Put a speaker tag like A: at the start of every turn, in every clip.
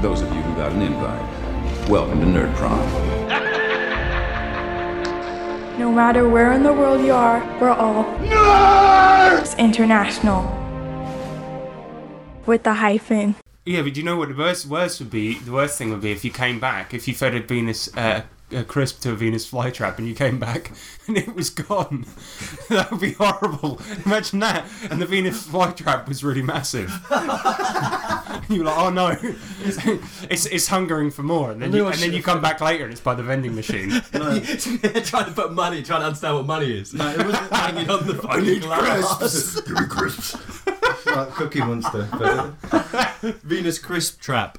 A: Those of you who got an invite, welcome to Nerd Prom.
B: No matter where in the world you are, we're all Nerds International. With the hyphen.
C: Yeah, but do you know what the worst, worst would be? The worst thing would be if you came back, if you fed a Venus uh, a crisp to a Venus flytrap, and you came back and it was gone. that would be horrible. Imagine that, and the Venus flytrap was really massive. and you were like, oh no, it's it's hungering for more, and then
D: knew
C: you,
D: I
C: and then you
D: should've-
C: come back later and it's by the vending machine.
D: trying to put money, trying to understand what money is. No, it wasn't hanging on the I need crisps.
E: Give me crisps. like Cookie Monster. But
D: Venus crisp trap.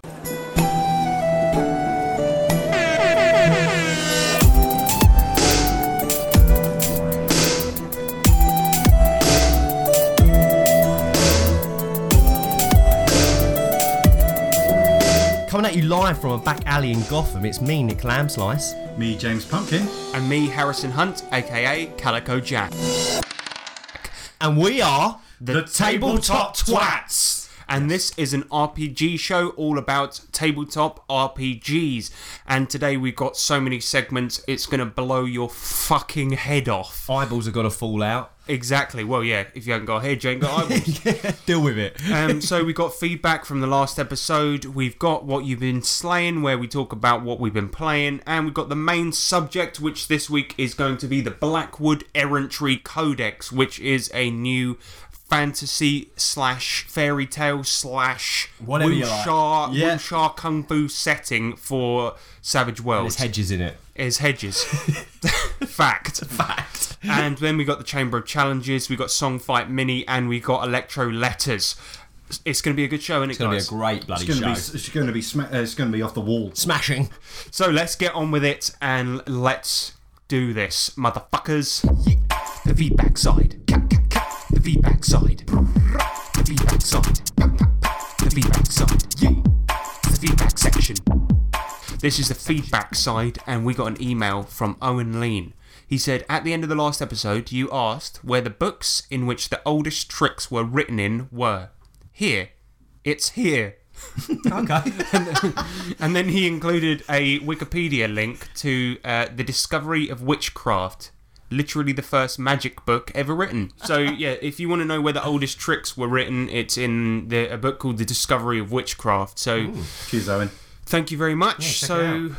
F: Coming at you live from a back alley in Gotham, it's me, Nick Lambslice.
E: me, James Pumpkin.
C: and me, Harrison Hunt, aka Calico Jack.
F: And we are
C: The Tabletop Twats! And this is an RPG show all about tabletop RPGs. And today we've got so many segments, it's going to blow your fucking head off.
F: Eyeballs are gonna fall out.
C: Exactly. Well, yeah, if you haven't got a head, you ain't got eyeballs.
F: Deal with it.
C: Um, so we got feedback from the last episode. We've got what you've been slaying, where we talk about what we've been playing, and we've got the main subject, which this week is going to be the Blackwood Errantry Codex, which is a new fantasy slash fairy tale slash
D: Whatever you like.
C: wuxia,
D: Yeah.
C: wuxia kung fu setting for Savage Worlds.
F: There's hedges in it.
C: Is hedges. Fact.
F: Fact.
C: And then we got the Chamber of Challenges, we got Song Fight Mini, and we got Electro Letters. It's going to be a good show, isn't
F: It's
C: it,
F: gonna be a
C: guys?
F: great bloody
E: It's
F: show.
E: going to be. It's going to be. Sma- uh, it's going to be off the wall.
F: Smashing.
C: so let's get on with it and let's do this, motherfuckers. The feedback side. Cat, cat, cat. The feedback side. The feedback side. Pat, pat, pat. The feedback side. The feedback section. This is the feedback side, and we got an email from Owen Lean. He said, At the end of the last episode, you asked where the books in which the oldest tricks were written in were. Here. It's here.
F: Okay.
C: And then he included a Wikipedia link to uh, the discovery of witchcraft, literally the first magic book ever written. So yeah, if you want to know where the oldest tricks were written, it's in the, a book called The Discovery of Witchcraft. So
E: Cheers, Owen.
C: thank you very much. so.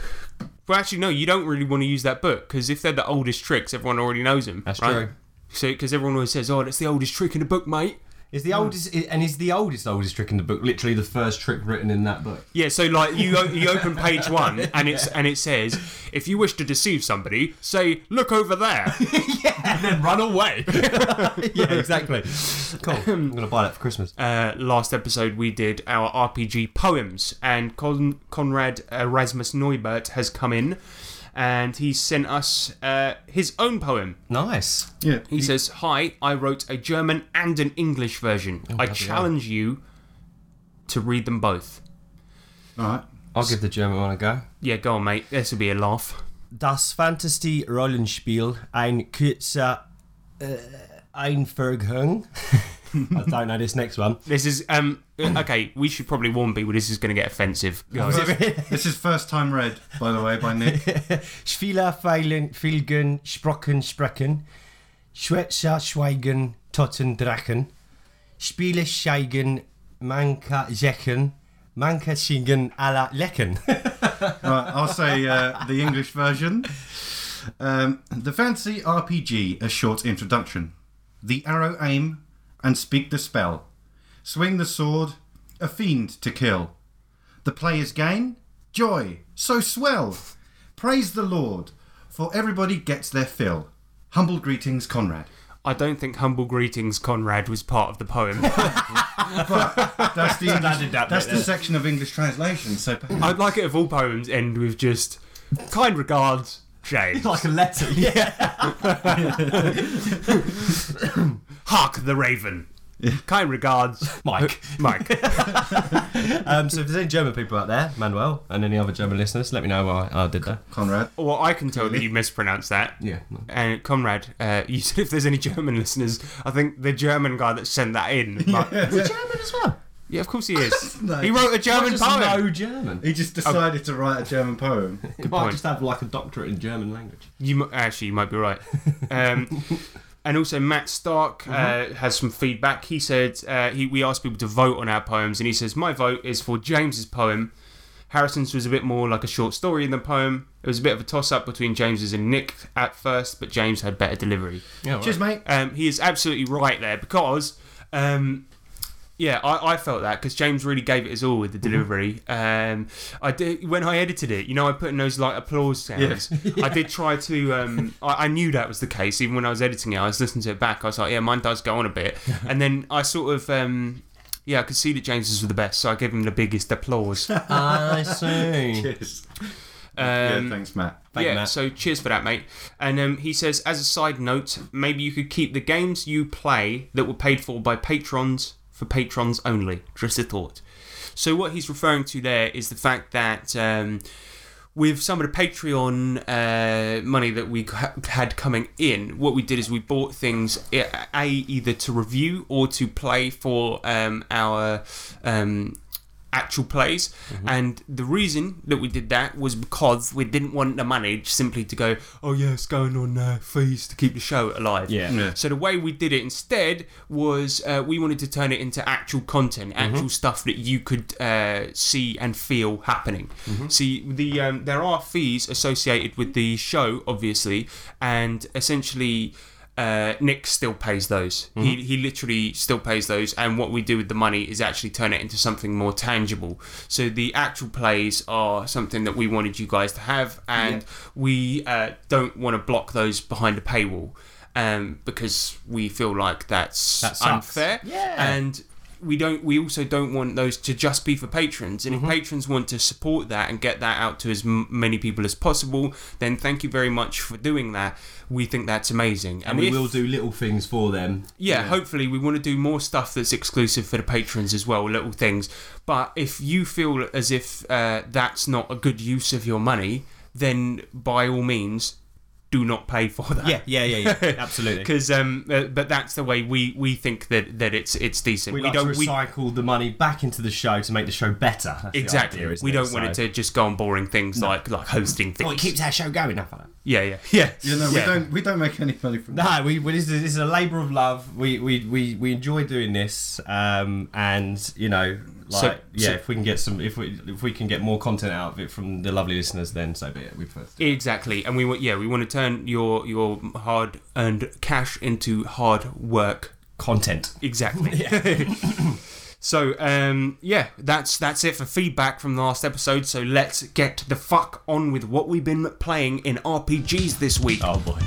C: Well, actually, no, you don't really want to use that book because if they're the oldest tricks, everyone already knows them.
F: That's
C: right?
F: true.
C: So, because everyone always says, "Oh, that's the oldest trick in the book, mate."
F: Is the oldest and is the oldest oldest trick in the book literally the first trick written in that book?
C: Yeah, so like you o- you open page one and it's and it says if you wish to deceive somebody, say look over there.
F: And then run away. Um, yeah, exactly. Cool. I'm gonna buy that for Christmas.
C: Uh, last episode we did our RPG poems and Con- Conrad Erasmus Neubert has come in and he sent us uh, his own poem.
F: nice.
E: Yeah.
C: He says, "Hi, I wrote a German and an English version. I challenge you to read them both."
E: All right.
F: I'll give the German one a go.
C: Yeah, go on, mate. This will be a laugh.
F: Das Fantasy Rollenspiel, ein kurzer äh, Einführung. I don't know this next one.
C: This is um okay. We should probably warn people. This is going to get offensive. Go.
E: This is first time read, by the way, by Nick.
F: Spieler feilen, filgen, sprocken, sprechen. Schwätzer schweigen, totten drachen. Spiele scheigen, manka jechen. Manka singen, alla lecken.
E: Right, I'll say uh, the English version. Um, the Fantasy RPG, a short introduction. The arrow aim and speak the spell. Swing the sword, a fiend to kill. The player's gain, joy, so swell. Praise the Lord, for everybody gets their fill. Humble greetings, Conrad.
C: I don't think humble greetings, Conrad, was part of the poem.
E: That's the English,
F: that
E: that's
F: bit
E: the
F: there.
E: section of English translation. So perhaps
C: I'd like it if all poems end with just kind regards, James.
F: like a letter. Yeah.
C: Hark the Raven. Kind regards,
F: Mike.
C: Mike.
F: Um, so if there's any German people out there, Manuel, and any other German listeners, let me know why I did that.
E: Conrad.
C: well, I can tell that you mispronounced that.
F: Yeah.
C: And Conrad, uh, you said if there's any German listeners, I think the German guy that sent that in. Might,
F: Is it German as well?
C: Yeah, of course he is.
E: No.
C: He wrote a German
F: just
C: poem.
F: know German.
E: He just decided to write a German poem.
F: He
C: point.
F: might just have like a doctorate in German language.
C: You mu- actually, you might be right. Um, and also, Matt Stark uh, has some feedback. He said uh, he, we asked people to vote on our poems, and he says my vote is for James's poem. Harrison's was a bit more like a short story than the poem. It was a bit of a toss-up between James's and Nick at first, but James had better delivery.
F: Yeah, right.
E: Cheers, mate.
C: Um, he is absolutely right there because, um, yeah, I, I felt that because James really gave it his all with the delivery. Um, I did when I edited it. You know, I put in those like applause sounds. I did try to. Um, I, I knew that was the case even when I was editing it. I was listening to it back. I was like, yeah, mine does go on a bit, and then I sort of. Um, yeah, I could see that James's were the best, so I gave him the biggest applause. Um,
F: Ah, I see.
E: Cheers. yeah,
F: Um,
E: thanks, Matt.
F: Thank
C: yeah,
F: Matt.
C: so cheers for that, mate. And um, he says, as a side note, maybe you could keep the games you play that were paid for by patrons for patrons only. Just a thought. So what he's referring to there is the fact that um, with some of the Patreon uh, money that we ha- had coming in, what we did is we bought things i- a either to review or to play for um, our um, actual plays. And the reason that we did that was because we didn't want the money simply to go, oh yeah, it's going on uh, fees to keep the show alive.
F: Yeah. Yeah.
C: So the way we did it instead was uh, we wanted to turn it into actual content, actual stuff that you could uh, see and feel happening. See, the um, there are fees associated with the show, obviously, and essentially. Uh, Nick still pays those.
F: Mm-hmm.
C: He, he literally still pays those, and what we do with the money is actually turn it into something more tangible. So the actual plays are something that we wanted you guys to have, and we uh, don't want to block those behind a paywall um, because we feel like that's
F: That sucks.
C: unfair.
F: Yeah.
C: And we don't. We also don't want those to just be for patrons. And
F: Mm-hmm.
C: if patrons want to support that and get that out to as m- many people as possible, then thank you very much for doing that. We think that's amazing.
F: And we
C: if-
F: will do little things for them.
C: yeah, hopefully we want to do more stuff that's exclusive for the patrons as well, little things. But if you feel as if uh, that's not a good use of your money, then by all means, do not pay for that.
F: Yeah, yeah, yeah, yeah. Absolutely.
C: Because, um, uh, but that's the way we, we think that, that it's it's decent.
F: we, like
C: don't
F: to recycle the money back into the show to make the show better. That's the
C: exactly.
F: idea, isn't
C: we
F: it?
C: don't want it
F: So-
C: to just go on boring things like like hosting things.
F: Oh, it keeps our show going. Enough of that.
C: yeah, yeah, yeah.
E: You know, we
C: yeah.
E: don't we don't make any money from that.
F: No, we, we this, is, this is a labour of love. We we, we we enjoy doing this, um, and you know, like
C: So-
F: yeah,
C: so-
F: if we can get some, if we if we can get more content out of it from the lovely listeners, then so be it. We first.
C: Exactly, and we want yeah we want to turn your your hard earned cash into hard work
F: Content.
C: Exactly. so um, yeah, that's that's it for feedback from the last episode. So let's get the fuck on with what we've been playing in RPGs this week.
F: Oh boy.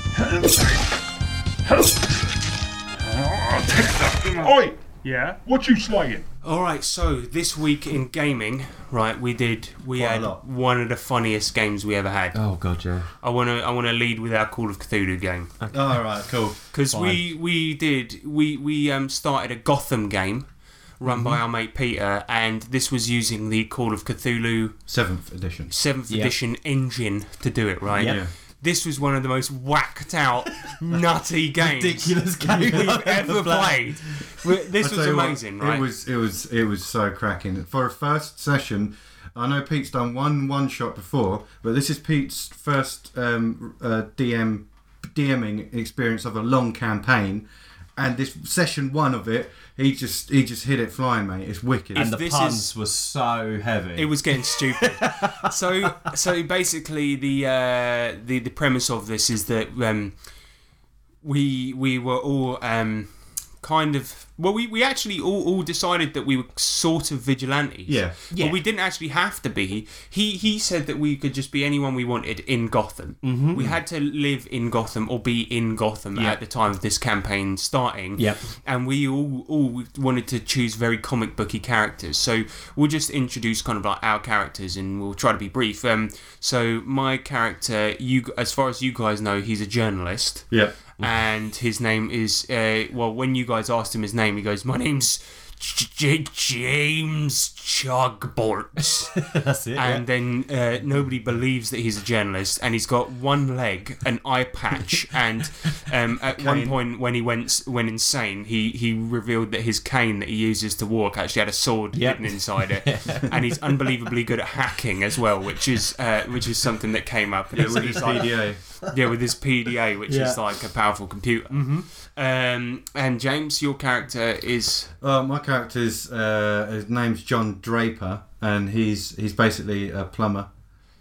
G: Oi! Yeah? What you slaying?
C: All right, so this week in gaming, right, we did we
E: a
C: had
E: lot.
C: one of the funniest games we ever had.
F: Oh god, yeah.
C: I wanna I wanna lead with our Call of Cthulhu game
E: All right, cool.
C: because we we did we we um, started a Gotham game. Run
E: Mm-hmm.
C: by our mate Peter, and this was using the Call of Cthulhu
E: Seventh edition.
C: seventh
F: Yeah.
C: edition engine to do it right.
F: Yeah. Yeah.
C: This was one of the most whacked out, nutty games
F: Ridiculous game
C: we've
F: I've
C: ever
F: ever
C: played. We- This
E: I
C: was
E: tell you what,
C: amazing, right?
E: It was it was it was so cracking for a first session. I know Pete's done one one shot before, but this is Pete's first um, uh, DM DMing experience of a long campaign, and this session one of it, he just he just hit it flying, mate. It's wicked.
F: And the
C: This
F: puns
C: is-
F: were so heavy.
C: It was getting stupid. so so basically the uh, the the premise of this is that um, we we were all um, kind of well we, we actually all, all decided that we were sort of vigilantes.
E: Yeah.
C: But we didn't actually have to be. He he said that we could just be anyone we wanted in Gotham. Mm-hmm. We had to live in Gotham or be in Gotham at the time of this campaign starting.
F: Yep.
C: And we all all wanted to choose very comic booky characters. So we'll just introduce kind of like our characters and we'll try to be brief. Um so my character you as far as you guys know he's a journalist
E: yeah.
C: and his name is uh, well when you guys asked him his name he goes my name's J- James Chugbolt.
F: That's it.
C: and then uh, nobody believes that he's a journalist, and he's got one leg, an eye patch, and um, at one point when he went went insane, he he revealed that his cane that he uses to walk actually had a sword
F: Yep.
C: hidden inside it, and he's unbelievably good at hacking as well, which is uh, which is something that came up.
E: Yeah, with his PDA.
C: Yeah, with his PDA, which
F: Yeah.
C: is like a powerful computer. Mm-hmm. Um, and James, your character is
E: Uh, my character's uh, his name's John Draper, and he's he's basically a plumber.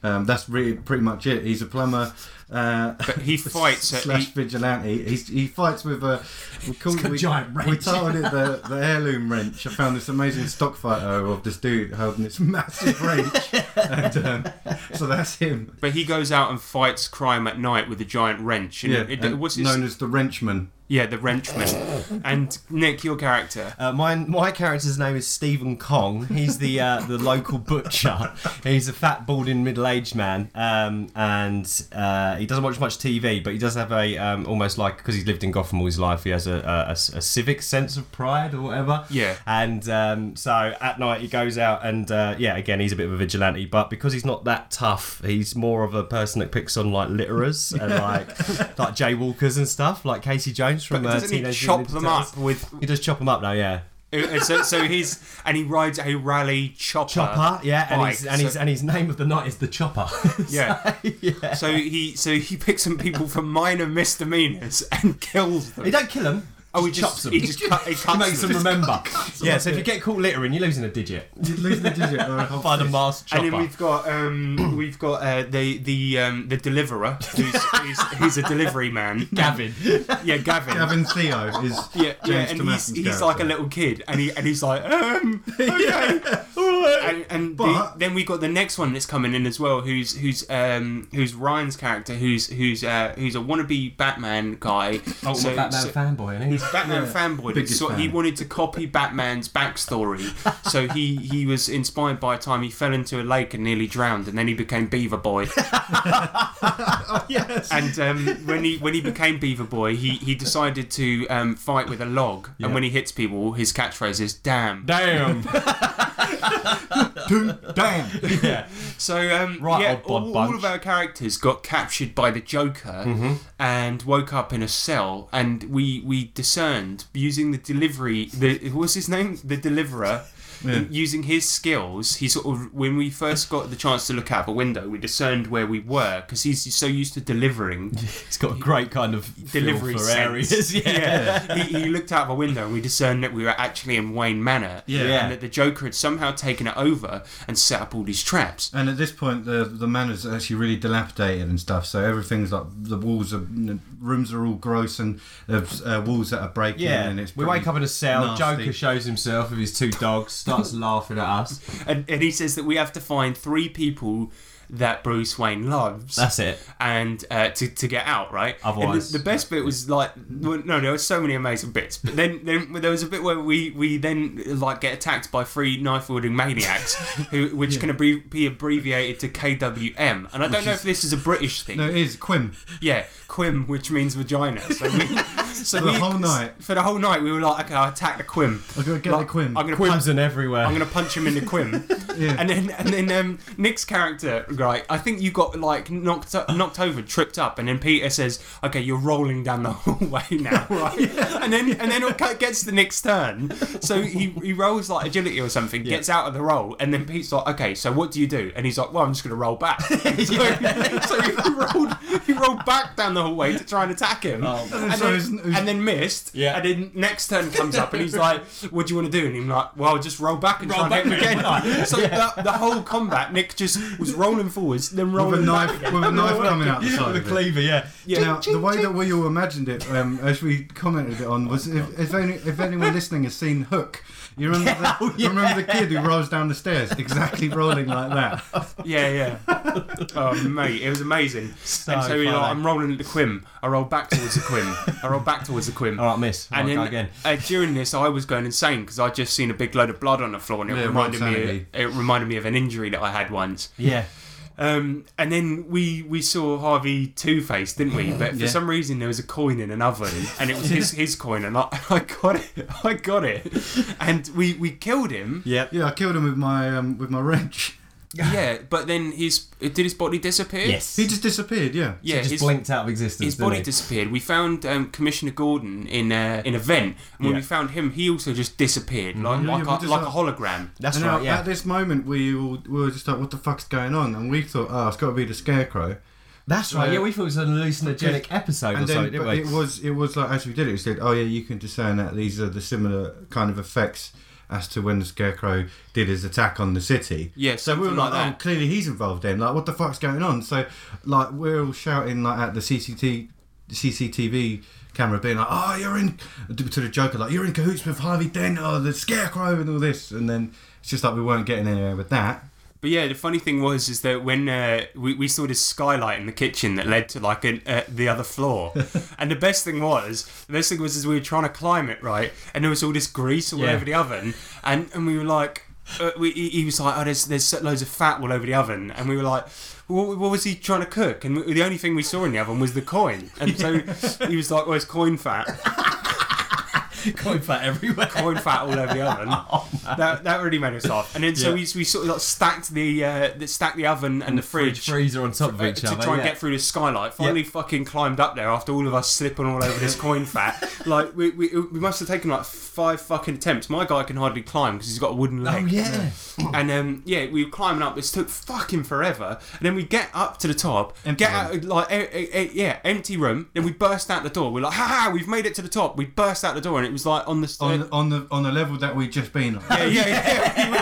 E: Um, that's really pretty much it. He's a plumber. Uh,
C: he fights, uh,
E: slash
C: he-
E: vigilante. He's, he fights with a we call
F: got a
E: we,
F: giant
E: we
F: wrench.
E: titled it the, the heirloom wrench. I found this amazing stock photo of this dude holding this massive wrench, and um, so that's him.
C: But he goes out and fights crime at night with a giant wrench. And
E: Yeah,
C: it,
E: and
C: what's his,
E: known as the wrenchman.
C: yeah, the wrenchman. and Nick, your character.
F: Uh, my my character's name is Stephen Kong. He's the uh, the local butcher. He's a fat, balding, middle aged man, um, and uh, he doesn't watch much TV, but he does have a um, almost like because he's lived in Gotham all his life. He has a, a- a s- a civic sense of pride or whatever.
C: Yeah.
F: And um, so at night he goes out and uh, yeah, again he's a bit of a vigilante, but because he's not that tough, he's more of a person that picks on like litterers and like like jaywalkers and stuff, like Casey Jones from uh,
C: Doesn't he
F: Teenage
C: chop
F: Mutant
C: them
F: Ninja Turtles.
C: up with?
F: He does chop them up now, yeah.
C: and so, so he's and he rides a rally chopper.
F: Chopper, yeah, and
C: bike.
F: his and
C: So-
F: his and his name of the night is the Chopper.
C: Yeah.
F: So, yeah.
C: So he so he picks some people for minor misdemeanors and kills them.
F: He don't kill him.
C: oh, he
F: just
C: just
F: chops them.
C: He just cut, he
F: He
C: cuts
F: makes them
C: them.
F: remember. yeah, so if you get caught littering, you're losing a digit.
E: You'd lose the digit or a whole
F: By the
E: fist.
F: masked chopper.
C: And then we've got um, we've got uh, the the um, the deliverer who's, who's he's a delivery man.
F: Gavin.
C: Yeah, Gavin.
E: Gavin Theo is
C: Yeah,
E: James
C: yeah, and he's,
E: Tomasi's
C: he's like a
E: character.
C: little kid, and he and he's like, um, okay, all right. And, and the-
E: But-
C: then we got the next one that's coming in as well, who's who's um who's Ryan's character, who's who's uh who's a wannabe Batman guy.
F: Oh, so, Batman fanboy, and he's
C: He's a Batman fanboy.
E: biggest
C: So he
E: fan.
C: wanted to copy Batman's backstory. so he, he was inspired by a time he fell into a lake and nearly drowned, and then he became Beaver Boy.
E: Oh, yes.
C: And um, when he when he became Beaver Boy, he, he decided to um, fight with a log. And when he hits people, his catchphrase is "Damn."
F: damn.
E: Damn.
F: yeah.
C: So um,
F: Right,
C: yeah,
F: odd bod
C: all, all
F: bunch. Mm-hmm.
C: of our characters got captured by the Joker and woke up in a cell. And we we discerned using the delivery. The what's his name? The deliverer. Using his skills, he sort of when we first got the chance to look out of a window, we discerned where we were because he's so used to delivering.
F: He's got a great kind of feel
C: delivery
F: for
C: sense.
F: areas. Yeah.
C: he, he looked out of a window and we discerned that we were actually in Wayne Manor.
F: Yeah.
C: And that the Joker had somehow taken it over and set up all these traps.
E: And at this point, the the manor's actually really dilapidated and stuff. So everything's like the walls are, the rooms are all gross and there's uh, walls that are breaking.
F: Yeah.
E: and it's
F: we wake up in a cell.
E: nasty.
F: Joker shows himself with his two dogs, starts laughing at us.
C: And, and he says that we have to find three people that Bruce Wayne loves.
F: That's it.
C: and uh, to, to get out, right? And the-
F: Otherwise-
C: the, best bit was like well, no, there were so many amazing bits. But then then there was a bit where we we then like get attacked by three knife wielding maniacs, who which can abbre- be abbreviated to KWM. And I don't know if this is a British thing.
E: No, it is Quim.
C: Yeah, quim, which means vagina. So we, so
E: For the
C: we-
E: whole night.
C: For the whole night, we were like, okay, I attack the quim.
E: I've got to get
C: Like,
E: the Quim.
C: I'm gonna punch,
F: Quims and everywhere.
C: I'm gonna punch him in the quim.
E: Yeah.
C: And then and then um, Nick's character, right? I think you got like knocked o- knocked over, tripped up, and then Peter says, okay, you're rolling down the hallway now, right? And then and then it cut- gets the Nick's turn. So he he rolls like agility or something, gets out of the roll, and then Pete's like, okay, so what do you do? And he's like, well, I'm just gonna roll back. So, so he rolled he rolled back down the hallway to try and attack him and,
E: Oh, So
C: then,
E: it's- it's-
C: and then missed.
F: Yeah.
C: And then next turn comes up and he's like, "What do you want to do?" And I'm like, "Well, just roll back and
F: Roll
C: try and
F: back,
C: hit him again."
F: man.
C: so the, the whole combat, Nick just was rolling forwards, then
E: With a
C: rolling back.
E: knife, with a knife coming out the side
F: With a
E: of it.
F: cleaver, yeah.
E: Now, the way that we all imagined it, um, as we commented it on, was if, if, any, if anyone listening has seen Hook, you remember, the,
F: Oh,
E: you remember the kid who rolls down the stairs, exactly rolling like that.
C: Yeah, yeah. Oh mate, it was amazing.
F: So
C: and so you know,
F: funny.
C: I'm rolling at the quim. I roll back towards the quim. I roll back towards the quim.
F: All right, miss. All
C: And
F: right,
C: then
F: go again.
C: Uh, during this, I was going insane because I'd just seen a big load of blood on the floor, and it
E: Yeah,
C: reminded me.
E: insanity.
C: Of, it reminded me of an injury that I had once.
F: Yeah.
C: Um, and then we we saw Harvey Two Face, didn't we? But for
E: Yeah.
C: some reason there was a coin in an oven, and it was his, his coin, and I, I got it, I got it, and we we killed him.
F: Yep.
E: Yeah, I killed him with my um, with my wrench.
C: Yeah, but then his did his body disappear?
F: Yes.
E: He just disappeared. Yeah.
C: yeah,
F: just
C: his,
F: blinked out of existence.
C: his
F: didn't
C: body
F: he?
C: disappeared. We found um, Commissioner Gordon in a, in a vent, and when
F: Yeah. Mm-hmm.
C: we found him, he also just disappeared, like
E: Yeah,
C: like,
E: yeah, we
C: a,
E: just
C: like a
E: had-
C: hologram.
F: That's
E: and now,
F: right. Yeah.
E: At this moment, we all we were just like, "What the fuck's going on?" And we thought, "Oh, it's got to be the scarecrow."
F: That's right. Yeah, we thought it was an hallucinogenic episode or
E: And then
F: something,
E: but
F: didn't we?
E: it was it was like as we did it, we said, "Oh yeah, you can discern that these are the similar kind of effects." As to when the scarecrow did his attack on the city,
C: Yeah,
E: So we were
C: something
E: like,
C: like
E: "Oh,
C: that."
E: clearly he's involved in like what the fuck's going on?" So like we're all shouting like at the CCT, CCTV camera, being like, "Oh, you're in," to the Joker, like, "You're in cahoots with Harvey Dent or the scarecrow and all this," and then it's just like we weren't getting anywhere with that.
C: But yeah, the funny thing was is that when uh, we, we saw this skylight in the kitchen that led to like an, uh, the other floor, and the best thing was the best thing was is we were trying to climb it right, and there was all this grease all
F: Yeah.
C: over the oven, and and we were like. Uh, we, he he was like, oh, there's there's loads of fat all over the oven, and we were like, what, what was he trying to cook? And the only thing we saw in the oven was the coin, and so he was like, well, it's coin fat,
F: going fat everywhere.
C: coin fat all over the oven. that, that really made us laugh. And then so we, we sort of like stacked the uh, stacked the oven and, the fridge,
F: freezer on top of
C: uh,
F: each
C: to
F: other.
C: try and
F: yeah.
C: get through the skylight. Finally, fucking climbed up there after all of us slipping all over this coin fat. Like we, we, we must have taken like five fucking attempts. My guy can hardly climb because he's got a wooden leg.
F: Oh yeah.
C: And um, yeah, we were climbing up. This took fucking forever. And then we get up to the top,
E: Empty
C: get out, like eh, eh, eh, yeah, empty room. Then we burst out the door. We're like, ha ha, we've made it to the top. We burst out the door, and it was like on the
E: On the, on the on the level that we'd just been on.
C: yeah, yeah,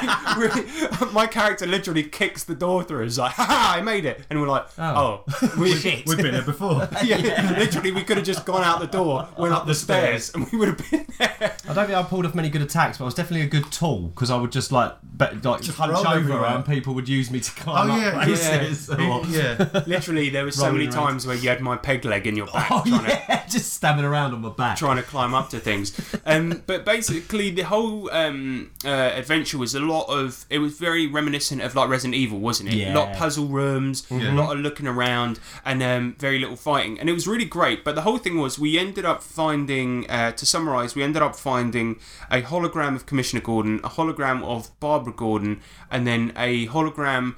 C: yeah. We- we- we- my character literally kicks the door through. It's like, ha ha, I made it. And we're like, oh, we,
F: Shit.
E: We've been there before.
C: Yeah, literally, we could have just gone out the door, went up the
F: stairs.
C: stairs, and we would have been there.
F: I don't think I pulled off many good attacks, but I was definitely a good tool because I would just like be, like hunch
E: roll
F: over
E: everywhere.
F: and people would use me to climb
E: Oh,
F: up
E: yeah,
F: places.
E: yeah.
F: or-
E: yeah.
C: Literally, there were so
F: Rolling
C: many
F: around.
C: times where you had my peg leg in your back
F: Oh
C: trying to
F: yeah, just stabbing around on my back.
C: trying to climb up to things. Um, but basically, the whole um, uh, adventure was a lot of. It was very reminiscent of like Resident Evil, wasn't it?
F: Yeah.
C: A lot of puzzle rooms, a lot of looking around, and um, very little fighting. And it was really great. But the whole thing was, we ended up finding. Uh, to summarize, we ended up finding a hologram of Commissioner Gordon, a hologram of Barbara Gordon, and then a hologram.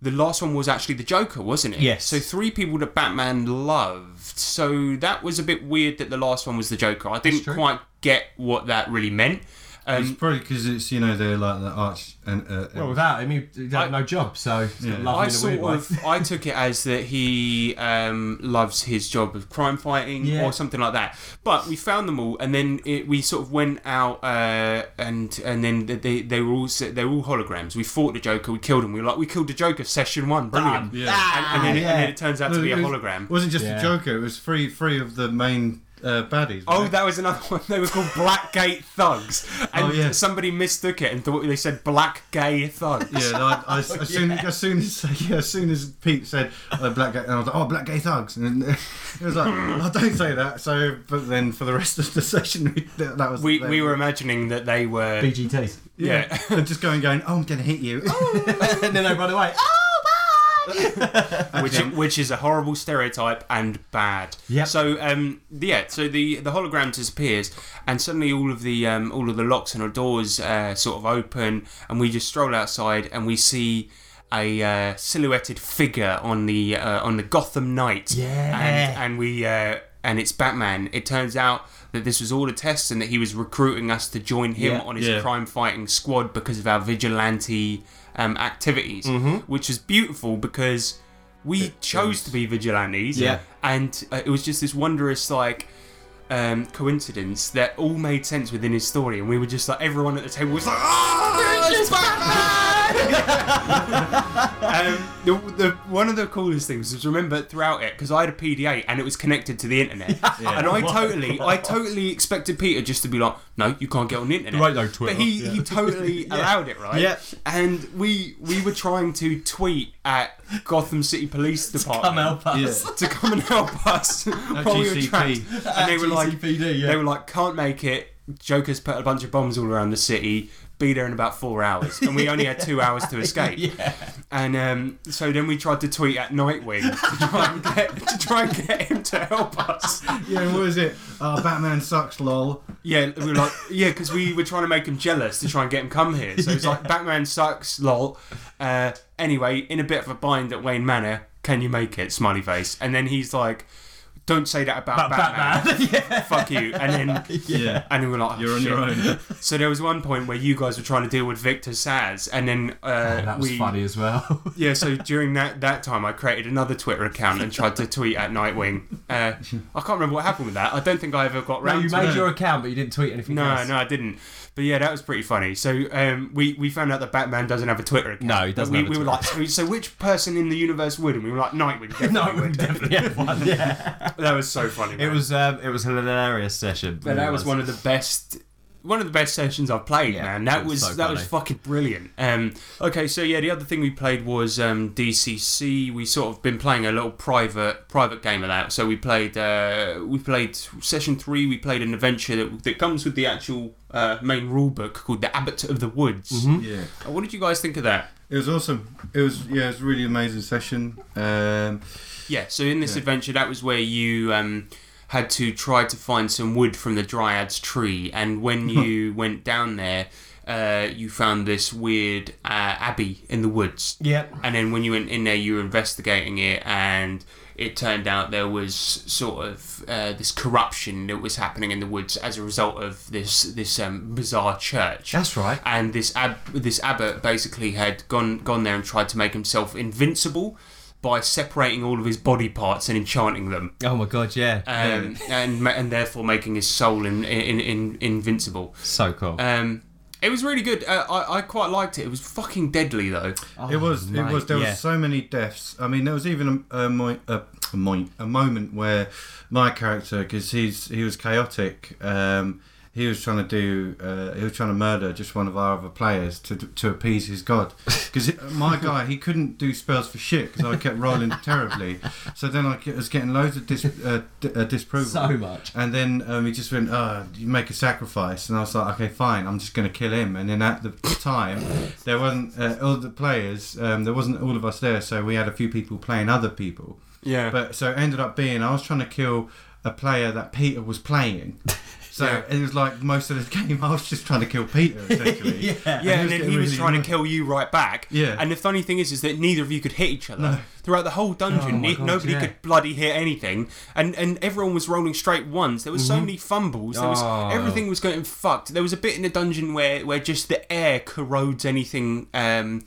C: The last one was actually the Joker, wasn't it?
F: Yes.
C: So three people that Batman loved. So that was a bit weird that the last one was the Joker. I didn't
F: true.
C: quite get what that really meant. Um,
E: It's probably because it's you know they're like the arch and uh,
F: Well, without him, he'd he'd have
C: I-
F: no job. So he's got
E: Yeah.
F: love
C: I
F: in a
C: sort
F: weird way.
C: of I took it as that he um, loves his job of crime fighting
F: Yeah.
C: or something like that. But we found them all, and then it, we sort of went out uh, and and then they- they they were all s- they were all holograms. We fought the Joker, we killed him. We were like we killed the Joker session one, brilliant.
E: Yeah.
C: And, and, then it, and then
F: Yeah.
C: it turns out to be a
E: It was-
C: hologram.
E: wasn't just
F: Yeah.
E: the Joker. It was three three of the main uh, baddies.
C: Oh,
E: right?
C: that was another one. They were called Blackgate Thugs, and
E: Oh, yeah.
C: somebody mistook it and thought they said Black Gay Thugs.
E: yeah. like,
C: Oh,
E: I, as, as soon, as soon as yeah, as soon as Pete said uh, black gay, and I was like, oh, black gay thugs, and then it was like, I don't say that. So, but then for the rest of the session, we, that, that was
C: We,
E: that-
C: we were imagining that they were
F: BGTs.
C: yeah.
E: and just going going. Oh, I'm gonna hit you. Oh,
F: and then they run away. Oh, bye!
C: which which is a horrible stereotype and bad.
F: Yep.
C: So um yeah, so the the hologram disappears and suddenly all of the um all of the locks and our doors uh, sort of open and we just stroll outside and we see a uh, silhouetted figure on the uh, on the Gotham night.
F: Yeah.
C: And and we uh, and it's Batman. It turns out that this was all a test and that he was recruiting us to join him
F: Yeah.
C: on his
E: Yeah.
C: crime fighting squad because of our vigilante um, activities, which was beautiful because we chose to be vigilantes.
F: Yeah.
C: and uh, it was just this wondrous like. Um, coincidence that all made sense within his story, and we were just like everyone at the table was like, "Ah, it's Batman!" um, the, the, one of the coolest things was remember throughout it because I had a PDA and it was connected to the internet, and I totally, I totally expected Peter just to be like, "No, you can't get on the internet."
F: Right, no, Twitter.
C: But he, he
F: Yeah.
C: totally allowed it, right?
F: Yeah.
C: And we we were trying to tweet at Gotham City Police Department
F: Come help us.
C: to come and help us while we were
E: GCP.
C: trapped. And they were like,
F: GCPD, yeah.
C: they were like, can't make it. Joker's put a bunch of bombs all around the city. be there in about four hours, and we only had two hours to escape. And um, so then we tried to tweet at Nightwing to try and get to try and get him to help us.
E: Yeah, what is it? Oh, Batman sucks, lol.
C: Yeah, we were like, yeah, because we were trying to make him jealous to try and get him come here. So it's like Batman sucks, lol. Uh, anyway, in a bit of a bind at Wayne Manor, can you make it? Smiley face, and then he's like, "Don't say that about, Batman. Fuck you." And then
E: Yeah.
C: and we were like, oh,
E: You're on your
C: shit.
E: own.
C: So there was one point where you guys were trying to deal with Victor Saz, and then uh,
D: That was
C: we,
D: funny as well.
C: yeah. So during that that time, I created another Twitter account and tried to tweet at Nightwing. Uh, I can't remember what happened with that. I don't think I ever got
F: No,
C: round
F: you
C: to
F: made your account, but you didn't tweet anything.
C: no,
F: else.
C: no, I didn't. But yeah, that was pretty funny. So um, we we found out that Batman doesn't have a Twitter account.
F: No, he doesn't
C: We,
F: have a
C: we were
F: Twitter
C: like, so, so which person in the universe would? And we were like, Nightwing. Definitely
F: No, we
C: would.
F: definitely have one. Yeah,
C: That was so funny.
F: it was um, it was a hilarious session.
C: But that was one of the best. One of the best sessions I've played,
F: Yeah,
C: man. That
F: it was
C: was,
F: so
C: that was
F: funny.
C: fucking brilliant. Um, okay, so yeah, the other thing we played was um, DCC. We sort of been playing a little private private game of that. So we played uh, we played session three. We played an adventure that, that comes with the actual uh, main rule book called The Abbot of the Woods.
F: Mm-hmm.
E: Yeah.
C: Uh, What did you guys think of that?
E: It was awesome. It was yeah, it was a really amazing session. Um,
C: Yeah, so in this adventure, that was where you um, had to try to find some wood from the Dryad's tree, and when you went down there, uh, you found this weird uh, abbey in the woods.
F: Yep.
C: And then when you went in there, you were investigating it, and it turned out there was sort of uh, this corruption that was happening in the woods as a result of this this um, bizarre church.
F: That's right.
C: And this ab- this abbot basically had gone gone there and tried to make himself invincible by separating all of his body parts and enchanting them.
F: Oh my god, yeah,
H: Uh,
C: Um, and ma- and therefore making his soul in, in, in invincible.
F: so cool.
H: uh,
C: Um, it was really good. Uh, I, I quite liked it. It was fucking deadly though.
E: it was
F: Oh, mate,
E: it was there
F: yeah.
E: was so many deaths. I mean, there was even a a, mo- a, a, mo- a moment where my character, because he's he was chaotic. Um, he was trying to do. Uh, he was trying to murder just one of our other players to to appease his god. Because my guy, he couldn't do spells for shit because I kept rolling terribly. So then I ke- was getting loads of dis, uh, d- uh, disapproval.
F: So much.
E: And then um, he just went, oh, you make a sacrifice. And I was like, okay, fine, I'm just going to kill him. And then at the time, there wasn't uh, all the players, um, there wasn't all of us there, so we had a few people playing other people.
C: Yeah.
E: But so it ended up being, I was trying to kill a player that Peter was playing. So
C: Yeah.
E: it was like most of the game, I was just trying to kill Peter, essentially.
F: Yeah.
C: Yeah, and then
E: getting
C: he was
E: really
C: trying to
E: annoyed.
C: kill you right back.
E: Yeah.
C: And the funny thing is, is that neither of you could hit each other throughout the whole dungeon.
F: Oh my
C: ne-
F: God,
C: nobody
F: yeah.
C: could bloody hit anything, and and everyone was rolling straight ones. There was so many fumbles. There was
F: Mm-hmm. Oh.
C: everything was getting fucked. There was a bit in the dungeon where where just the air corrodes anything. Um,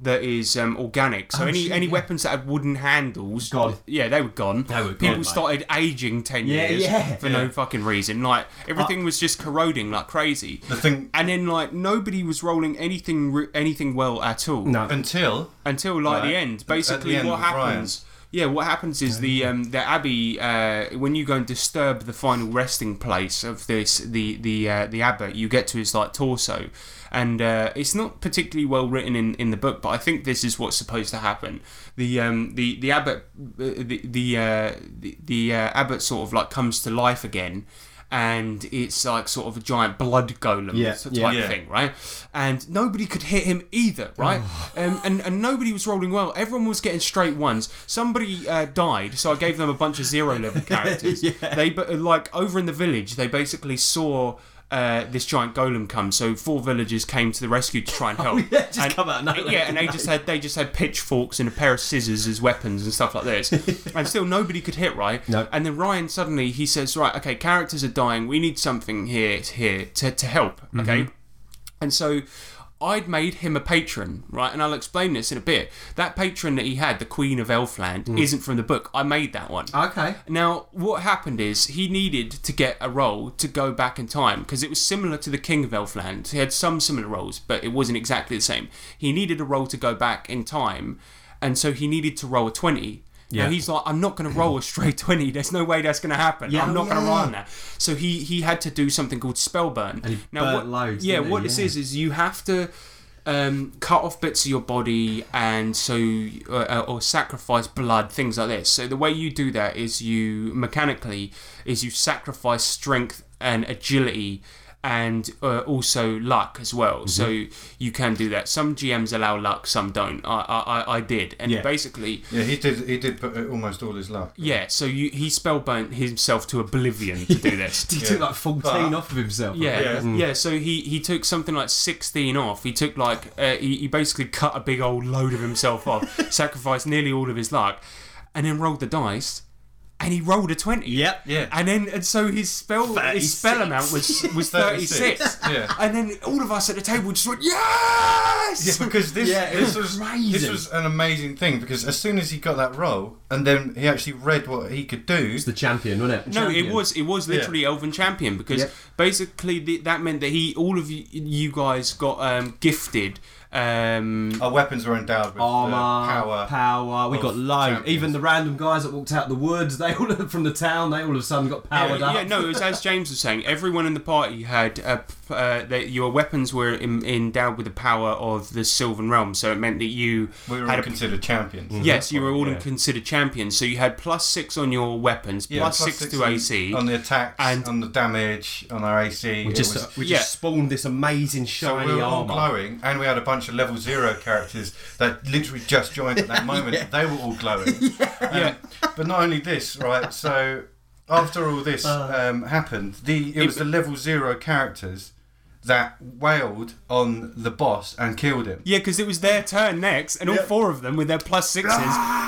C: that is um, organic. So
F: Oh,
C: any
F: shit,
C: any
F: yeah.
C: weapons that had wooden handles,
F: Gone.
C: yeah, they were gone.
F: They were
C: People
F: gone, mate.
C: started aging ten
F: Yeah,
C: years
F: yeah.
C: for no fucking reason. Like everything was just corroding like crazy.
E: I think
C: And then like nobody was rolling anything re- anything well at all.
F: No.
E: until
C: Until like
E: Right.
C: the end.
E: At the
C: Basically,
E: end
C: what
E: with Ryan.
C: happens? Yeah, what happens is the um, the abbey uh, when you go and disturb the final resting place of this the the uh, the abbot, you get to his like torso, and uh, it's not particularly well written in, in the book, but I think this is what's supposed to happen. The um, the the abbot uh, the the uh, the, the uh, abbot sort of like comes to life again. And it's like sort of a giant blood golem
F: Yeah,
C: type
F: yeah,
E: yeah.
C: thing, right? And nobody could hit him either, right?
F: Oh.
C: um, and, and nobody was rolling well. Everyone was getting straight ones. Somebody uh, died, so I gave them a bunch of zero level characters. They but uh, like over in the village, they basically saw. Uh, this giant golem come, so four villagers came to the rescue to try and help.
F: Oh, yeah, just
C: and,
F: come out of nowhere,
C: Yeah, and they just had they just had pitchforks and a pair of scissors as weapons and stuff like this, and still nobody could hit right.
F: No.
C: And then Ryan suddenly he says, right, okay, characters are dying. We need something here here to to help. Okay, and so I'd made him a patron, right? And I'll explain this in a bit. That patron that he had, the Queen of Elfland, isn't from the book. I made that one.
F: Hmm. Okay.
C: Now, what happened is he needed to get a role to go back in time because it was similar to the King of Elfland. He had some similar roles, but it wasn't exactly the same. He needed a role to go back in time, and so he needed to roll a 20. Now
F: Yeah.
C: he's like, I'm not going to roll a straight 20. There's no way that's going to happen.
F: Yeah.
C: I'm not going to
F: Yeah.
C: roll on that. So he, he had to do something called Spellburn. And
F: he burnt loads,
C: Yeah,
F: didn't he?
C: what this
F: Yeah.
C: is is is you have to um, cut off bits of your body and so uh, or sacrifice blood things like this so the way you do that is you mechanically is you sacrifice strength and agility and uh, also luck as well.
F: Mm-hmm.
C: So you can do that. Some GMs allow luck, some don't. I I, I- I did, and
F: Yeah.
C: basically.
E: Yeah, he did. He did put uh, almost all his luck.
C: Yeah, so you, he spellbound himself to oblivion to do this.
F: He took like 14 off of himself.
C: Yeah,
E: Yeah.
C: yeah. so he, he took something like 16 off. He took like, uh, he, he basically cut a big old load of himself off, sacrificed nearly all of his luck, and then rolled the dice, and he rolled a 20.
F: Yep.
E: Yeah.
C: And then, and so his spell, his spell
F: 36.
C: amount was, was 36.
E: 36. Yeah.
C: And then all of us at the table just went, yes!
E: Yeah, because this
F: Yeah, it
E: this
F: was
E: was
F: amazing.
E: this was an amazing thing because as soon as he got that role and then he actually read what he could do.
F: The champion, wasn't it?
C: No, it was it was literally Elven Champion because
F: Yep.
C: basically the, that meant that he all of you, you guys got um, gifted um,
E: Our weapons were endowed with the
F: Armor,
E: power.
F: power, We
E: of
F: got loads.
E: champions.
F: Even the random guys that walked out the woods, they all from the town, they all of a sudden got powered
C: yeah,
F: up.
C: yeah, no, it was as James was saying. Everyone in the party had uh, p- uh, that your weapons were in, endowed with the power of the Sylvan Realm, so it meant that you
E: we were
C: had
E: all
C: a
E: considered champions.
C: yes, you were all
F: yeah.
C: considered champions. So you had plus six on your weapons,
E: Yeah,
C: plus
E: plus
C: six, to
E: on-
C: AC.
E: on the attacks,
C: and-
E: on the damage, on our AC.
F: We
E: It
F: just,
E: was-
F: we
C: yeah.
F: just spawned this amazing
E: so
F: shiny
E: we were all
F: armor.
E: glowing, and we had a bunch of level zero characters that literally just joined at that moment. They were all glowing.
C: yeah,
E: But not only this, right? So after all this
C: Uh.
E: um, happened, the it was the level zero characters that wailed on the boss and killed him.
C: yeah, because it was their turn next, and all four of them with their plus sixes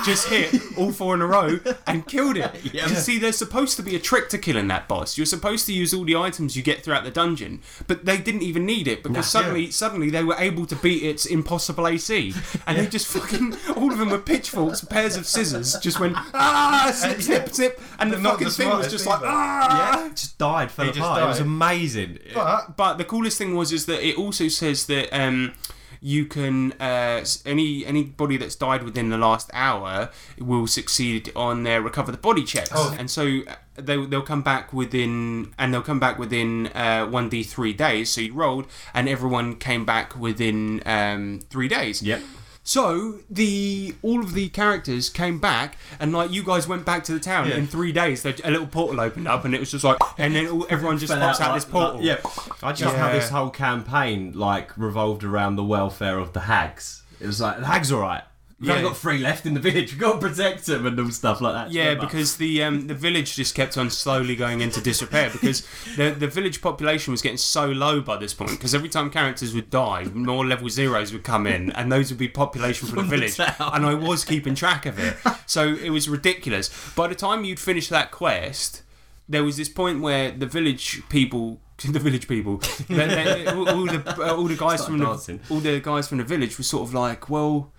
C: just hit all four in a row and killed it. You see, there's supposed to be a trick to killing that boss. You're supposed to use all the items you get throughout the dungeon, but they didn't even need it because suddenly, suddenly they were able to beat its impossible AC, and they just fucking all of them were pitchforks, pairs of scissors, just went ah, snip, snip, snip, and the
E: Not
C: fucking
E: the
C: thing was
E: smartest
C: just
E: either.
C: like ah.
F: Yeah, just died, fell
E: He just
F: apart. It was
E: died.
F: amazing.
E: But
C: But the coolest thing was is that it also says that um, you can uh, s- any anybody that's died within the last hour will succeed on their recover the body checks,
F: Oh.
C: and so uh, they they'll come back within and they'll come back within uh, one d three days. So you rolled, and everyone came back within um, three days.
F: Yep.
C: So the all of the characters came back, and like you guys went back to the town in three days. They, a little portal opened up, and it was just like, and then all, everyone just
F: Fell
C: pops out
F: like-
C: this portal.
F: like- yeah. I just love how
C: Yeah.
F: this whole campaign like revolved around the welfare of the hags. It was like the hags all right. We've only
C: Yeah.
F: got three left in the village. We've got to protect them and all stuff like that.
C: Yeah,
F: Remember?
C: because the um, the village just kept on slowly going into disrepair because the the village population was getting so low by this point because every time characters would die, more level zeros would come in, and those would be population for the village.
F: town.
C: And I was keeping track of it, so it was ridiculous. By the time you'd finished that quest, there was this point where the village people. The village people, they- they- all, all the all the guys
F: Start
C: from
F: dancing.
C: the all the guys from the village were sort of like, well,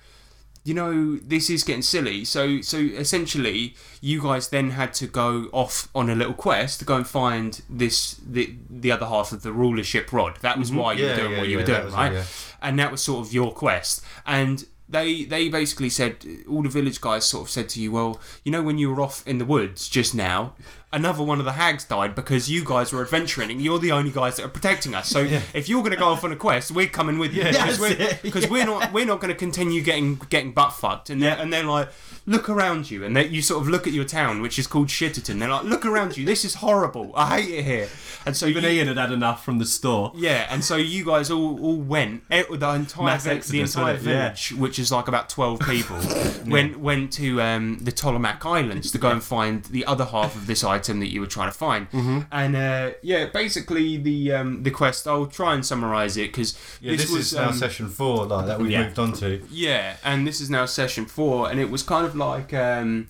C: you know this is getting silly so so essentially you guys then had to go off on a little quest to go and find this the the other half of the rulership rod that was why you were
E: Mm-hmm. Yeah,
C: doing
E: yeah,
C: what you
E: yeah,
C: were
E: that
C: doing
E: was it,
C: right
E: yeah.
C: and that was sort of your quest and they they basically said all the village guys sort of said to you well you know when you were off in the woods just now another one of the hags died because you guys were adventuring and you're the only guys that are protecting us so if you're going to go off on a quest we're coming with you because
F: That's
C: we're,
F: it,
C: 'cause we're not we're not going to continue getting getting butt fucked and they're, and they're like look around you and they, you sort of look at your town which is called Shitterton they're like look around you this is horrible I hate it here and so
F: even
C: you,
F: Ian had had enough from the store.
C: yeah, and so you guys all, all went eh, the entire
F: Mass
C: vi-
F: exodus,
C: the entire
F: wasn't it? Yeah.
C: village, which is like about twelve people, went went to um, the Ptolemaic Islands to go and find the other half of this item that you were trying to find.
F: Mm-hmm.
C: And uh, yeah, basically the um, the quest. I'll try and summarize it because
E: yeah,
C: this,
E: this,
C: was
E: is now
C: um,
F: uh,
E: session four like, that we
F: Yeah.
E: moved on to.
C: yeah, and this is now session four, and it was kind of like um,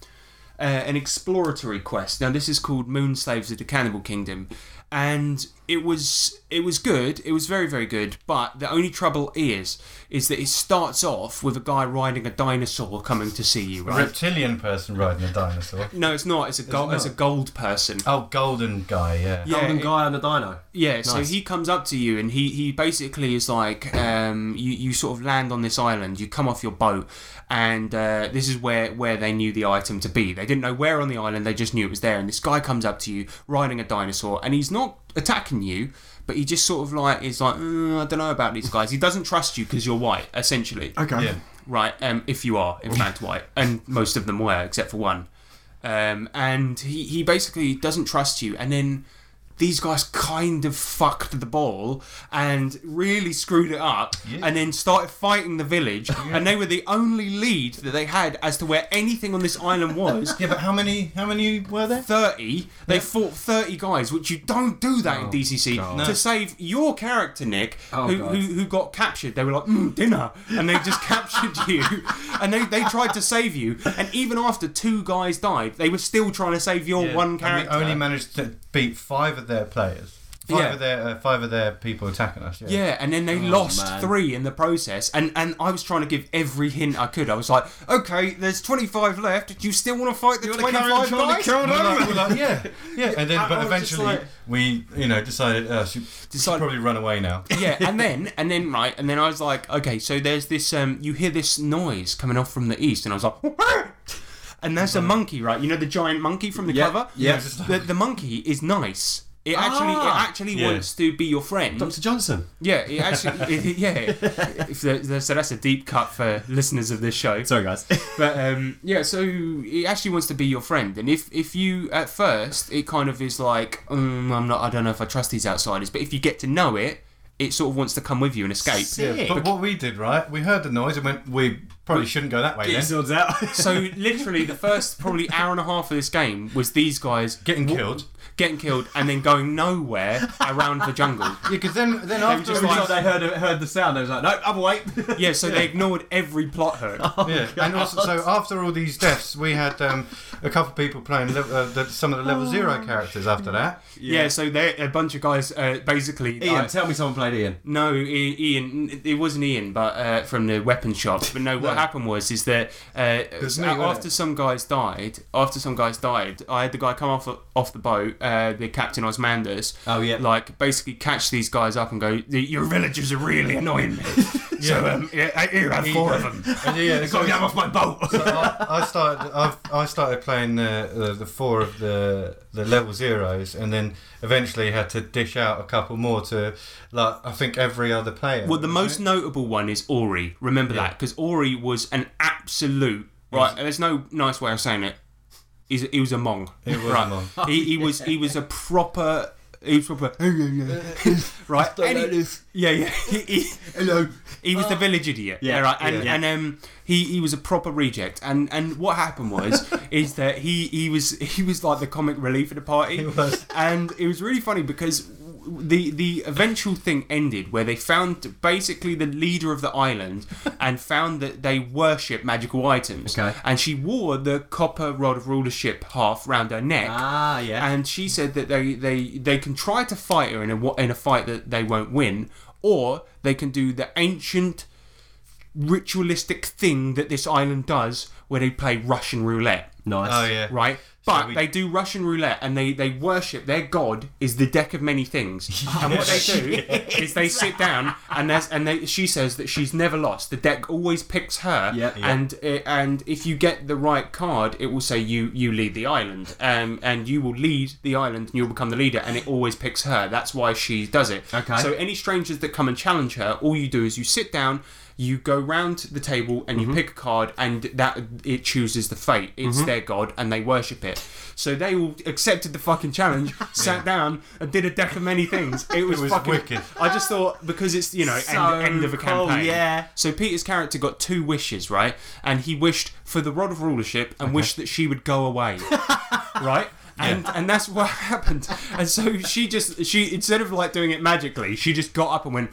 C: uh, an exploratory quest. Now this is called Moon Slaves of the Cannibal Kingdom, and it was it was good. It was very very good. But the only trouble is is that it starts off with a guy riding a dinosaur coming to see you.
E: A
C: Right?
E: reptilian person riding a dinosaur.
C: No, it's not. It's a gold. It's a gold person.
E: Oh, golden guy, yeah.
C: Yeah,
F: Golden
C: it-
F: guy on the dino.
C: Yeah, so
F: Nice.
C: he comes up to you and he, he basically is like, um, you, you sort of land on this island, you come off your boat, and uh, this is where, where they knew the item to be. They didn't know where on the island, they just knew it was there. And this guy comes up to you riding a dinosaur, and he's not attacking you, but he just sort of like is like, "Mm, I don't know about these guys. He doesn't trust you because you're white, essentially.
F: Okay.
E: Yeah.
C: Right, um, if you are, in fact, white. And most of them were, except for one. Um, and he, he basically doesn't trust you, and then these guys kind of fucked the ball and really screwed it up and then started fighting the village and they were the only lead that they had as to where anything on this island was
E: Yeah, but how many? How many were there?
C: 30 they fought 30 guys which you don't do that in DCC to save your character Nick who,
D: God.
C: who, who got captured they were like mm, dinner and they just captured you and they, they tried to save you and even after two guys died they were still trying to save your one character
E: And we only managed to beat five of their players. Five
C: Yeah.
E: of their uh, five of their people attacking us. Yeah.
C: Yeah, and then they lost three in the process, and and I was trying to give every hint I could. I was like, okay, there's 25 left. Do you still want to fight the 25 guys?
E: And we're like- we're like, yeah, yeah, and then but
C: I was just
E: eventually
C: like-
E: we, you know, decided uh, should,
C: Decide-
E: should probably run away now.
C: yeah, and then and then right, and then I was like, okay, so there's this. Um, you hear this noise coming off from the east, and I was like. And that's a monkey, right? You know the giant monkey from the
D: Uh-huh. Yeah,
C: cover.
D: yeah.
C: The, the monkey is nice. It actually,
D: Ah.
C: it actually wants to be your friend.
F: Dr. Johnson.
C: Yeah, it actually, yeah. If there, there- so that's a deep cut for listeners of this show.
F: Sorry, guys.
C: But um, yeah, so it actually wants to be your friend, and if if you at first it kind of is like mm, I'm not, I don't know if I trust these outsiders, but if you get to know it, it sort of wants to come with you and escape.
F: Sick.
E: But what we did, right? We heard the noise and went, we probably shouldn't go that way. Then.
F: swords out.
C: So literally, the first probably hour and a half of this game was these guys
E: Getting
C: wa-
E: killed.
C: getting killed, and then going nowhere around the jungle.
E: Yeah, because then then after
C: just
E: we
C: like-
E: just-
D: they heard heard the sound. They was like, "No, I'm awake."
C: Yeah, so they ignored every plot hook.
E: yeah, and also so after all these deaths, we had um, a couple of people playing le- uh, the, some of the
C: Oh.
E: level zero characters. After that,
C: Yeah, so they a bunch of guys uh, basically.
F: Ian,
C: like-
F: tell me someone played Ian.
C: No, I- Ian. It wasn't Ian, but uh, from the weapon shop. But no, what happened was is that uh,
E: was me,
C: a-
E: wasn't
C: after some guys died, after some guys died, I had the guy come off off the boat, uh, the captain Osmandus.
F: Oh, yeah.
C: like basically catch these guys up and go, "Y- your villagers are really annoying me. So um, yeah, I- here have four of them.
E: and yeah, so-
C: Got them off my boat.
E: I, I started. I've, I started playing the, the the four of the the level zeros, and then eventually had to dish out a couple more to like I think every other player.
C: Well, the most notable one is Ori. Remember that, 'cause that because Ori was an absolute right. There's no nice way of saying it. He's, he was a mong. He
E: was a
C: mong. He, he was he was a proper. He was proper. right. and he- yeah, yeah. He, he, Hello. He was the village idiot. Yeah. right. And, and um, he, he was a proper reject. And and what happened was is that he he was he was like the comic relief of the party.
E: was.
C: And it was really funny because w- the the eventual thing ended where they found basically the leader of the island and found that they worship magical items.
F: Okay.
C: And she wore the copper rod of rulership half round her neck
F: Ah, yeah.
C: and she said that they, they, they can try to fight her in a wa- in a fight that they won't win, or they can do the ancient ritualistic thing that this island does, where they play Russian roulette,
F: nice.
E: oh yeah,
C: right? But
E: we-
C: they do Russian roulette and they, they worship their god is the deck of many things. And what they do is they sit down and there's, and they, she says that she's never lost. The deck always picks her,
F: Yeah, yeah.
C: and uh, and if you get the right card, it will say you you lead the island, um, and you will lead the island, and you'll become the leader. And it always picks her. That's why she does it.
F: Okay.
C: So any strangers that come and challenge her, all you do is you sit down. You go round the table and
F: Mm-hmm.
C: you pick a card, and that it chooses the fate. It's their god, and they worship it. So they all accepted the fucking challenge, sat down, and did a deck of many things. It was,
E: was
C: fucking
E: wicked.
C: I just thought because it's you know end,
F: So
C: end of a
F: cool,
C: campaign.
F: yeah.
C: So Peter's character got two wishes, right? And he wished for the rod of rulership and wished that she would go away, right? And and that's what happened. And so she just she instead of like doing it magically, she just got up and went,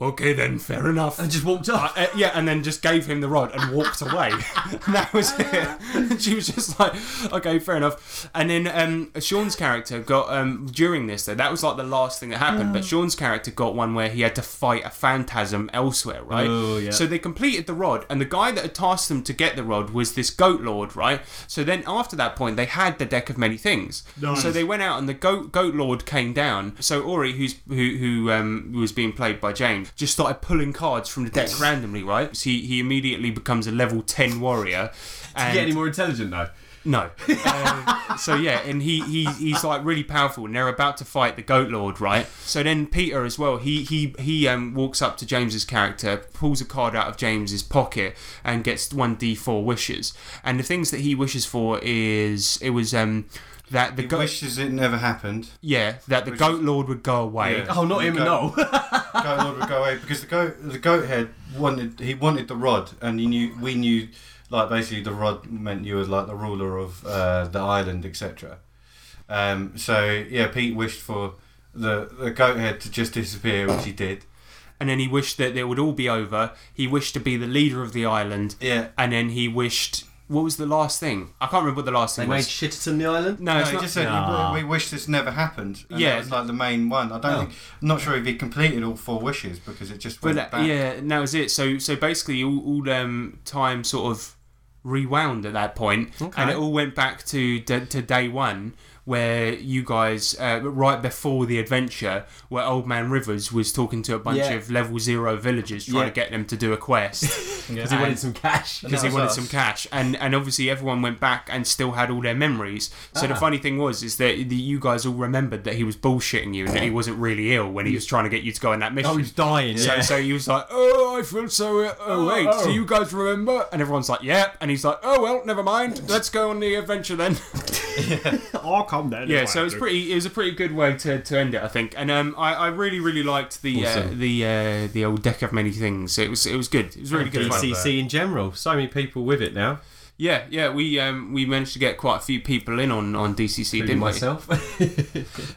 C: okay then, fair enough.
F: And just walked off.
C: Uh, yeah, and then just gave him the rod and walked away. and that was it.
F: Oh,
C: And she was just like, okay, fair enough. And then um, Sean's character got um, during this though. That was like the last thing that happened.
F: Mm.
C: But Sean's character got one where he had to fight a phantasm elsewhere, right?
F: Oh, yeah.
C: So they completed the rod, and the guy that had tasked them to get the rod was this goat lord, right? So then after that point, they had the deck of many things. So they went out, and the goat goat lord came down. So Ori, who's who who um, was being played by James, just started pulling cards from the deck randomly, right? So he, he immediately becomes a level ten warrior. And
F: Get any more intelligent though?
C: no. Um, so yeah, and he, he he's like really powerful, and they're about to fight the Goat Lord, right? So then Peter as well, he he he um, walks up to James's character, pulls a card out of James's pocket, and gets one D four wishes. And the things that he wishes for is it was um. that the
E: He
C: goat,
E: wishes it never happened.
C: yeah, that the goat lord would go away.
E: Yeah.
F: Oh, not him,
E: Okay.
F: no.
E: goat lord would go away because the goat the goat head wanted he wanted the rod and he knew we knew like basically the rod meant you were like the ruler of uh, the island etc um, so yeah Pete wished for the the goat head to just disappear which he did
C: And then he wished that it would all be over. He wished to be the leader of the island.
E: Yeah.
C: And then he wished. What was the last thing? I can't remember what the last
F: They
C: thing
F: made
C: was.
F: Shitterton the island?
C: no,
E: no,
C: it's
E: he
C: not-
E: just said
F: Nah.
E: we, we wish this never happened and
C: Yeah.
E: that was like the main one I don't think I'm not sure if he completed all four wishes because it just went
C: But uh,
E: back
C: yeah, and that was it. So so basically, all all um, time sort of rewound at that point, and it all went back to d- to day one, where you guys uh, right before the adventure, where Old Man Rivers was talking to a bunch
F: Yeah.
C: of level zero villagers trying
F: Yeah.
C: to get them to do a quest.
F: Because he wanted some cash.
C: because he
E: was
C: wanted
E: us.
C: some cash, and and obviously everyone went back and still had all their memories. So the funny thing was is that the, you guys all remembered that he was bullshitting you and that he wasn't really ill when he was trying to get you to go on that mission.
F: Oh, he's dying.
C: So,
F: Yeah.
C: so he was like, "Oh, I feel so. Uh, oh, wait, do you guys remember?" And everyone's like, "Yep." And he's like, "Oh well, never mind. Let's go on the adventure then."
G: I'll come then.
C: yeah. So it's pretty. It was a pretty good way to, to end it, I think. And um, I, I really really liked the uh,
F: Awesome.
C: the uh, the old deck of many things. It was it was good. It was really good. Fun.
F: DCC in general. So many people with it now,
C: Yeah, yeah. We um we managed to get quite a few people in on on DCC, didn't
F: including myself.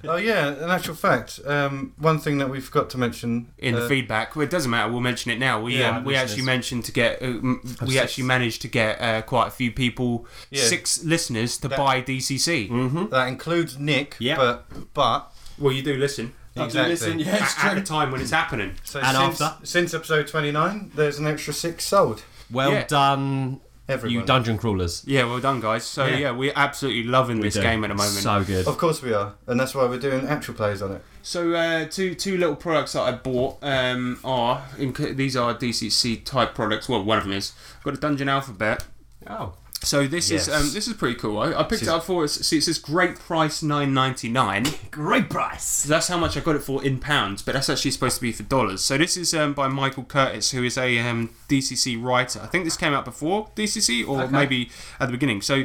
E: oh yeah an actual fact um, one thing that we forgot to mention
C: we? In the
E: uh,
C: feedback, well, it doesn't matter. We'll mention it now. We
E: Yeah,
C: um, we
F: listeners.
C: actually mentioned to get uh, m- we
F: six.
C: actually managed to get uh, quite a few people,
E: Yeah.
C: six listeners to buy DCC.
E: that includes Nick
F: Yeah.
E: but but
C: Mm-hmm. Well, you do listen.
E: Exactly.
F: yeah, it's
C: at, at the time when it's happening.
E: So
F: And
E: since,
F: after.
E: since episode 29, there's an extra six sold.
F: Well
C: Yeah.
F: done,
E: Everyone.
F: you dungeon crawlers.
C: Yeah, well done, guys. So yeah,
E: Yeah.
C: we're absolutely loving this
F: We do.
C: game at the moment. So,
F: So good.
E: Of course we are, and that's why we're doing actual plays on it.
C: uh, two two little products that I bought um, are inc- these are DCC type products. Well, one of them is I've got a dungeon alphabet.
F: Oh,
C: So this is
E: Yes.
C: um, this is pretty cool. I, I picked it up for it's- see it's this great price nine ninety nine.
F: great price.
C: So that's how much I got it for in pounds, but that's actually supposed to be for dollars. So this is um, by Michael Curtis, who is a um, DCC writer. I think this came out before DCC, or maybe at the beginning. So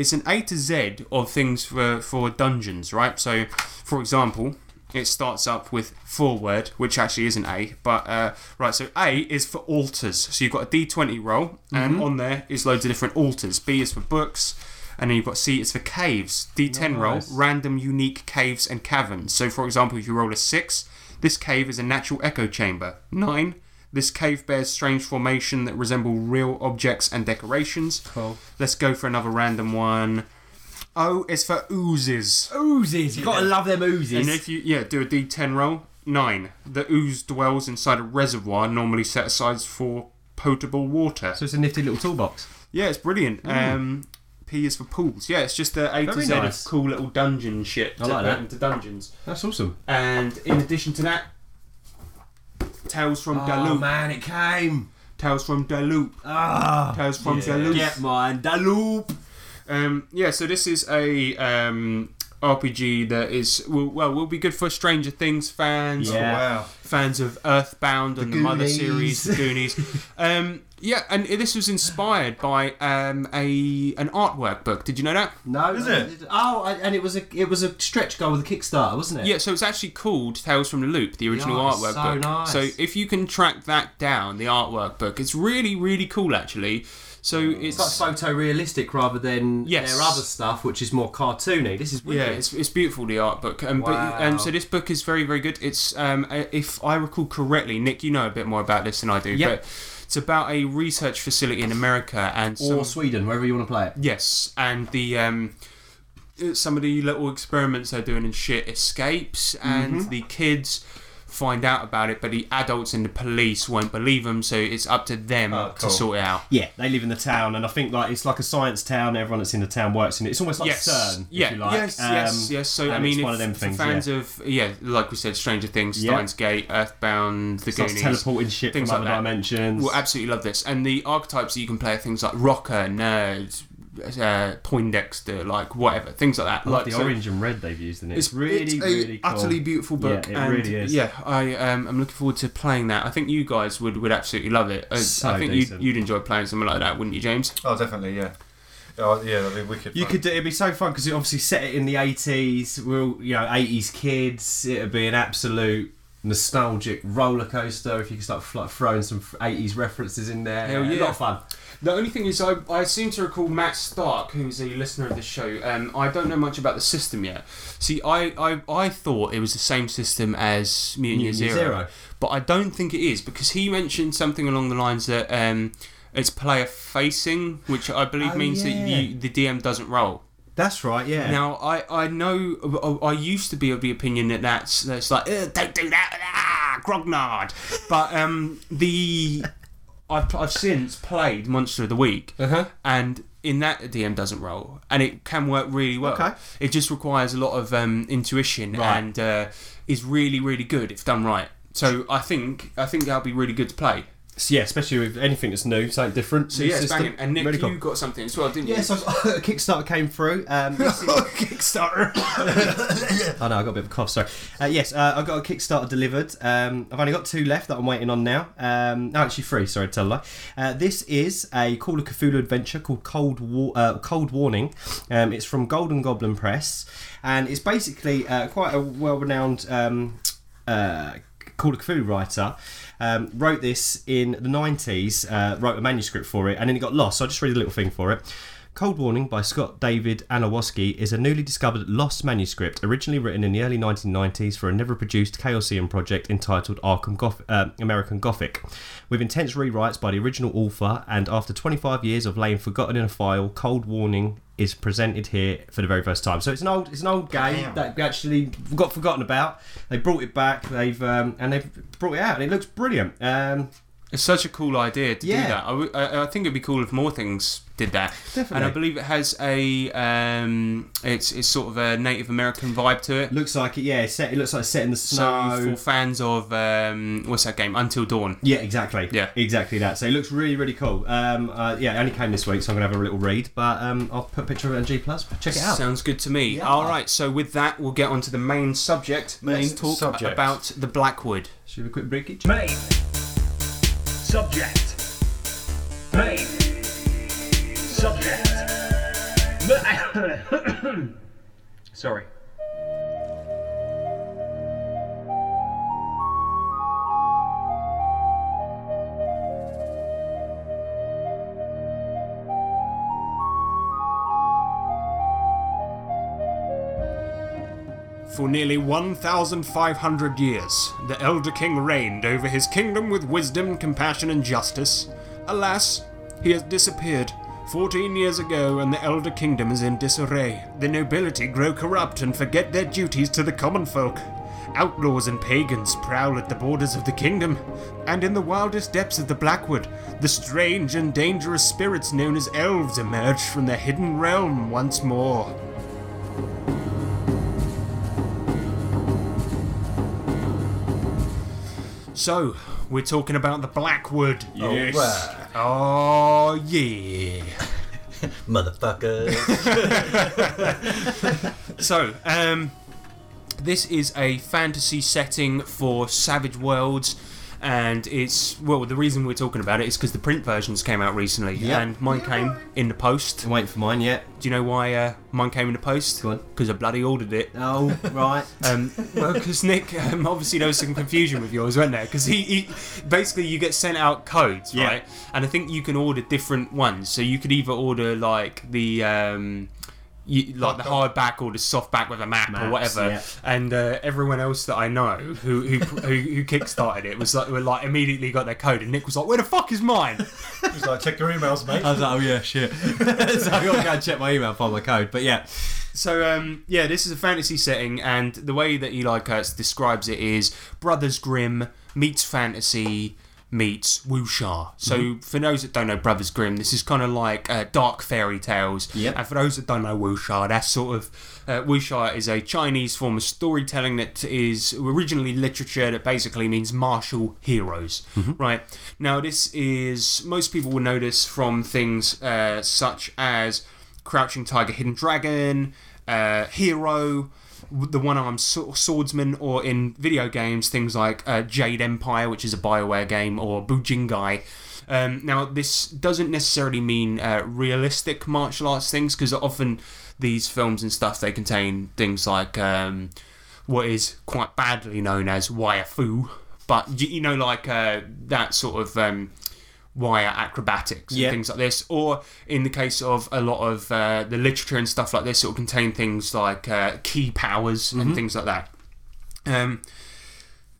C: it's an A to Z of things for for dungeons, right? So, for example. It starts up with forward, which actually isn't A, but uh, right. So A is for altars. So you've got a D20 roll, and on there is loads of different altars. B is for books, and then you've got C is for caves. D10 roll, random unique caves and caverns. So, for example, if you roll a 6, this cave is a natural echo chamber. 9, this cave bears strange formation that resemble real objects and decorations. Cool. Let's go for another random one. O is for oozes.
F: Oh, Oozes. You gotta love them
C: And
F: oozes.
C: if you, yeah, do a D10 roll. 9, the ooze dwells inside a reservoir normally set aside for potable water.
F: So it's a nifty little toolbox.
C: Yeah, it's brilliant. Um, P is for pools. Yeah, it's just the A to
F: Very
C: Z
F: nice.
C: of cool little dungeon shit to
F: I like
C: put
F: that.
C: into dungeons.
F: That's awesome.
C: And in addition to that, Tales from
F: Oh
C: Daloop.
F: man, it came.
C: Tales from Daloop.
F: Ah.
C: Tales from Daloop.
F: Get mine, Daloop.
C: Um, yeah, so this is a um, RPG that is will, well will be good for Stranger Things fans.
F: Yeah.
E: Wow.
C: fans of Earthbound and Oh, the, Mother
F: Goonies.
C: series, the Goonies. um, yeah, and this was inspired by um, a an artwork book. Did you know that?
F: No,
E: Is
F: no,
E: it?
F: Oh, I- and it was a it was a stretch goal with a Kickstarter, wasn't it?
C: Yeah, so it's actually called Tales from the Loop, the original
F: Yeah,
C: artwork
F: so
C: book.
F: nice.
C: So if you can track that down, the artwork book, it's really, really cool actually. So it's,
F: It's like photorealistic rather than
C: Yes.
F: their other stuff, which is more cartoony. This is
C: yeah,
F: weird.
C: it's, it's beautiful the art book. Um,
F: Wow.
C: But um, so this book is very, very good. It's um, uh, if I recall correctly, Nick, you know a bit more about this than I do.
F: Yep.
C: But it's about a research facility in America and some
F: or Sweden, wherever you want to play it.
C: Yes, and the um, uh, some of the little experiments they're doing and shit escapes, and
F: Mm-hmm.
C: the kids find out about it, but the adults and the police won't believe them, so it's up to them to
F: Oh,
E: cool.
C: sort it out.
F: Yeah, they live in the town, and I think like it's like a science town. Everyone that's in the town works in it. It's almost like
C: Yes,
F: CERN,
C: yeah,
F: if you like.
C: yes, yes,
F: Um,
C: yes. So I
F: and
C: mean,
F: it's
C: if
F: one of them
C: for
F: things.
C: fans
F: yeah.
C: of yeah, like we said, Stranger Things,
F: Yeah.
C: Steins Gate, Earthbound, The
F: Starts
C: Goonies,
F: teleporting shit
C: things
F: from other
C: like that.
F: dimensions.
C: Will absolutely love this, and the archetypes that you can play are things like rocker, nerd, uh, Poindexter, like whatever, things like that.
F: I
C: like
F: like the
C: so-
F: orange and red they've used in it.
C: It's really,
F: it's a
C: really utterly beautiful book.
F: Yeah, it
C: and
F: really is.
C: Yeah, I um, I'm looking forward to playing that. I think you guys would, would absolutely love it. I,
F: So
C: I think
F: decent.
C: you'd, you'd enjoy playing something like that, wouldn't you, James?
E: Oh, definitely, yeah. Oh, yeah, that'd be wicked.
H: You
E: fun.
H: could do, it'd be so fun because it obviously set it in the 80s. We're all, you know, 80s kids. It'd be an absolute nostalgic roller coaster if you could start fl- throwing some 80s references in there.
C: Hell
H: A
C: yeah.
H: lot of fun.
C: The only thing is, I, I seem to recall Matt Stark, who's a listener of this show. Um, I don't know much about the system yet. See, I, I, I thought it was the same system as Mutant Year
H: Mutant Year
C: Zero,
H: Zero.
C: but I don't think it is because he mentioned something along the lines that um, it's player facing, which I believe
H: Oh,
C: means that
H: yeah.
C: you the DM doesn't roll.
H: That's right, yeah.
C: Now, I, I know I I used to be of the opinion that that's that's like "Ugh, don't do that, ah, grognard. But um, the I've I've since played Monster of the Week,
H: Uh-huh.
C: and in that a DM doesn't roll, and it can work really well.
H: Okay.
C: It just requires a lot of um, intuition
H: Right.
C: and uh, is really really good if done right. So I think I think that'll be really good to play.
H: So, yeah, especially with anything that's new, something different.
C: So
H: new
C: yeah, it's
H: system.
C: banging. And Nick,
H: Really cool.
C: you got something as well, didn't you?
H: Yeah, so Kickstarter came through. Um, this is-
E: Kickstarter.
H: I know, I got a bit of a cough, sorry. Uh, yes, uh, I got a Kickstarter delivered. Um, I've only got two left that I'm waiting on now. Um, no, actually, three, sorry to tell a lie. Uh, this is a Call of Cthulhu adventure called Cold, War- uh, Cold Warning. Um, it's from Golden Goblin Press, and it's basically uh, quite a well renowned. Um, uh, Call of Cthulhu writer, um, wrote this in the 90s, uh, wrote a manuscript for it, and then it got lost. So I just read a little thing for it. Cold Warning by Scott David Anawoski is a newly discovered lost manuscript originally written in the early 1990s for a never produced Chaosium project entitled Arkham Goth- uh, American Gothic. With intense rewrites by the original author, and after 25 years of laying forgotten in a file, Cold Warning is presented here for the very first time. So it's an old it's an old game
E: Damn.
H: that actually got forgotten about. They brought it back. They've um, and they've brought it out, and it looks brilliant. Um,
C: It's such a cool idea to
H: Yeah.
C: do that. I, w- I- I think it'd be cool if more things did that.
H: Definitely.
C: And I believe it has a um, it's it's sort of a Native American vibe to it.
H: looks like it. Yeah, it's set, it looks like it's set in the snow.
C: so for fans of um, what's that game? Until Dawn.
H: yeah, exactly.
C: Yeah.
H: exactly that. So it looks really, really cool. Um, uh, yeah, it only came this week, so I'm gonna have a little read. But um, I'll put a picture of it on G Plus. Check it out.
C: Sounds good to me. All right. So with that, we'll get on to the main subject.
E: Main
C: Let's talk
E: subject.
C: about the Blackwood.
H: Should we have a quick breakage?
I: Main subject. Main subject. Ma- Sorry.
J: For nearly 1,500 years, the Elder King reigned over his kingdom with wisdom, compassion, and justice. Alas, he has disappeared. 14 years ago, and the Elder Kingdom is in disarray. The nobility grow corrupt and forget their duties to the common folk. Outlaws and pagans prowl at the borders of the kingdom, and in the wildest depths of the Blackwood, the strange and dangerous spirits known as elves emerge from their hidden realm once more. So, we're talking about the Blackwood.
E: Yes. Alright.
J: Oh, yeah.
K: Motherfucker.
C: So, um, this is a fantasy setting for Savage Worlds, and it's well. The reason we're talking about it is because the print versions came out recently, and mine came in the post.
H: I'm waiting for mine yet.
C: Do you know why uh, mine came in the post?
H: Go on.
C: Because I bloody ordered it.
H: Oh, right.
C: Um, well, because Nick, um, obviously there was some confusion with yours, wasn't there? Because he, he, basically you get sent out codes,
H: Yeah.
C: right? And I think you can order different ones. So you could either order like the. Um, you, like the hardback or the softback with a map or
H: Maps,
C: whatever,
H: yeah.
C: and uh, everyone else that I know who who who, who kickstarted it was like were like immediately got their code, and Nick was like, "Where the fuck is mine?"
E: He's like, check your emails, mate.
H: I was like, oh yeah, shit. so I gotta go and check my email, find my code. But yeah,
C: So um, yeah, this is a fantasy setting, and the way that Eli Kurtz describes it is Brothers Grimm meets fantasy meets wuxia. So for those that don't know Brothers Grimm, this is kind of like uh, dark fairy tales.
H: Yep.
C: And for those that don't know wuxia, that's sort of uh, wuxia is a Chinese form of storytelling that is originally literature that basically means martial heroes. Right now, this is most people will know this from things uh, such as. Crouching Tiger, Hidden Dragon, uh, Hero, the one-armed sw- swordsman, or in video games things like uh, Jade Empire, which is a Bioware game, or Bujingai. Um, now, this doesn't necessarily mean uh, realistic martial arts things, because often these films and stuff they contain things like um, what is quite badly known as waifu, but y- you know, like uh, that sort of um, wire acrobatics and
F: Yeah.
C: things like this, or in the case of a lot of uh, the literature and stuff like this, it'll contain things like uh, key powers
F: Mm-hmm.
C: and things like that. Um,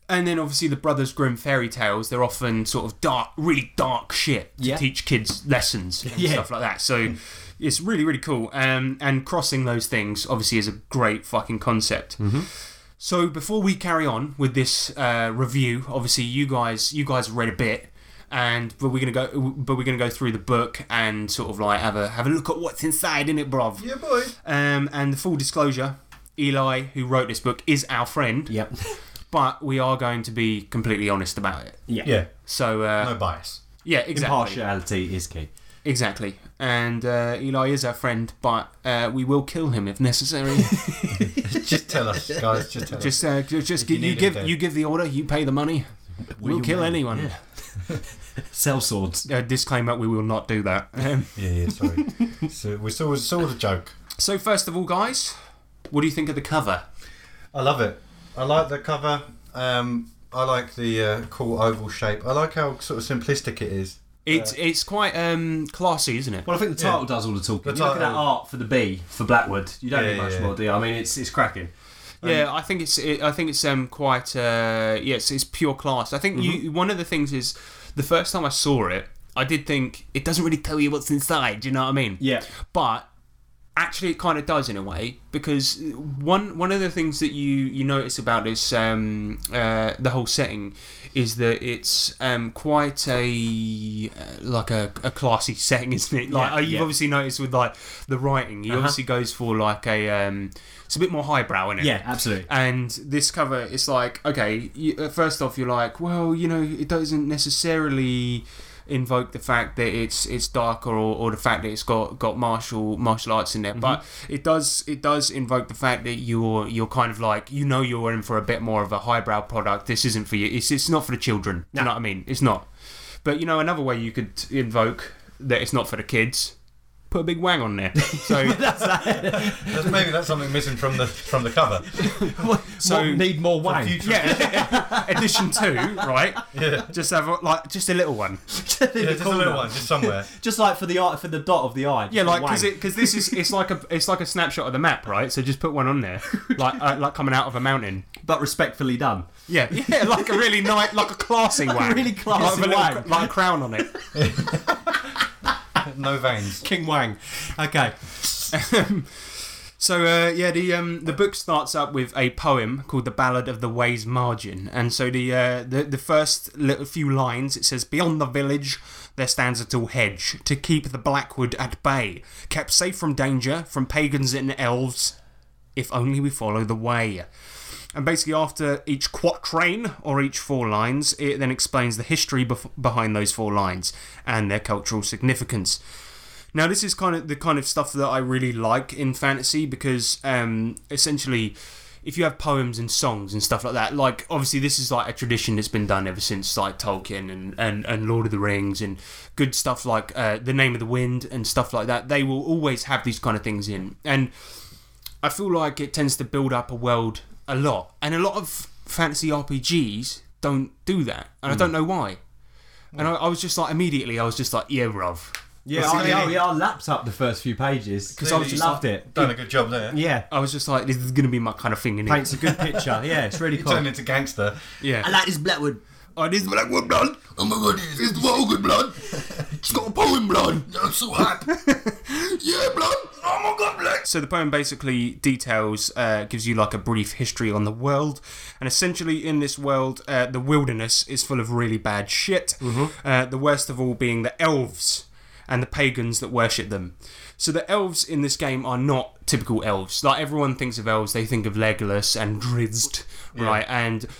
C: and then obviously the Brothers Grimm fairy tales, they're often sort of dark, really dark shit to
F: Yeah.
C: teach kids lessons and
F: Yeah. Mm.
C: stuff like that. So it's really, really cool. Um, and crossing those things obviously is a great fucking concept.
F: Mm-hmm.
C: So before we carry on with this uh, review, obviously you guys, you guys read a bit. And but we're gonna go, but we're gonna go through the book and sort of like have a have a look at what's inside in it, bruv.
E: Yeah, boy.
C: Um, and the full disclosure, Eli, who wrote this book, is our friend.
F: Yep.
C: But we are going to be completely honest about it.
F: Yeah.
E: Yeah.
C: So uh,
E: No bias.
C: yeah, exactly,
F: Impartiality is key.
C: exactly. And uh, Eli is our friend, but uh, we will kill him if necessary.
E: Just tell us, guys. Just tell
C: just, uh, ju- just
E: you
C: you, you
E: need him
C: give
E: to.
C: you give the order, you pay the money. We'll kill anyone.
F: Sell swords.
C: Uh, disclaimer: We will not do that. Um,
E: us. Yeah, yeah, sorry. so we saw it's sort of a joke.
C: so first of all, guys, what do you think of the cover?
E: I love it. I like the cover. Um, I like the uh, cool oval shape. I like how sort of simplistic it is.
C: It's it's quite um, classy, isn't it?
F: Well, I think the title does all the talking.
E: The
F: you look at that
E: title-
F: art for the bee for Blackwood. You don't
E: Yeah,
F: need much
E: yeah,
F: more, do you? I mean, it's it's cracking. Um,
C: Yeah, I think it's it, I think it's um quite uh yes it's, it's pure class. I think
F: Mm-hmm.
C: you one of the things is the first time I saw it, I did think it doesn't really tell you what's inside. Do you know what I mean?
F: Yeah.
C: But actually, it kind of does in a way because one one of the things that you you notice about this um uh the whole setting is that it's um quite a uh, like a, a classy setting, isn't it? Like
F: Yeah,
C: uh, you've
F: yeah. Uh-huh.
C: obviously noticed with like the writing, he obviously goes for like a um it's a bit more highbrow, isn't it?
F: Yeah, absolutely.
C: And this cover is like, okay, you, uh, first off, you're like, well, you know, it doesn't necessarily invoke the fact that it's it's darker or, or the fact that it's got got martial martial arts in there but it does it does invoke the fact that you're you're kind of like you know you're in for a bit more of a highbrow product this isn't for you it's it's not for the children Do you know what i mean it's not but you know another way you could invoke that it's not for the kids put a big wang on there so
E: That's, maybe that's something missing from the from the cover.
C: So-
F: More- need more wine.
E: Future-
C: yeah edition two right yeah just have a, like just a little one
E: yeah, just a little one, just somewhere.
F: Just like for the art for the dot of the eye.
C: yeah like because
F: wang.
C: because this is it's like a it's like a snapshot of the map right so just put one on there like uh, like coming out of a mountain
F: but respectfully done.
C: yeah yeah like a really nice like a classy one
F: really classy
C: like, with a little-
F: wang.
C: like a crown on it
E: No veins.
F: King Wang. Okay.
C: So uh, yeah, the um, the book starts up with a poem called "The Ballad of the Way's Margin," and so the uh, the the first little few lines it says, "Beyond the village, there stands a tall hedge to keep the Blackwood at bay, kept safe from danger from pagans and elves, if only we follow the way." And basically, after each quatrain or each four lines, it then explains the history bef- behind those four lines and their cultural significance. Now, this is kind of the kind of stuff that I really like in fantasy because um, essentially, if you have poems and songs and stuff like that, like obviously this is like a tradition that's been done ever since like Tolkien and, and, and Lord of the Rings and good stuff like uh, The Name of the Wind and stuff like that. They will always have these kind of things in. And I feel like it tends to build up a world a lot. And a lot of fantasy RPGs don't do that. And I
F: Mm.
C: don't know why. And I, I was just like, immediately, I was just like, yeah, bruv.
F: Yeah,
E: Well,
F: I,
E: see,
F: yeah, yeah, I lapped up the first few pages because I
E: Clearly
F: just
E: you
F: loved it.
E: Done a good job there.
F: Yeah,
C: I was just like, this is going to be my kind of thing. Innit?
F: paints a good picture. Yeah, it's really
E: You
F: cool.
E: turned into gangster.
C: Yeah.
F: like this Blackwood.
C: oh, this is what I want.
E: Oh my god, it's all good blood. It's got a poem blood. I'm so hot. yeah, blood. Oh my god, blood.
C: So the poem basically details, uh, gives you like a brief history on the world, and essentially in this world, uh, the wilderness is full of really bad shit.
E: Mm-hmm.
C: Uh, the worst of all being the elves and the pagans that worship them. So the elves in this game are not typical elves. Like everyone thinks of elves, they think of Legolas and Drizzt, right? And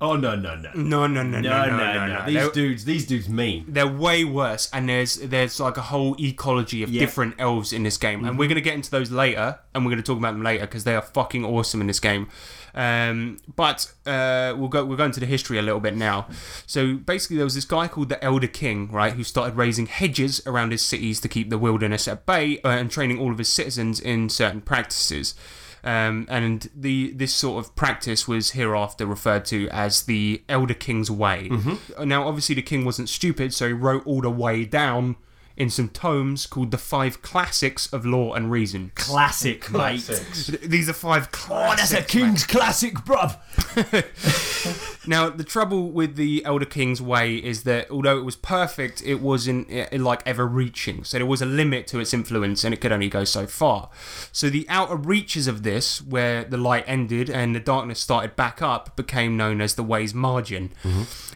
F: Oh no no no.
C: No, no, no, no, no, no, no.
F: These
C: They're-
F: dudes, these dudes mean.
C: they're way worse and there's there's like a whole ecology of
F: Yeah.
C: different elves in this game and we're going to get into those later and we're going to talk about them later because they are fucking awesome in this game um, but uh, we'll go we'll go into the history a little bit now so basically there was this guy called the elder king right who started raising hedges around his cities to keep the wilderness at bay uh, and training all of his citizens in certain practices um, and the this sort of practice was hereafter referred to as the Elder King's Way.
F: Mm-hmm.
C: Now, obviously, the king wasn't stupid, so he wrote all the way down in some tomes called the Five Classics of Law and Reason.
F: Classic, mate.
C: Th- These are five
F: Oh, that's
C: classics.
F: a king's classic, bruv.
C: Now, the trouble with the Elder King's Way is that although it was perfect, it wasn't eh, like ever reaching. So there was a limit to its influence, and it could only go so far. So the outer reaches of this, where the light ended and the darkness started back up, became known as the Way's Margin.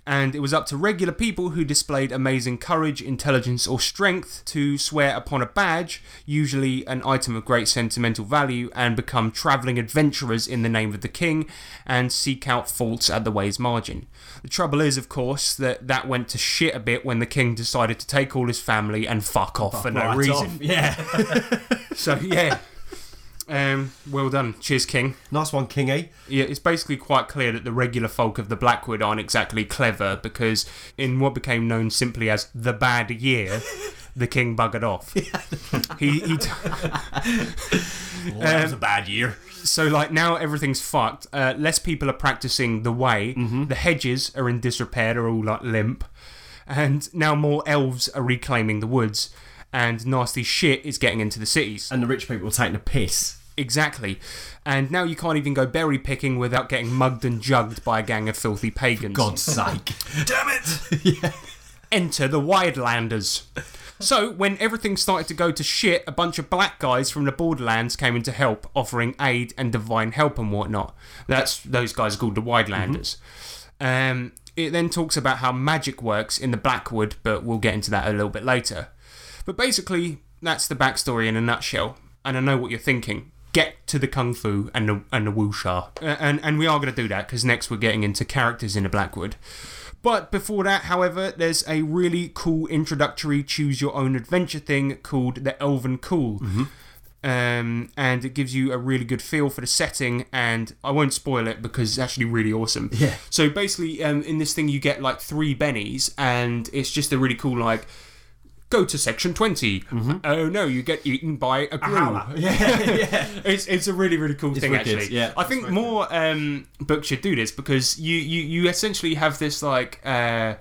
C: And it was up to regular people who displayed amazing courage, intelligence, or strength to swear upon a badge, usually an item of great sentimental value, and become travelling adventurers in the name of the king and seek out faults at the way's margin. The trouble is, of course, that that went to shit a bit when the king decided to take all his family and fuck off for no
F: Right
C: reason.
F: off, Yeah.
C: So, yeah. Um, well done. Cheers, King.
F: nice one, King eh?
C: Yeah, it's basically quite clear that the regular folk of the Blackwood aren't exactly clever because, in what became known simply as the bad year, the king buggered off. he, he t-
F: Well, that was a bad year.
C: so like now everything's fucked. Uh, less people are practicing the way.
F: Mm-hmm.
C: The hedges are in disrepair. They're all like limp, and now more elves are reclaiming the woods. And nasty shit is getting into the cities.
F: And the rich people were taking a piss.
C: Exactly. And now you can't even go berry picking without getting mugged and jugged by a gang of filthy pagans.
F: God's sake. Damn it!
C: enter the Wildlanders. So, when everything started to go to shit, a bunch of black guys from the borderlands came in to help, offering aid and divine help and whatnot. That's those guys are called the Wildlanders. Um, it then talks about how magic works in the Blackwood, but we'll get into that a little bit later. But basically, that's the backstory in a nutshell. And I know what you're thinking. Get to the kung fu and the and the wuxia, Uh, and and we are going to do that because next we're getting into characters in the Blackwood. But before that, however, there's a really cool introductory choose your own adventure thing called the Elven Cool. Um, and it gives you a really good feel for the setting, and I won't spoil it because it's actually really awesome. Yeah. So basically, um, in this thing, you get like three bennies, and it's just a really cool like go to section 20. Oh no, you get eaten by a grue.
F: yeah, yeah.
C: It's, it's a really really cool thing
F: wicked,
C: actually.
F: yeah.
C: I think more um, books should do this because you you, you essentially have this like uh,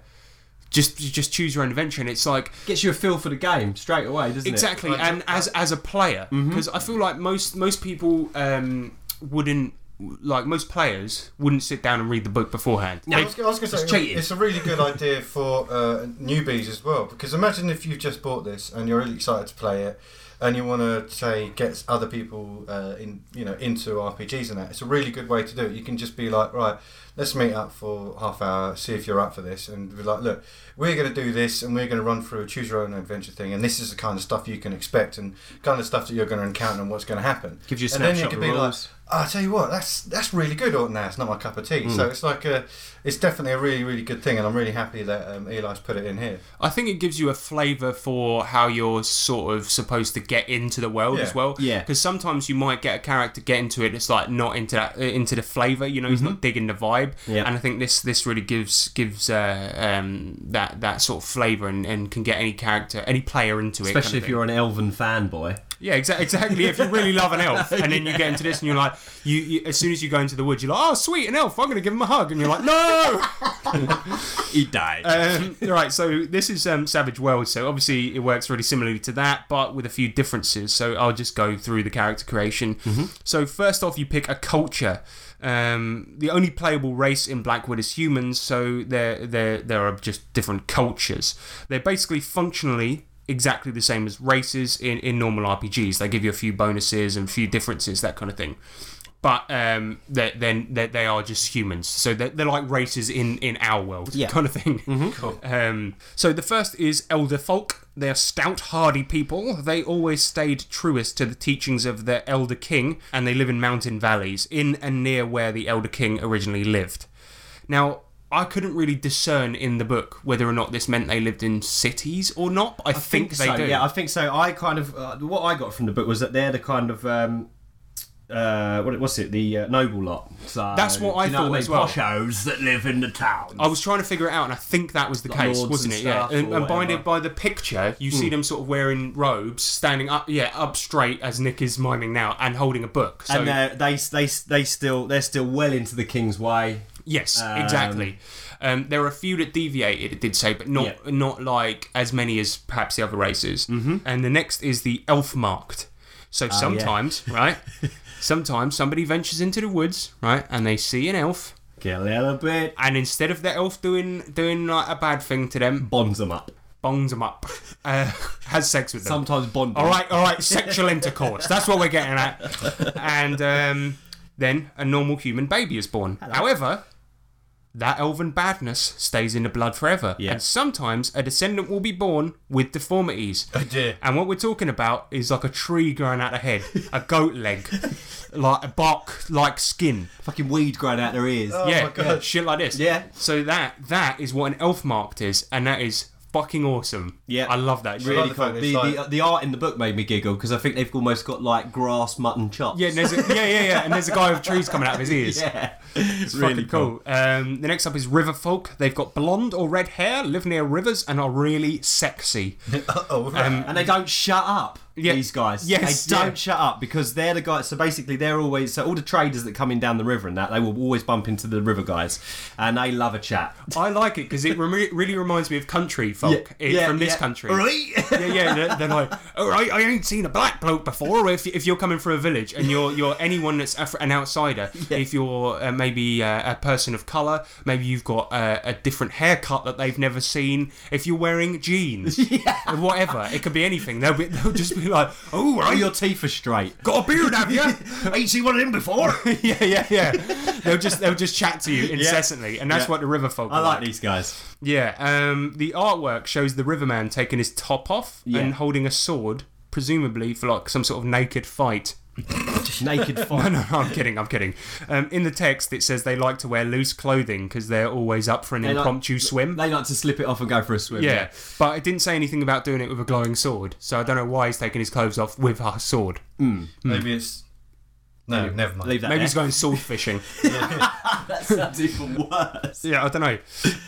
C: just you just choose your own adventure and it's like
F: Gets you a feel for the game straight away, doesn't
C: exactly
F: it?
C: and as as a player because I feel like most most people um, wouldn't like most players wouldn't sit down and read the book beforehand.
E: I was, I was going to say,
C: It's cheating.
E: it's a really good idea for uh, newbies as well, because imagine if you've just bought this and you're really excited to play it, and you want to say get other people uh, in, you know, into RPGs and that. It's a really good way to do it. You can just be like, right, let's meet up for half hour, see if you're up for this, and be like, look, we're going to do this, and we're going to run through a choose your own adventure thing, and this is the kind of stuff you can expect, and kind of stuff that you're going to encounter, and what's going to happen.
F: Gives you a
E: and then you
F: snapshot
E: can
F: of the
E: be like,
F: rules.
E: Ah, I tell you what, that's that's really good. Or now it's not my cup of tea. So it's like a, it's definitely a really really good thing, and I'm really happy that um, Eli's put it in here.
C: I think it gives you a flavour for how you're sort of supposed to get into the world
E: Yeah,
C: as well.
F: yeah.
C: Because sometimes you might get a character get into it. It's like not into that uh, into the flavour. You know, he's not digging the vibe.
F: Mm-hmm. Yeah.
C: And I think this this really gives gives uh, um, that that sort of flavour and, and can get any character any player into it.
F: Especially
C: kind of
F: if you're an elven fanboy.
C: thing. yeah, exa- exactly. if you really love an elf, and then you get into this, and you're like, you, you as soon as you go into the woods, you're like, oh sweet, an elf, I'm going to give him a hug, and you're like, no.
F: He died.
C: um, right, so this is um, Savage World. So obviously it works really similarly to that, but with a few differences. So I'll just go through the character creation. So first off, you pick a culture. Um, the only playable race in Blackwood is humans, so there there there are just different cultures. They're basically functionally exactly the same as races in, in normal RPGs. They give you a few bonuses and a few differences, that kind of thing but um, they're, then they're, they are just humans. So they're, they're like races in, in our world,
F: Yeah. Mm-hmm.
C: kind of thing. Um, so the first is Elder Folk. They are stout, hardy people. They always stayed truest to the teachings of their Elder King, and they live in mountain valleys, in and near where the Elder King originally lived. Now, I couldn't really discern in the book whether or not this meant they lived in cities or not. I, think, they
F: so.
C: do.
F: Yeah, I think so. I kind of uh, what I got from the book was that they're the kind of um, uh, what was it? The uh, noble lot. So
C: That's what I
F: do you know
C: thought
F: I mean?
C: as well.
F: Poshos that live in the town.
C: I was trying to figure it out, and I think that was the
F: Like
C: case,
F: lords
C: wasn't
F: and
C: it? Yeah.
F: stuff
C: And,
F: or
C: and by, the,
F: whatever. Hmm.
C: by the picture, you see them sort of wearing robes, standing up, yeah, up straight as Nick is miming now, and holding a book. So
F: and they're- they they they still they're still well into the King's Way.
C: yes,
F: um,
C: exactly. Um, there are a few that deviated, it did say, but not
F: Yeah.
C: not like as many as perhaps the other races. Mm-hmm. And the next is the elf marked.
F: Ah,
C: So sometimes, right? Sometimes somebody ventures into the woods, right, and they see an elf,
F: Get a little bit
C: and instead of the elf doing doing like a bad thing to them,
F: bonds them up.
C: bongs them up, uh, has sex with them.
F: Sometimes bond. them.
C: All right, all right, sexual intercourse. That's what we're getting at. And um, then a normal human baby is born. However, that elven badness stays in the blood forever.
F: Yeah.
C: And sometimes a descendant will be born with deformities.
E: Oh dear.
C: And what we're talking about is like a tree growing out the head, a goat leg, like a bark like skin.
F: Fucking weed growing out their ears.
C: yeah,
E: my God.
C: yeah, shit like this.
F: Oh Yeah.
C: So that that is what an elf marked is, and that is fucking awesome.
F: Yeah.
C: I love that. shit.
F: Really
E: the
F: cool.
E: fact
F: The,
E: it's
F: the,
E: like-
F: the art in the book made me giggle because I think they've almost got like grass mutton chops.
C: Yeah, and there's a, yeah, yeah, yeah, and there's a guy with trees coming out of his ears.
F: yeah.
C: It's really cool. Um, the next up is river folk. They've got blonde or red hair, live near rivers, and are really sexy.
E: Oh,
F: And they don't shut up.
C: Yeah.
F: These guys,
C: Yes,
F: they don't
C: yeah.
F: shut up because they're the guys. So basically, they're always so all the traders that come in down the river and that they will always bump into the river guys, and they love a chat.
C: I like it because it rem- really reminds me of country folk
F: Yeah,
C: eh,
F: yeah,
C: from this
F: yeah.
C: country. Yeah, yeah. They're, they're like, all right, I ain't seen a black bloke before. If, if you're coming through a village and you're you're anyone that's Afri- an outsider, if you're uh, maybe uh, a person of color, maybe you've got uh, a different haircut that they've never seen. If you're wearing jeans, yeah. whatever, it could be anything. They'll be, they'll just be like, oh,
F: Oh,
C: right,
F: your teeth are straight.
C: got a beard, have you?
E: ain't seen one of them before.
C: yeah, yeah, yeah. They'll just they'll just chat to you incessantly, and that's
F: Yeah.
C: what the river folk.
F: I
C: are
F: like these guys.
C: Yeah. Um, the artwork shows the riverman taking his top off
F: Yeah.
C: and holding a sword, presumably for like some sort of naked fight.
F: Naked
C: No,
F: fire.
C: no, I'm kidding. I'm kidding. Um, in the text, it says they like to wear loose clothing because they're always up for an
F: like-
C: impromptu swim.
F: They like to slip it off and go for a swim.
C: yeah, but it didn't say anything about doing it with a glowing sword, so I don't know why he's taking his clothes off with a sword.
E: Maybe it's. No, never mind.
F: Leave that.
C: Maybe
F: there.
C: he's going sword fishing.
F: That's even worse.
C: Yeah, I don't know.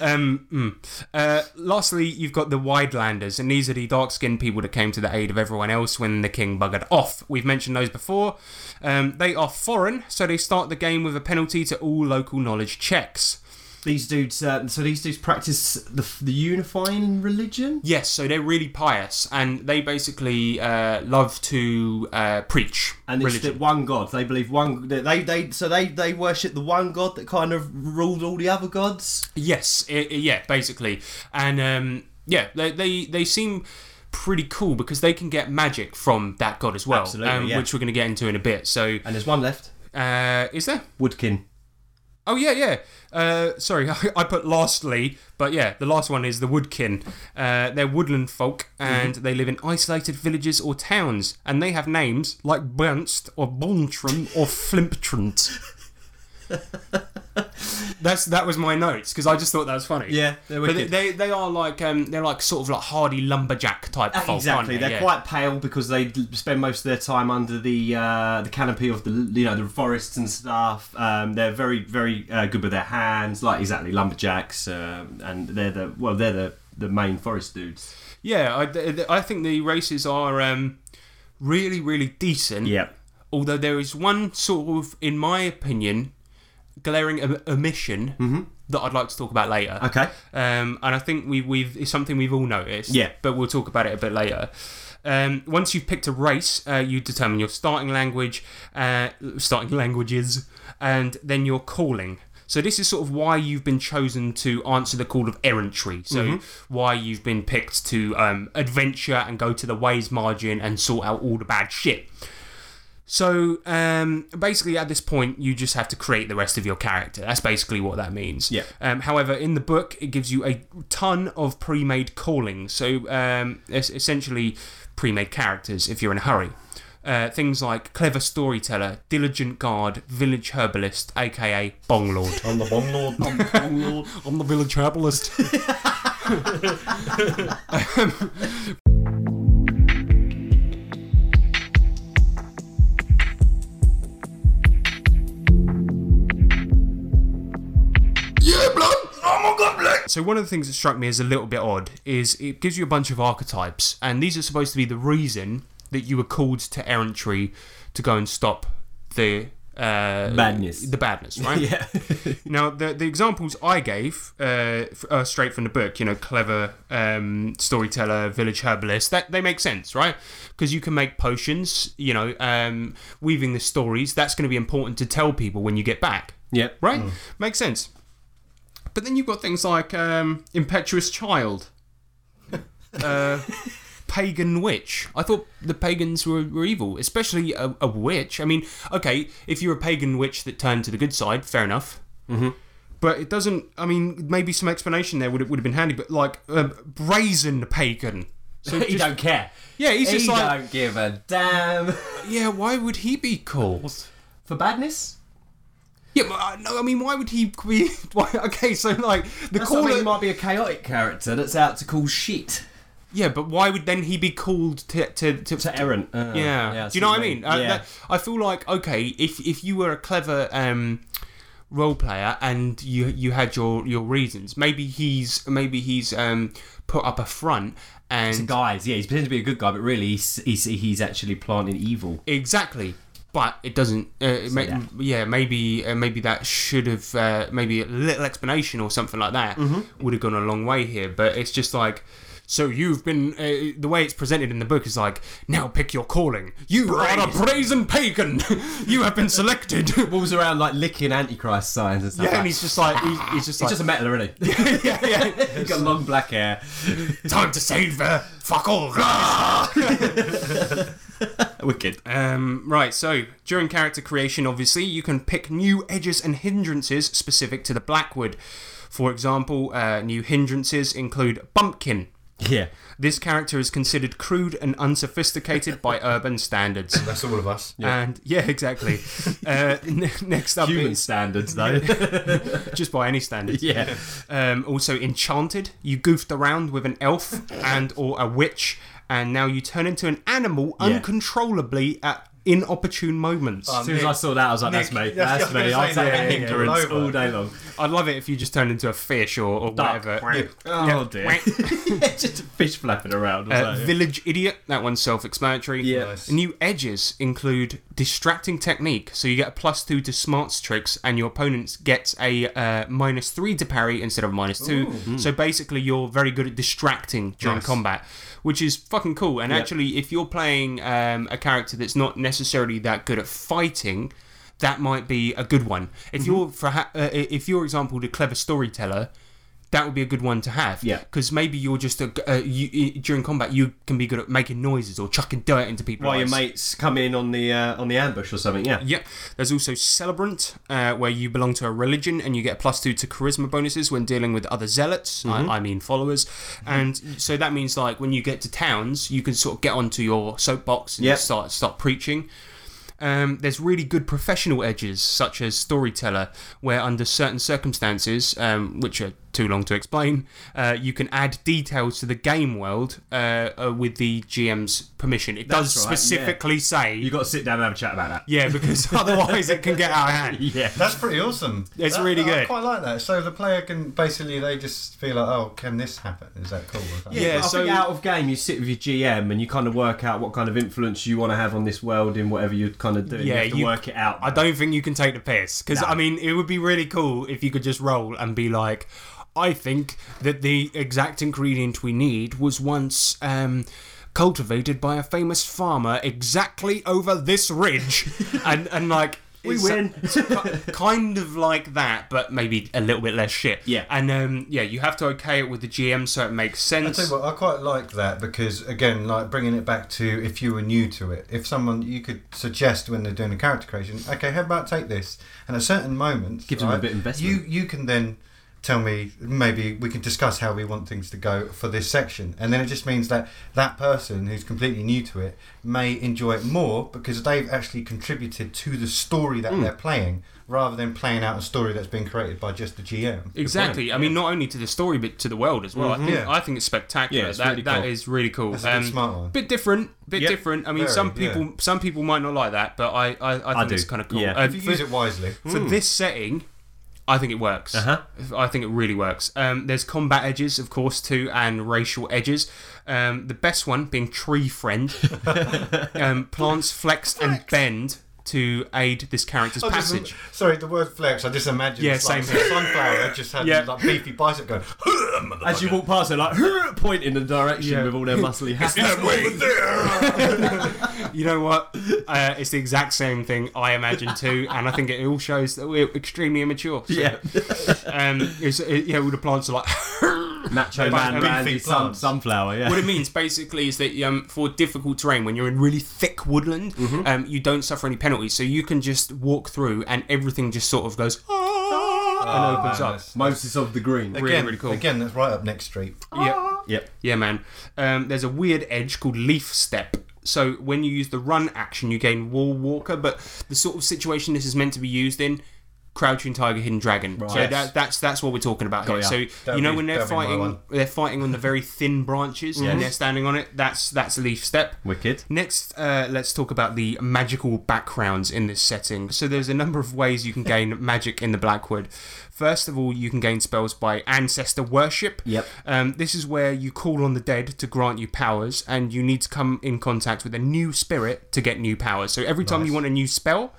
C: Um, mm. uh, lastly, you've got the Widelanders, and these are the dark skinned people that came to the aid of everyone else when the king buggered off. We've mentioned those before. Um, they are foreign, so they start the game with a penalty to all local knowledge checks.
F: These dudes. Uh, so these dudes practice the, the unifying religion.
C: Yes, so they're really pious, and they basically uh, love to uh, preach
F: And it's
C: religion.
F: that one God. They believe one. They they so they they worship the one God that kind of ruled all the other gods.
C: Yes, i i- yeah, basically, and um, yeah, they, they they seem pretty cool because they can get magic from that god as well,
F: Absolutely,
C: um,
F: yeah.
C: which we're going to get into in a bit. So,
F: And there's one left.
C: uh, is there?
F: Woodkin.
C: Oh yeah, yeah. Uh, sorry, I put lastly, but yeah, the last one is the woodkin. Uh, they're woodland folk,
F: Mm-hmm.
C: and they live in isolated villages or towns, and they have names like Bernst or Bontrum or Flimptrunt. That's that was my notes because I just thought that was funny.
F: Yeah, they're
C: But they,
F: wicked.
C: they they are like um they're like sort of like hardy lumberjack type folk. aren't
F: exactly.
C: they?
F: They're
C: Yeah.
F: quite pale because they d- spend most of their time under the uh, the canopy of the you know the forests and stuff. Um, they're very very uh, good with their hands, like exactly lumberjacks, um, and they're the well they're the the main forest dudes.
C: yeah. I, th- th- I think the races are um really really decent. although there is one sort of, in my opinion, glaring om- omission that I'd like to talk about later.
F: Mm-hmm. Okay.
C: Um, and I think we, we've it's something we've all noticed.
F: Yeah.
C: But we'll talk about it a bit later. Um, once you've picked a race, uh, you determine your starting language, uh, starting languages, and then your calling. So this is sort of why you've been chosen to answer the call of errantry. So
F: Mm-hmm.
C: why you've been picked to um, adventure and go to the ways margin and sort out all the bad shit. So um, basically, at this point, you just have to create the rest of your character. That's basically what that means.
F: Yeah.
C: Um, however, in the book, it gives you a ton of pre-made callings. So um, es- essentially, pre-made characters if you're in a hurry. Uh, things like clever storyteller, diligent guard, village herbalist, aka bong lord.
H: I'm the bomb lord.
C: I'm the village herbalist. Oh So one of the things that struck me as a little bit odd is it gives you a bunch of archetypes, and these are supposed to be the reason that you were called to errantry to go and stop the uh,
F: Madness.
C: the badness, right? yeah. now the the examples I gave uh, f- are straight from the book. You know, clever um, storyteller, village herbalist. That they make sense, right? Because you can make potions. You know, um, weaving the stories. That's going to be important to tell people when you get back
F: Yep.
C: right? Makes sense. But then you've got things like um, impetuous child, uh, pagan witch. I thought the pagans were, were evil, especially a, a witch. I mean, okay, if you're a pagan witch that turned to the good side, fair enough. Mm-hmm. But it doesn't. I mean, maybe some explanation there would would have been handy. But like um brazen pagan. So
D: he
C: just-
D: don't care.
C: Yeah, he's
D: He
C: just like,
D: don't give a damn.
C: yeah. Why would he be called?
D: For badness?
C: Yeah, but uh, no. I mean, why would he be? Why, okay, so like the
D: That's
C: caller.
D: what I mean, he might be a chaotic character that's out to call shit.
C: Yeah, but why would then he be called to to, to,
F: To errant. Uh,
C: Yeah,
F: I
C: do
F: see
C: you know what I mean? Uh,
F: yeah.
C: that- I feel like okay, if if you were a clever um, role player and you you had your your reasons, maybe he's maybe he's um, put up a front
F: To
C: and
F: guys, yeah, he's pretending to be a good guy, but really he's he's, he's actually planting evil.
C: exactly. But it doesn't. Uh, it may,
F: that.
C: yeah, maybe uh, maybe that should have uh, maybe a little explanation or something like that
F: Mm-hmm.
C: would have gone a long way here. But it's just like. So you've been uh, the way it's presented in the book is like now pick your calling. You are a brazen pagan. you have been selected.
F: Walls around like licking antichrist signs and stuff.
C: Yeah,
F: like.
C: and he's just like he's, he's just like
F: just a metal already.
C: yeah, yeah.
F: he's got long black hair.
C: Time to save the fuck all.
F: Wicked.
C: um, right. So during character creation, obviously you can pick new edges and hindrances specific to the Blackwood. For example, uh, new hindrances include bumpkin.
F: Yeah.
C: This character is considered crude and unsophisticated by urban standards.
E: That's all of us.
C: And yeah, exactly. Uh, n- next up
F: Human
C: is
F: standards though.
C: just by any standards.
F: yeah.
C: Um, also enchanted, you goofed around with an elf and or a witch, and now you turn into an animal uncontrollably at inopportune moments.
F: As soon as I saw that, I was like, "That's me.
E: Nick, that's-
F: That's
E: I was
F: me.
E: gonna
F: I'll
E: say,
F: take
E: yeah, yeah, yeah,
F: ignorance
E: all over.
F: all day long."
C: I'd love it if you just turned into a fish or, or
F: Duck.
C: whatever.
F: Oh dear. Just a fish flapping around.
C: Uh, village idiot, that one's self-explanatory.
F: Yeah.
E: Nice.
C: New edges include distracting technique, so you get a plus two to smarts tricks, and your opponent gets a uh, minus three to parry instead of minus two. So basically, you're very good at distracting during combat, which is fucking cool. And actually, if you're playing um, a character that's not necessarily that good at fighting. That might be a good one. If you're, for ha- uh, if you're, example, the clever storyteller, that would be a good one to have.
F: Yeah.
C: Because maybe you're just a uh, you, i- during combat you can be good at making noises or chucking dirt into people.
F: While your mates come in on the uh, on the ambush or something. Yeah.
C: Yep. There's also celebrant, uh, where you belong to a religion and you get plus two to charisma bonuses when dealing with other zealots.
F: Mm-hmm.
C: I, I mean followers. And so that means like when you get to towns, you can sort of get onto your soapbox and
F: Yep.
C: start start preaching. Um, there's really good professional edges, such as storyteller, where under certain circumstances, um, which are too long to explain, uh, you can add details to the game world uh, uh, with the GM's permission. It
F: That's
C: does
F: right, yeah.
C: specifically say
F: You got to sit down and have a chat about that.
C: yeah, because otherwise it can get out of hand.
F: Yeah.
E: That's pretty awesome.
C: It's
E: That-
C: really
E: I
C: good.
E: quite like that. So the player can basically they just feel like, oh, can this happen? Is that cool? Is that-
C: Yeah,
F: I
C: so-
F: think out of game, you sit with your GM and you kind of work out what kind of influence you want to have on this world in whatever you're kind of doing.
C: Yeah,
F: you have to
C: you-
F: work it out.
C: I don't think you can take the piss because
F: No.
C: I mean it would be really cool if you could just roll and be like, I think that the exact ingredient we need was once um, cultivated by a famous farmer exactly over this ridge, and and like.
F: We
C: it's-
F: win.
C: it's ki- kind of like that, but maybe a little bit less shit.
F: Yeah.
C: and um, yeah, you have to okay it with the GM so it makes
E: I tell
C: sense.
E: you what, I quite like that because again, like bringing it back to if you were new to it, if someone you could suggest when they're doing a character creation, okay, how about take this? And at certain moments,
F: Gives them a bit of investment.
E: You you can then tell me maybe we can discuss how we want things to go for this section and then it just means that that person who's completely new to it may enjoy it more because they've actually contributed to the story
F: Hmm.
E: that they're playing rather than playing out a story that's been created by just the gm
C: Exactly. I mean, not only to the story, but to the world as well. I think
E: Mm-hmm. Yeah.
C: I think it's spectacular.
F: Yeah, it's
C: that
F: really
C: that
F: cool.
C: is really cool. Um,
E: That's a good smart one.
C: Bit different. Bit
F: Yep.
C: different. I mean,
E: Very,
C: some people
E: yeah.
C: some people might not like that, but I I, I think
F: do.
C: it's kind of cool.
F: Yeah.
C: Uh,
E: if you
C: for-
E: use it Hmm. wisely
C: for this setting, I think it works.
F: Uh-huh.
C: I think it really works. Um, there's combat edges, of course, too, and racial edges. Um, the best one being tree friend. um, plants flex, and bend to aid this character's
E: I Oh, just-
C: passage.
E: sorry, the word flex. I just imagine.
C: Yeah,
E: it's like
C: same here.
E: a sunflower. that just had
C: Yeah.
E: like beefy bicep going.
F: As you walk past, they're like point in the direction
C: Yeah.
F: with all their muscly hats.
C: You know what? Uh, it's the exact same thing I imagine too, and I think it all shows that we're extremely immature. So,
F: yeah,
C: Um, it's, it, yeah, all the plants are like.
F: Macho
C: Beefy
F: Man, Randy,
E: plants.
F: sun, sunflower. Yeah,
C: what it means basically is that um, for difficult terrain, when you're in really thick woodland, um, you don't suffer any penalties. So you can just walk through, and everything just sort of goes ah, and opens up.
F: Moses of the Green.
E: Again,
C: really cool. Oh,
E: Again, that's right up next street.
C: Yep.
E: Ah.
F: Yep.
C: Yeah, man. Um, there's a weird edge called leaf step. So when you use the run action, you gain wall walker. But the sort of situation this is meant to be used in, crouching tiger, hidden dragon. So
F: Yes.
C: that, that's that's what we're talking about here.
F: ya.
C: So
E: That'd
C: you know
E: be-
C: when they're
E: that'd be my
C: fighting,
E: one.
C: they're fighting on the very thin branches and they're standing on it. That's that's leaf step.
F: Wicked.
C: Next, uh, let's talk about the magical backgrounds in this setting. So, there's a number of ways you can gain magic in the Blackwood. First of all, you can gain spells by ancestor worship.
F: Yep.
C: Um, this is where you call on the dead to grant you powers, and you need to come in contact with a new spirit to get new powers. So, every time you want a new spell,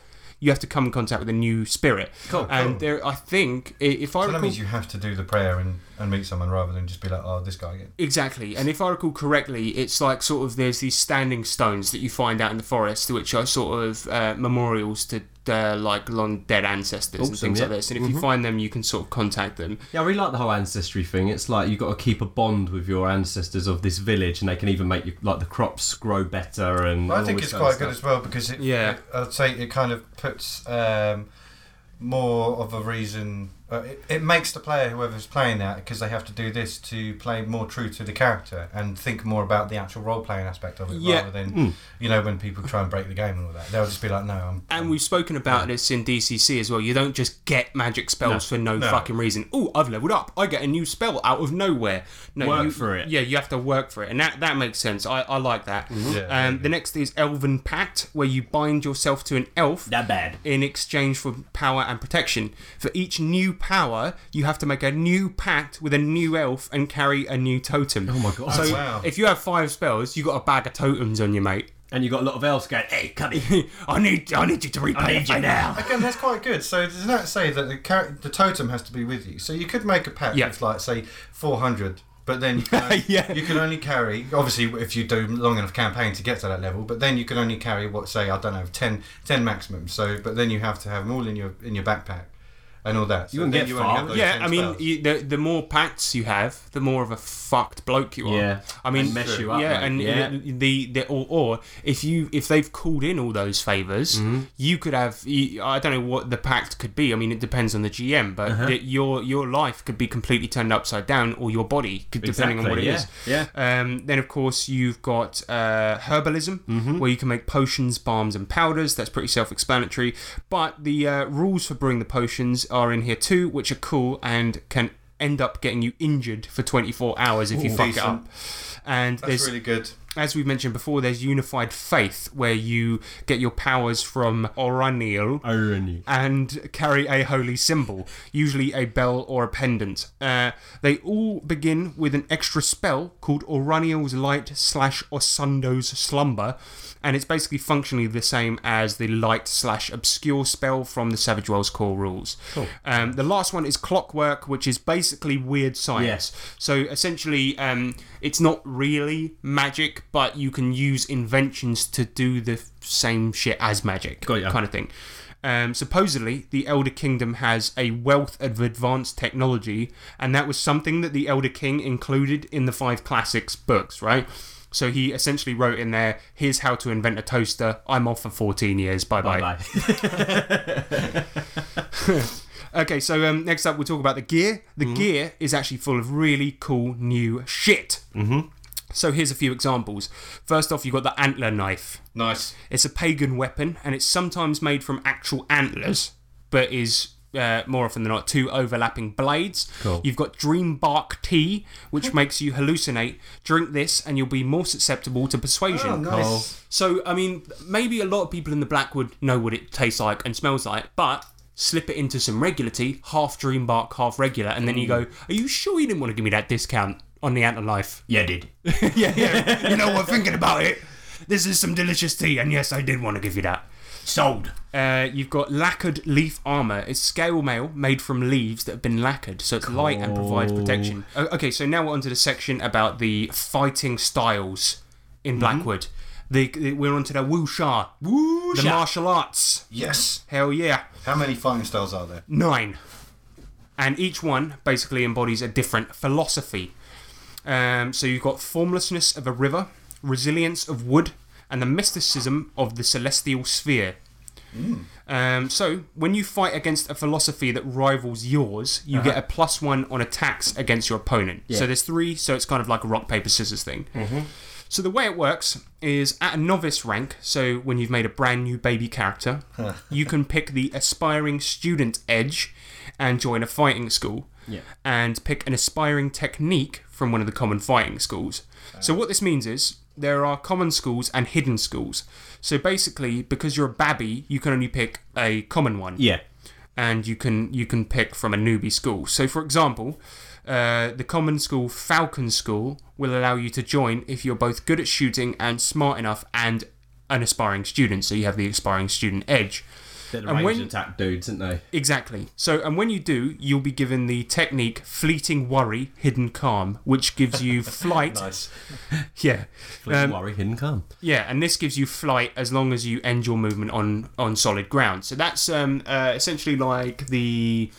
C: you have to come in contact with a new spirit. Cool. And there, I think, i- if I
E: So that
C: recall
E: means you have to do the prayer and, and meet someone rather than just be like, oh, this guy again.
C: Exactly, and if I recall correctly, it's like sort of there's these standing stones that you find out in the forest, which are sort of uh, memorials to uh, like long dead ancestors and
F: Awesome,
C: things like
F: yeah. Mm-hmm.
C: this. And if you find them, you can sort of contact them.
F: Yeah, I really like the whole ancestry thing. It's like you've got to keep a bond with your ancestors of this village, and they can even make you like the crops grow better. And
E: I
F: all
E: think
F: this
E: it's
F: kind of
E: quite good as
F: stuff.
E: well because it,
C: Yeah.
E: it- I'd say it kind of puts um, more of a reason. Uh, it, it makes the player, whoever's playing that, because they have to do this to play more true to the character and think more about the actual role playing aspect of it
C: Yeah. Hmm.
E: rather than, you know, when people try and break the game and all that. They'll just be like, no, I'm.
C: And we've spoken about this in DCC as well. You don't just get magic spells for no, fucking reason. Oh, I've leveled up. I get a new spell out of nowhere. No,
F: Work
C: you-
F: for it.
C: Yeah, you have to work for it, and that that makes sense. I, I like that.
F: Mm-hmm.
E: Yeah,
C: um, the next is Elven Pact, where you bind yourself to an elf.
F: That bad.
C: in exchange for power and protection. For each new power, you have to make a new pact with a new elf and carry a new totem. Oh my god. So
E: Wow.
C: if you have five spells, you got a bag of totems on you, mate.
F: And you've got a lot of elves going, hey, cut it.
C: I need I need you to repay
F: need you
C: me
F: now.
E: Again, that's quite good. So does that say that the char- the totem has to be with you? So you could make a pack
C: Yeah.
E: with like say four hundred, but then you can, only,
C: Yeah.
E: you can only carry obviously if you do long enough campaign to get to that level. But then you can only carry what say I don't know 10, 10 maximum. So but then you have to have them all in your in your backpack and all that. So
F: You wouldn't
E: then
F: get
E: only
F: far.
E: have those
C: Yeah,
E: 10
C: I mean,
E: spells.
C: you, the the more pacts you have, the more of a fucked bloke you are.
F: Yeah.
C: I mean,
F: And mess you up,
C: Yeah,
F: mate.
C: and
F: Yeah.
C: The, the, the or, or if you if they've called in all those favors,
F: Mm-hmm.
C: you could have. You, I don't know what the pact could be. I mean, it depends on the GM, but
F: Uh-huh.
C: that your your life could be completely turned upside down, or your body, could, depending on what it
F: Exactly,
C: is.
F: yeah,
C: Um, then of course you've got uh, herbalism,
E: Mm-hmm.
C: where you can make potions, balms, and powders. That's pretty self-explanatory. But the uh, rules for brewing the potions are in here too, which are cool and can end up getting you injured for 24 hours if you fuck it
E: decent.
C: up. And
E: that's
C: there's
E: really good.
C: as we've mentioned before, there's unified faith where you get your powers from Oranil
F: Irony.
C: and carry a holy symbol, usually a bell or a pendant. Uh, they all begin with an extra spell called Oraniel's Light slash Osundo's Slumber, and it's basically functionally the same as the Light slash Obscure spell from the Savage Worlds core rules. Um, the last one is Clockwork, which is basically weird science. So essentially, um, it's not really magic, but you can use inventions to do the f- same shit as magic,
F: Got ya.
C: kind of thing. Um, supposedly, the Elder Kingdom has a wealth of advanced technology, and that was something that the Elder King included in the Five Classics books, right? So he essentially wrote in there, "Here's how to invent a toaster. I'm off for 14 years. Bye bye."
F: Bye.
C: Okay, so um, next up we'll talk about the gear. The gear is actually full of really cool new shit. Mm-hmm. So here's a few examples. First off, you've got the antler knife.
E: Nice.
C: It's a pagan weapon, and it's sometimes made from actual antlers, but is uh, more often than not two overlapping blades.
F: Cool.
C: You've got dream bark tea, which makes you hallucinate. Drink this, and you'll be more susceptible to persuasion. So, I mean, maybe a lot of people in the Blackwood know what it tastes like and smells like, but slip it into some regularity, half dream bark, half regular, and then
L: Mm.
C: you go, Are you sure you didn't want to give me that discount on the Antler Life?
L: Yeah, I did.
C: yeah, yeah. You know, we're thinking about it. This is some delicious tea, and yes, I did want to give you that.
L: Sold.
C: Uh, you've got lacquered leaf armor. It's scale mail made from leaves that have been lacquered, so it's light and provides protection. O- okay, so now we're onto the section about the fighting styles in Blackwood. The, the- we're onto the wuxia,
L: Woo,
C: the martial arts.
E: Yes.
C: Hell yeah,
E: How many fighting styles are there?
C: nine, and each one basically embodies a different philosophy. Um, so you've got formlessness of a river, resilience of wood, and the mysticism of the celestial sphere. Um, so, when you fight against a philosophy that rivals yours, you get a plus one on attacks against your opponent. So, there's three, so it's kind of like a rock, paper, scissors thing. So, the way it works is at a novice rank, so when you've made a brand new baby character, you can pick the aspiring student edge and join a fighting school. And pick an aspiring technique from one of the common fighting schools. So, what this means is there are common schools and hidden schools. So basically, because you're a babby, you can only pick a common one.
F: Yeah.
C: And you can you can pick from a newbie school. So for example, uh, the common school Falcon School will allow you to join if you're both good at shooting and smart enough and an aspiring student. So you have the aspiring student edge.
F: They're the
C: And
F: range
C: when-
F: attack dudes, aren't they?
C: Exactly. So, and when you do, you'll be given the technique Fleeting Worry, Hidden Calm, which gives you flight.
L: Nice.
C: Yeah.
F: Please
C: Um,
F: worry, hidden come.
C: Yeah, and this gives you flight as long as you end your movement on on solid ground. So that's um, uh, essentially like the.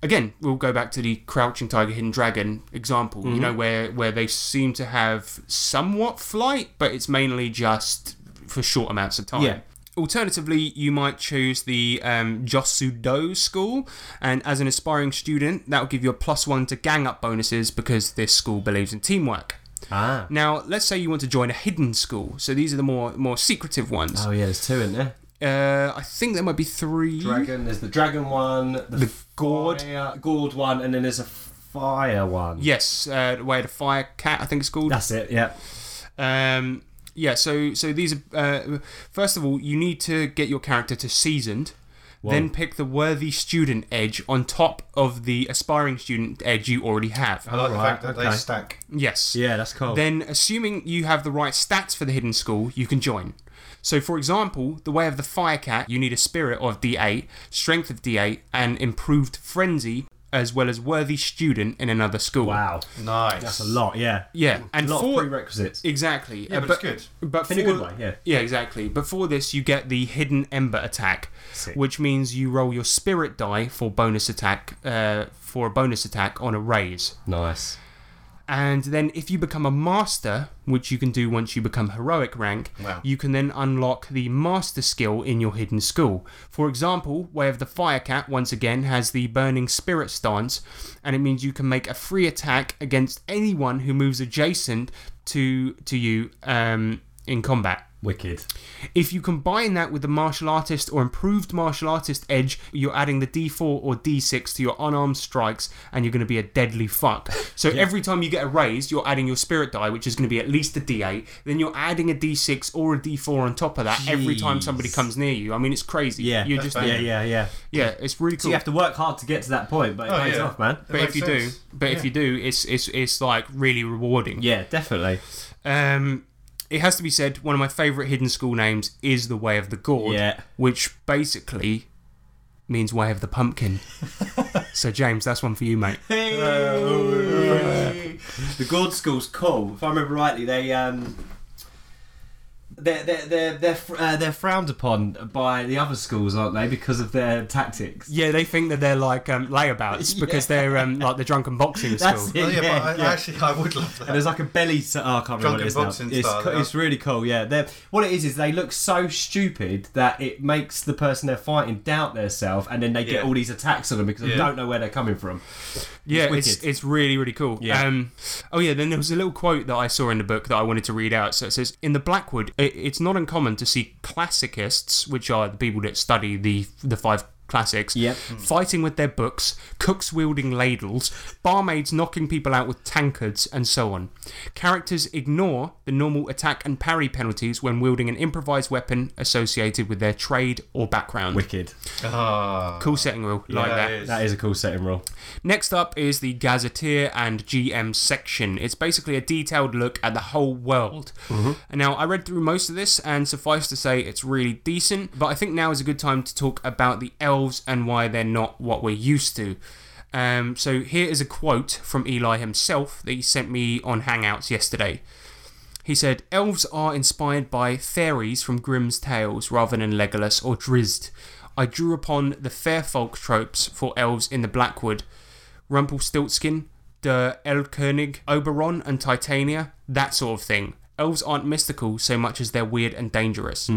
C: Again, we'll go back to the crouching tiger, hidden dragon example.
F: Mm-hmm.
C: You know where where they seem to have somewhat flight, but it's mainly just for short amounts of time.
F: Yeah.
C: Alternatively, you might choose the um, Josudo school, and as an aspiring student, that will give you a plus one to gang up bonuses because this school believes in teamwork.
F: Ah.
C: Now, let's say you want to join a hidden school. So these are the more more secretive ones.
F: Oh yeah, there's two in there.
C: Uh, I think there might be three.
F: Dragon. There's the dragon one. The,
C: gourd.
F: fire- gourd one, and then there's a fire one.
C: Yes, uh, the way to fire cat. I think it's called.
F: That's it. Yeah.
C: Um, yeah. So so these are uh, first of all, you need to get your character to seasoned. Then pick the worthy student edge on top of the aspiring student edge you already have.
E: I like the
F: Alright,
E: fact that they
F: okay.
E: stack.
C: Yes.
F: Yeah, that's cool.
C: Then, assuming you have the right stats for the hidden school, you can join. So, for example, the way of the Firecat, you need a spirit of D8, strength of D8, and improved frenzy, as well as worthy student in another school.
F: wow.
E: Nice.
F: That's a lot. Oh, Yeah.
C: Yeah, and
F: A lot
C: for
F: of prerequisites.
C: exactly,
E: Yeah,
C: uh,
E: but it's good.
C: But
F: In a
C: for-
F: good way, yeah.
C: yeah, exactly. But for this, you get the hidden ember attack, which means you roll your spirit die for bonus attack uh, for a bonus attack on a raise.
F: Nice.
C: And then if you become a master, which you can do once you become heroic rank,
E: Wow.
C: you can then unlock the master skill in your hidden school. For example, Way of the Firecat once again has the burning spirit stance, and it means you can make a free attack against anyone who moves adjacent to to you um, in combat.
F: Wicked.
C: If you combine that with the martial artist or improved martial artist edge, you're adding the d4 or d6 to your unarmed strikes, and you're going to be a deadly fuck. So every time you get a raise, you're adding your spirit die, which is going to be at least a d8. Then you're adding a d6 or a d4 on top of that every time somebody
F: Jeez.
C: comes near you. I mean, it's crazy.
F: Yeah.
C: you're just
F: Yeah, yeah, yeah.
C: yeah, it's really
F: So
C: cool.
F: you have to work hard to get to that point, but it
E: Oh,
F: pays
E: yeah.
F: off, man.
E: That
C: but if
E: makes
C: you
E: sense.
C: do, but if you do, it's it's it's like really rewarding.
F: Yeah, definitely.
C: Um, it has to be said, one of my favourite hidden school names is the Way of the Gourd,
F: Yeah.
C: which basically means Way of the Pumpkin. so James, that's one for you, mate.
F: the Gourd School's cool. If I remember rightly, they um, They're they're they're they're, fr- uh, they're frowned upon by the other schools, aren't they? Because of their tactics.
C: Yeah, they think that they're like um, layabouts because they're um, like the drunken boxing
F: That's
C: school.
F: it.
E: Oh, yeah,
F: yeah,
E: but I,
F: yeah.
E: actually, I would love that.
F: And there's like a belly. s- oh, I can't remember what it
E: Drunken
F: is now.
E: boxing
F: It's,
E: style,
F: co-
E: yeah.
F: it's really cool. Yeah, they're, what it is is they look so stupid that it makes the person they're fighting doubt themselves, and then they get
E: Yeah.
F: all these attacks on them because
E: Yeah.
F: they don't know where they're coming from.
C: Yeah,
F: wicked.
C: it's, it's really, really cool.
F: Yeah.
C: Um, oh, yeah, then there was a little quote that I saw in the book that I wanted to read out. So it says In the Blackwood, it, it's not uncommon to see classicists, which are the people that study the, the five classics,
F: Yep.
C: fighting with their books, cooks wielding ladles, barmaids knocking people out with tankards, and so on. Characters ignore the normal attack and parry penalties when wielding an improvised weapon associated with their trade or background.
F: Wicked.
E: Ah,
C: Cool setting rule, like that.
F: That is a cool setting rule.
C: Next up is the Gazetteer and GM section. It's basically a detailed look at the whole world. And Now, I read through most of this, and suffice to say, it's really decent, but I think now is a good time to talk about the elves and why they're not what we're used to. Um, so, here is a quote from Eli himself that he sent me on Hangouts yesterday. He said, Elves are inspired by fairies from Grimm's Tales rather than Legolas or Drizzt. I drew upon the fair folk tropes for elves in the Blackwood. Rumpelstiltskin, Der Elkönig, Oberon, and Titania, that sort of thing. Elves aren't mystical so much as they're weird and dangerous.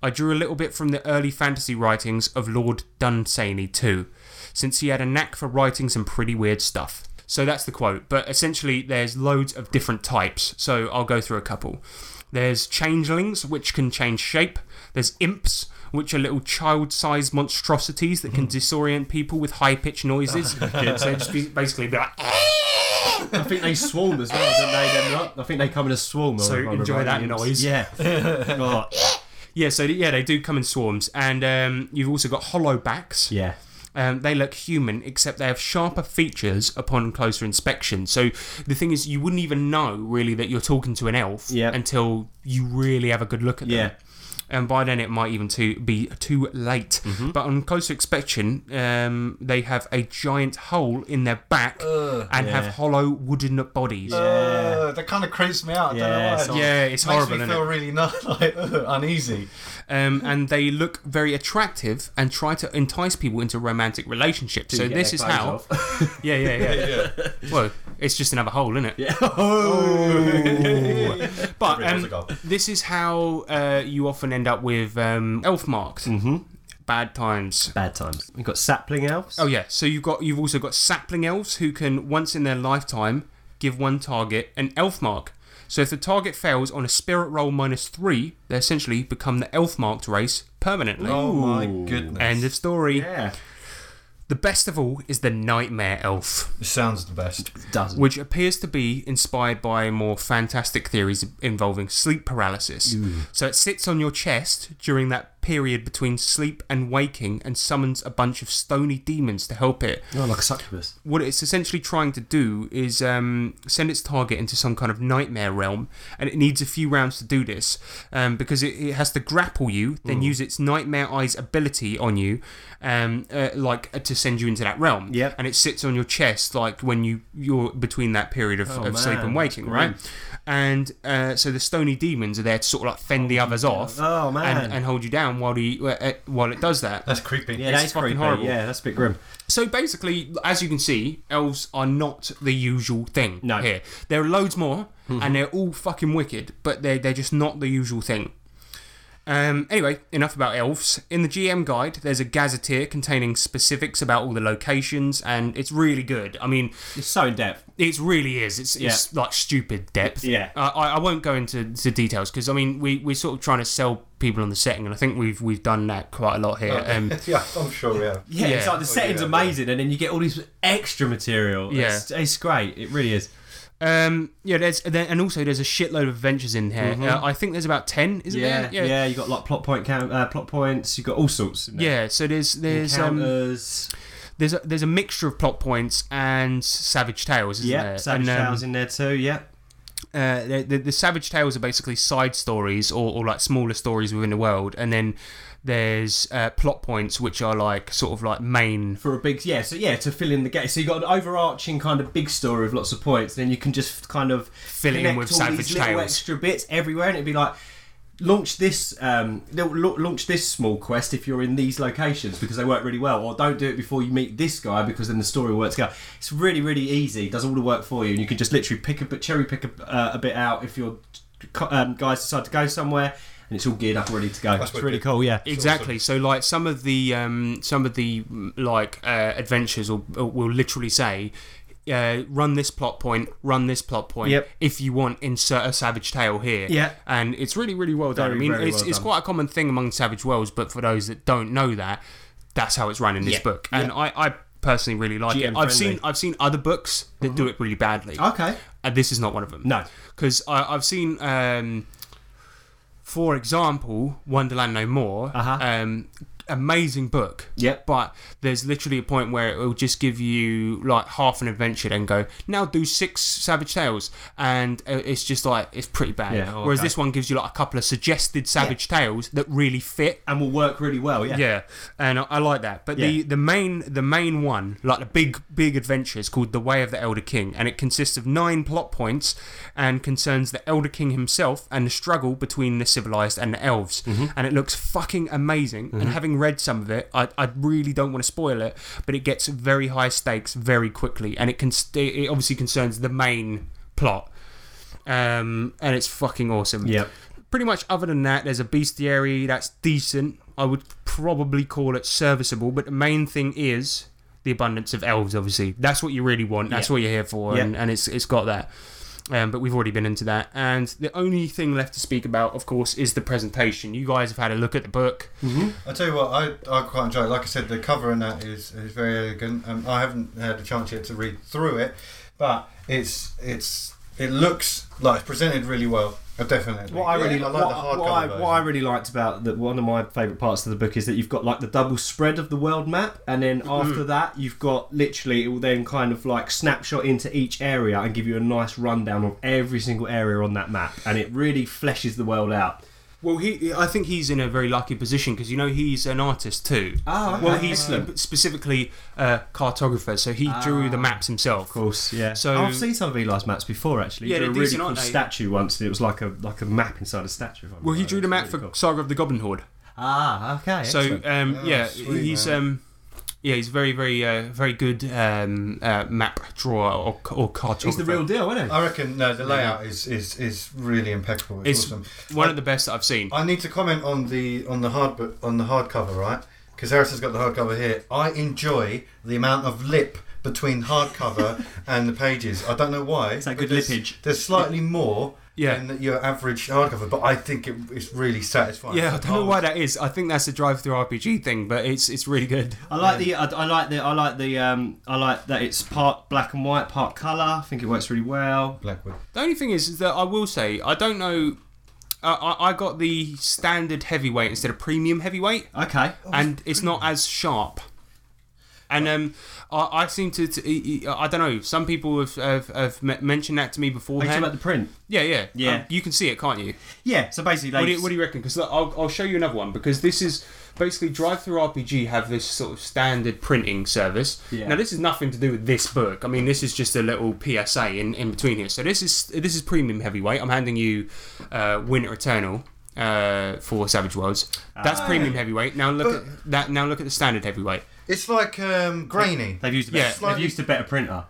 C: I drew a little bit from the early fantasy writings of Lord Dunsany too, since he had a knack for writing some pretty weird stuff. So that's the quote. But essentially, there's loads of different types. So I'll go through a couple. There's changelings, which can change shape. There's imps, which are little child-sized monstrosities that can disorient people with high-pitched noises. Hmm. so just be- basically, be like, "Ah!"
F: I think they swarm as well, don't they? Them lot? I think they come in a swarm.
C: So
F: if I remember
C: enjoy
F: right,
C: that
F: Ian.
C: noise.
F: Yeah. God.
C: yeah. So yeah, they do come in swarms, and um, you've also got hollow backs.
F: Yeah.
C: Um, they look human, except they have sharper features upon closer inspection. So the thing is, you wouldn't even know really that you're talking to an elf
F: Yeah.
C: until you really have a good look at
F: Yeah.
C: them. And by then, it might even to be too late.
F: Mm-hmm.
C: But on closer inspection, um, they have a giant hole in their back and
F: Yeah.
C: have hollow wooden bodies.
E: Uh, that kind of creeps me out. I don't know
F: Yeah,
E: why.
F: so-
C: Yeah, it's
E: makes
C: horrible.
E: me
C: isn't
E: feel
C: it?
E: really not like ugh, uneasy.
C: um, and they look very attractive and try to entice people into romantic relationships. so
F: Get
C: this
F: their
C: is
F: clothes
C: how.
F: off.
C: Yeah, yeah, yeah. Well, it's just another hole, isn't it? Yeah. But
E: Everyone's a
C: um,
E: gob.
C: this is how uh, you often end up with um, elf marked. Mm-hmm. Bad times.
F: Bad times. We've got sapling elves.
C: Oh yeah. So you've got you've also got sapling elves who can once in their lifetime give one target an elf mark. So if the target fails on a spirit roll minus three, they essentially become the elf marked race permanently.
E: Oh my goodness!
C: End of story.
F: Yeah.
C: The best of all is the nightmare elf.
E: This sounds the best.
F: Doesn't.
C: which appears to be inspired by more fantastic theories involving sleep paralysis. So it sits on your chest during that period between sleep and waking and summons a bunch of stony demons to help it.
F: Oh, like a succubus.
C: What it's essentially trying to do is um, send its target into some kind of nightmare realm, and it needs a few rounds to do this um, because it, it has to grapple you,
F: Mm.
C: then use its nightmare eyes ability on you, um, uh, like uh, to send you into that realm.
F: Yep.
C: And it sits on your chest, like when you you're between that period of, of sleep
F: Oh, man,
C: and waking,
F: that's
C: right? And uh, so the stony demons are there to sort of like fend the others off,
F: Oh, man.
C: and, and hold you down while the uh, while it does that.
E: That's creepy.
F: Yeah,
C: It's
F: that's
C: fucking
F: creepy.
C: horrible.
F: Yeah, that's a bit grim.
C: So basically, as you can see, elves are not the usual thing
F: No. Mm-hmm.
C: here. There are loads more, and they're all fucking wicked, but they're, they're just not the usual thing. Um, anyway, enough about elves. In the GM guide, there's a gazetteer containing specifics about all the locations, and it's really good. I mean,
F: It's so in depth.
C: it really is. It's, it's like stupid depth.
F: Yeah.
C: I I, I won't go into to details because I mean we we're sort of trying to sell people on the setting, and I think we've we've done that quite a lot here. Um,
E: yeah, I'm sure we have.
F: Yeah, it's
C: Yeah.
F: like the setting's
E: yeah,
F: amazing, and then you get all this extra material.
C: Yeah.
F: It's, it's great. It really is.
C: Um, yeah, there's there, and also there's a shitload of adventures in here. Uh, I think there's about ten, isn't
F: Mm-hmm. Yeah, yeah.
C: there?
F: you got like plot point count, uh, plot points. You got all sorts. In there.
C: yeah. So there's there's um,
F: Encounters.
C: there's a, there's a mixture of plot points and Savage Tales, isn't
F: yeah,
C: there?
F: Savage
C: and, um,
F: Tales in there too. Yeah,
C: uh, the, the, the Savage Tales are basically side stories or, or like smaller stories within the world, and then there's uh, plot points which are like sort of like main.
F: for a big yeah. So yeah, to fill in the gap. So you got an overarching kind of big story with lots of points. Then you can just kind of
C: Fill it in
F: connect
C: with
F: all
C: Savage
F: these little
C: Tales.
F: extra bits everywhere, and it'd be like.
J: launch this um, la- la- launch this small quest if you're in these locations because they work really well or don't do it before you meet this guy because then the story works out it's really really easy does all the work for you and you can just literally pick a bit cherry pick a, uh, a bit out if your co- um, guys decide to go somewhere and it's all geared up ready to go it's
F: what
J: really
F: it-
J: cool yeah
C: Exactly. So, like some of the um, some of the mm, like uh, adventures will will literally say, uh, "Run this plot point, run this plot point.
J: Yep.
C: If you want, insert a Savage Tale here."
J: Yeah.
C: And it's really, really well done.
J: Very,
C: I mean,
J: very
C: it's
J: well
C: it's
J: done.
C: quite a common thing among Savage Worlds, but for those that don't know that, that's how it's run in this
J: Yeah.
C: book. And I, I personally really like it.
J: GM
C: I've
J: friendly. Mm-hmm.
C: seen I've seen other books that do it really badly.
J: okay
C: And this is not one of them.
J: No.
C: Because I've seen, um, for example, Wonderland No More.
J: Uh-huh.
C: Um, amazing book.
J: Yep.
C: But there's literally a point where it will just give you like half an adventure and go, now do six Savage Tales. And uh, it's just like, it's pretty bad.
J: Yeah, oh,
C: Whereas
J: okay.
C: this one gives you like a couple of suggested Savage Tales that really fit.
J: and will work really well yeah
C: Yeah, and I, I like that. But the
J: Yeah.
C: the main the main one, like the big big adventure, is called The Way of the Elder King, and it consists of nine plot points and concerns the Elder King himself and the struggle between the civilized and the elves.
J: Mm-hmm.
C: And it looks fucking amazing. And having read some of it, I, I really don't want to spoil it, but it gets very high stakes very quickly, and it can st- it obviously concerns the main plot. Um, and it's fucking awesome
J: Yep.
C: pretty much other than that there's a bestiary that's decent i would probably call it serviceable but the main thing is the abundance of elves obviously that's what you really want that's what you're here for and,
J: Yeah.
C: and it's it's got that um, but we've already been into that and the only thing left to speak about of course is the presentation you guys have had a look at the book
E: I tell you what, I, I quite enjoy it. Like I said, the cover and that is, is very elegant. Um, I haven't had a chance yet to read through it, but it's it's it looks like it's presented really well. I definitely.
J: What I really
E: Yeah,
J: like,
E: I like
J: what,
E: the hardcover
J: what I,
E: version.
J: what I really liked about the, one of my favourite parts of the book is that you've got like the double spread of the world map, and then after that, you've got literally it will then kind of like snapshot into each area and give you a nice rundown of every single area on that map, and it really fleshes the world out.
C: well he i think he's in a very lucky position because you know he's an artist too
J: Oh, okay.
C: well he's specifically a cartographer so he drew the maps himself
J: Ah. Of course, yeah.
C: So-
J: So I've seen some of Eli's maps before actually. He
C: Yeah,
J: drew
C: they're
J: a really
C: decent,
J: cool
C: aren't they?
J: statue once, and it was like a like a map inside a statue. if I
C: well he
J: remember.
C: drew the
J: It's
C: map
J: really
C: for
J: Oh, cool.
C: saga of the goblin horde
J: Ah, okay.
C: So
J: excellent.
C: um,
E: Oh,
C: yeah,
E: sweet,
C: he's
E: man.
C: um, yeah, he's very very uh, very good um, uh, map drawer or or cartographer.
J: he's the real deal, isn't he?
E: I reckon no, the layout is, is, is really impeccable. It's,
C: It's
E: awesome.
C: one of the best that I've seen.
J: Oh,
E: I need to comment on the on the hard bo- on the hardcover, right? Because Harrison's got the hardcover here. I enjoy the amount of lip between hardcover and the pages. I don't know why. It's
J: that good
E: there's,
J: lippage.
E: There's slightly more
C: Yeah.
E: than your average hardcover, but I think it, it's really satisfying.
C: yeah, I don't know why that is. I think that's a drive-through RPG thing, but it's it's really good.
J: I like the I, I like the I like the um I like that it's part black and white, part color. I think it works really well.
E: Blackwood.
C: The only thing is, is that I will say I don't know. Uh, I, I got the standard heavyweight instead of premium heavyweight.
J: Okay.
C: and it's not as sharp. And um, I, I seem to, to I don't know. Some people have have, have me- mentioned that to me
J: Are you talking about
C: beforehand.
J: the print?
C: Yeah, yeah,
J: Yeah.
C: Um, you can see it, can't you?
J: Yeah. So basically, they
C: What do you, what do you reckon? Because I'll, I'll show you another one because this is basically Drive Through RPG have this sort of standard printing service.
J: Yeah.
C: Now this is nothing to do with this book. I mean this is just a little PSA in, in between here. So this is this is premium heavyweight. I'm handing you uh, Winter Eternal uh, for Savage Worlds. That's
J: Ah.
C: premium heavyweight. Now look at that. Now look at the standard heavyweight.
E: It's like um, grainy.
J: they've used a better,
C: Yeah.
J: they've used a better printer.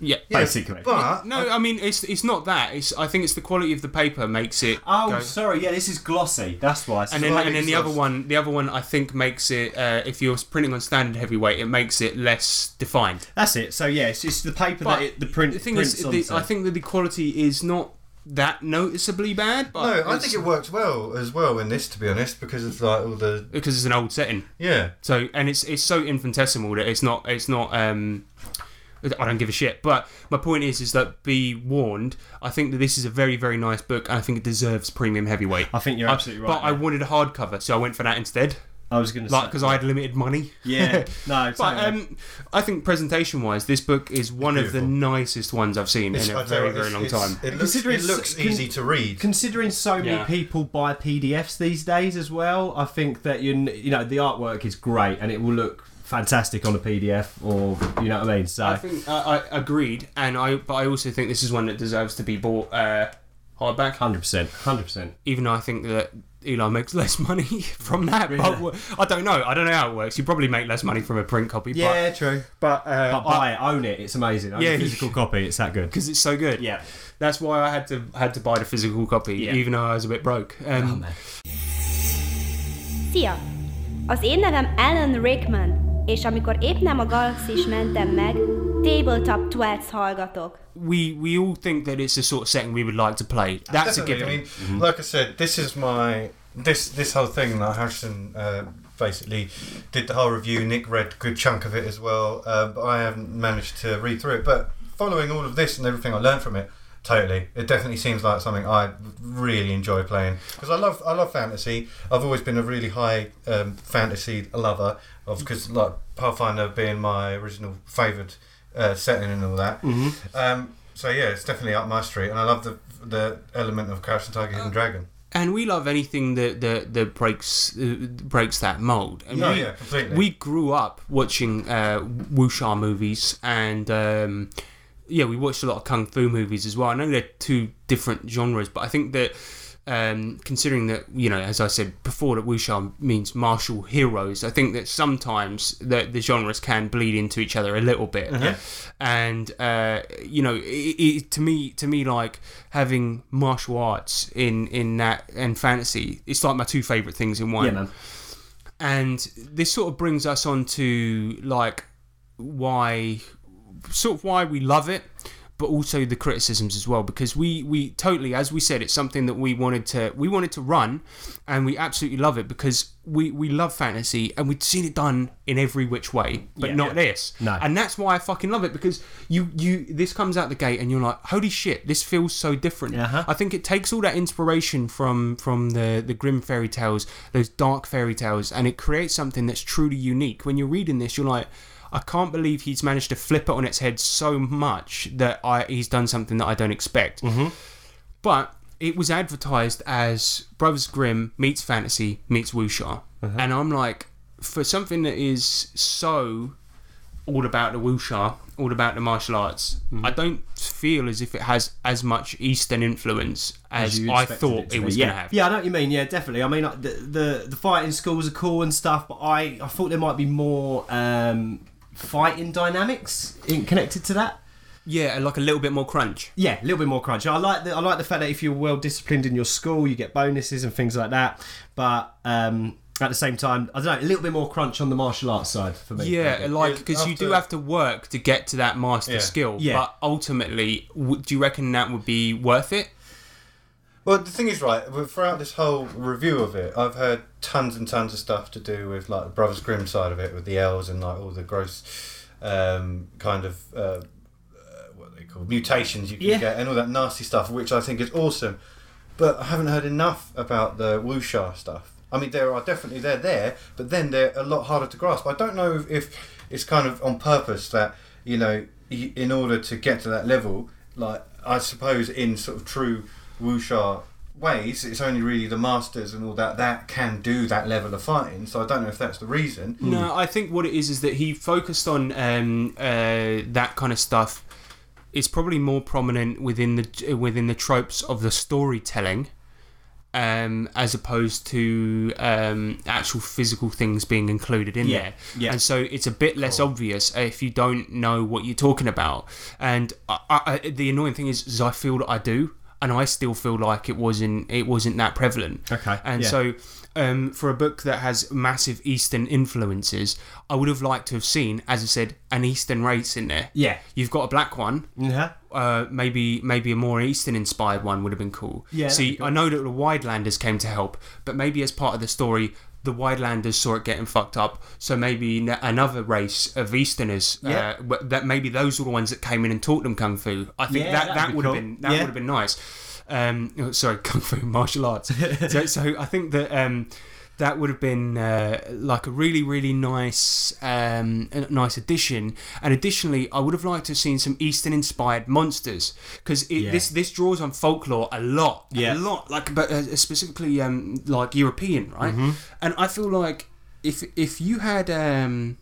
C: Yeah.
E: Yeah,
J: basically.
E: But
C: No, I mean it's it's not that. It's I think it's the quality of the paper makes it.
J: Oh,
C: go-
J: sorry. Yeah, this is glossy. That's why.
C: and then
E: Slightly
C: and then the
E: soft.
C: other one, the other one, I think makes it. Uh, if you're printing on standard heavyweight, it makes it less defined.
J: that's it. So yeah, it's just the paper
C: But
J: that it, the print.
C: the thing
J: prints
C: is, the,
J: onto.
C: I think that the quality is not that noticeably bad. But
E: no, I think it works well as well in this, to be honest, because it's like all the
C: because it's an old setting.
E: yeah.
C: So and it's it's so infinitesimal that it's not it's not um I don't give a shit. But my point is is that be warned, I think that this is a very, very nice book and I think it deserves premium heavyweight.
J: I think you're
C: Uh,
J: absolutely
C: But I
J: right, yeah.
C: wanted a hardcover, so I went for that instead.
J: I was going to
C: Like
J: say
C: because I had limited money.
J: Yeah. No.
C: But
J: totally.
C: um, I think presentation-wise, this book is one of the
E: Beautiful.
C: nicest ones I've seen
E: It's-
C: in
E: I
C: a
E: tell you
C: very,
E: what,
C: very
E: it's-
C: long time.
E: it's- It looks,
J: Considering
E: it looks
J: con-
E: easy to read.
J: Considering so many
C: Yeah.
J: people buy PDFs these days as well, I think that you kn- you know the artwork is great and it will look fantastic on a PDF or you know what I mean. So
C: I think uh, I agreed, and I but I also think this is one that deserves to be bought uh, hardback.
F: Hundred percent. Hundred percent.
C: Even though I think that Eli makes less money from that, but w- I don't know. I don't know how it works. You probably make less money from a print copy,
F: Yeah, true.
C: but but, uh,
F: But buy it, own it. It's amazing. Own yeah,
C: Yeah,
F: the physical copy. It's that good.
C: because it's so good.
F: Yeah.
C: That's why I had to had to buy the physical copy,
F: Yeah.
C: even though I was a bit broke. Um,
J: Szia! Az én nevem Alan Rickman, és amikor épp nem a galaxis mentem meg, Tabletop Twats hallgatok.
C: we we all think that it's the sort of setting we would like to play. That's a
E: Definitely.
C: given. Mm-hmm.
E: I mean, like I said, this is my this this whole thing that Harrison uh, basically did the whole review. Nick read a good chunk of it as well, uh, but I haven't managed to read through it. But following all of this and everything I learned from it, totally, it definitely seems like something I really enjoy playing because I love I love fantasy. I've always been a really high um, fantasy lover of because like Pathfinder being my original favourite uh, setting and all that.
C: Mm-hmm.
E: Um, so yeah, it's definitely up my street, and I love the the element of Crouching Tiger, Hidden Dragon.
C: and we love anything that that, that breaks uh, breaks that mold. And
E: No,
C: we,
E: yeah, completely.
C: We grew up watching uh, wuxia movies, and um, yeah, we watched a lot of kung fu movies as well. I know they're two different genres, but I think that. Um, considering that you know, as I said before, that wuxia means martial heroes, I think that sometimes the, the genres can bleed into each other a little bit, and uh, you know, it, it, to me, to me, like having martial arts in in that and fantasy, it's like my two favorite things in one
F: Yeah, man.
C: and this sort of brings us on to like why sort of why we love it but also the criticisms as well because we we totally as we said it's something that we wanted to we wanted to run and we absolutely love it because we we love fantasy and we'd seen it done in every which way but not this
F: No.
C: and that's why i fucking love it because you you this comes out the gate and you're like holy shit this feels so different
F: Uh-huh.
C: I think it takes all that inspiration from from the the grim fairy tales, those dark fairy tales, and it creates something that's truly unique. When you're reading this, you're like, I can't believe he's managed to flip it on its head so much that I he's done something that I don't expect.
F: Mm-hmm.
C: But it was advertised as Brothers Grimm meets fantasy meets wuxia,
F: Uh-huh.
C: and I'm like, for something that is so all about the wuxia, all about the martial arts.
F: Mm-hmm.
C: I don't feel as if it has as much Eastern influence as,
F: you
C: I
F: expected
C: thought it,
F: to be.
C: was
F: yeah.
C: going to have.
F: Yeah, I know what you mean. Yeah, definitely. I mean, like, the the, the fighting schools are cool and stuff, but I, I thought there might be more um, fighting dynamics in, connected to that.
C: Yeah, like a little bit more crunch.
F: Yeah, a little bit more crunchy. I like the I like the fact that if you're well disciplined in your school, you get bonuses and things like that. But
J: uh,
F: um, at the same time, I don't know, a little bit more crunch on the martial arts side for me.
C: Yeah, like because you do
E: after-
C: have to work to get to that master
E: Yeah.
C: skill.
F: Yeah.
C: But ultimately, w- do you reckon that would be worth it?
E: Well, the thing is, right, well, throughout this whole review of it, I've heard tons and tons of stuff to do with like the Brothers Grimm side of it, with the elves and like all the gross um, kind of uh, uh, what are they call mutations you can
F: Yeah.
E: get and all that nasty stuff, which I think is awesome. But I haven't heard enough about the wuxia stuff. I mean, there are definitely they're there, but then they're a lot harder to grasp. I don't know if it's kind of on purpose that you know, y- in order to get to that level, like I suppose in sort of true wuxia ways, it's only really the masters and all that that can do that level of fighting. So I don't know if that's the reason.
F: Mm.
C: No, I think what it is is that he focused on um, uh, that kind of stuff. It's probably more prominent within the within the tropes of the storytelling, um, as opposed to um, actual physical things being included in
F: Yeah,
C: there.
F: yeah.
C: And so it's a bit less obvious if you don't know what you're talking about. And I, I, I- the annoying thing is, is I feel that I do, and I still feel like it wasn't it wasn't that prevalent.
F: Okay,
C: And
F: yeah.
C: so so, um, for a book that has massive Eastern influences, I would have liked to have seen, as I said, an Eastern race in there.
F: Yeah.
C: You've got a black one.
F: Yeah.
C: Uh, maybe maybe a more Eastern inspired one would have been cool.
F: Yeah, that'd
C: See,
F: be cool.
C: I know that the Widelanders came to help, but maybe as part of the story, the Widelanders saw it getting fucked up. So maybe n- another race of Easterners.
F: Yeah.
C: Uh, w- that maybe those were the ones that came in and taught them kung fu. I think
F: Yeah,
C: that that
F: that'd be
C: would
F: cool.
C: have been that
F: Yeah.
C: would have been nice. Um, oh, sorry, kung fu martial arts. so, so I think that um, that would have been uh, like a really really nice um, a nice addition. And additionally, I would have liked to have seen some Eastern inspired monsters because
F: Yeah.
C: this this draws on folklore a lot,
F: Yeah.
C: a lot. Like but uh, specifically um,
H: Mm-hmm.
C: like European, right? And I feel like if if you had um,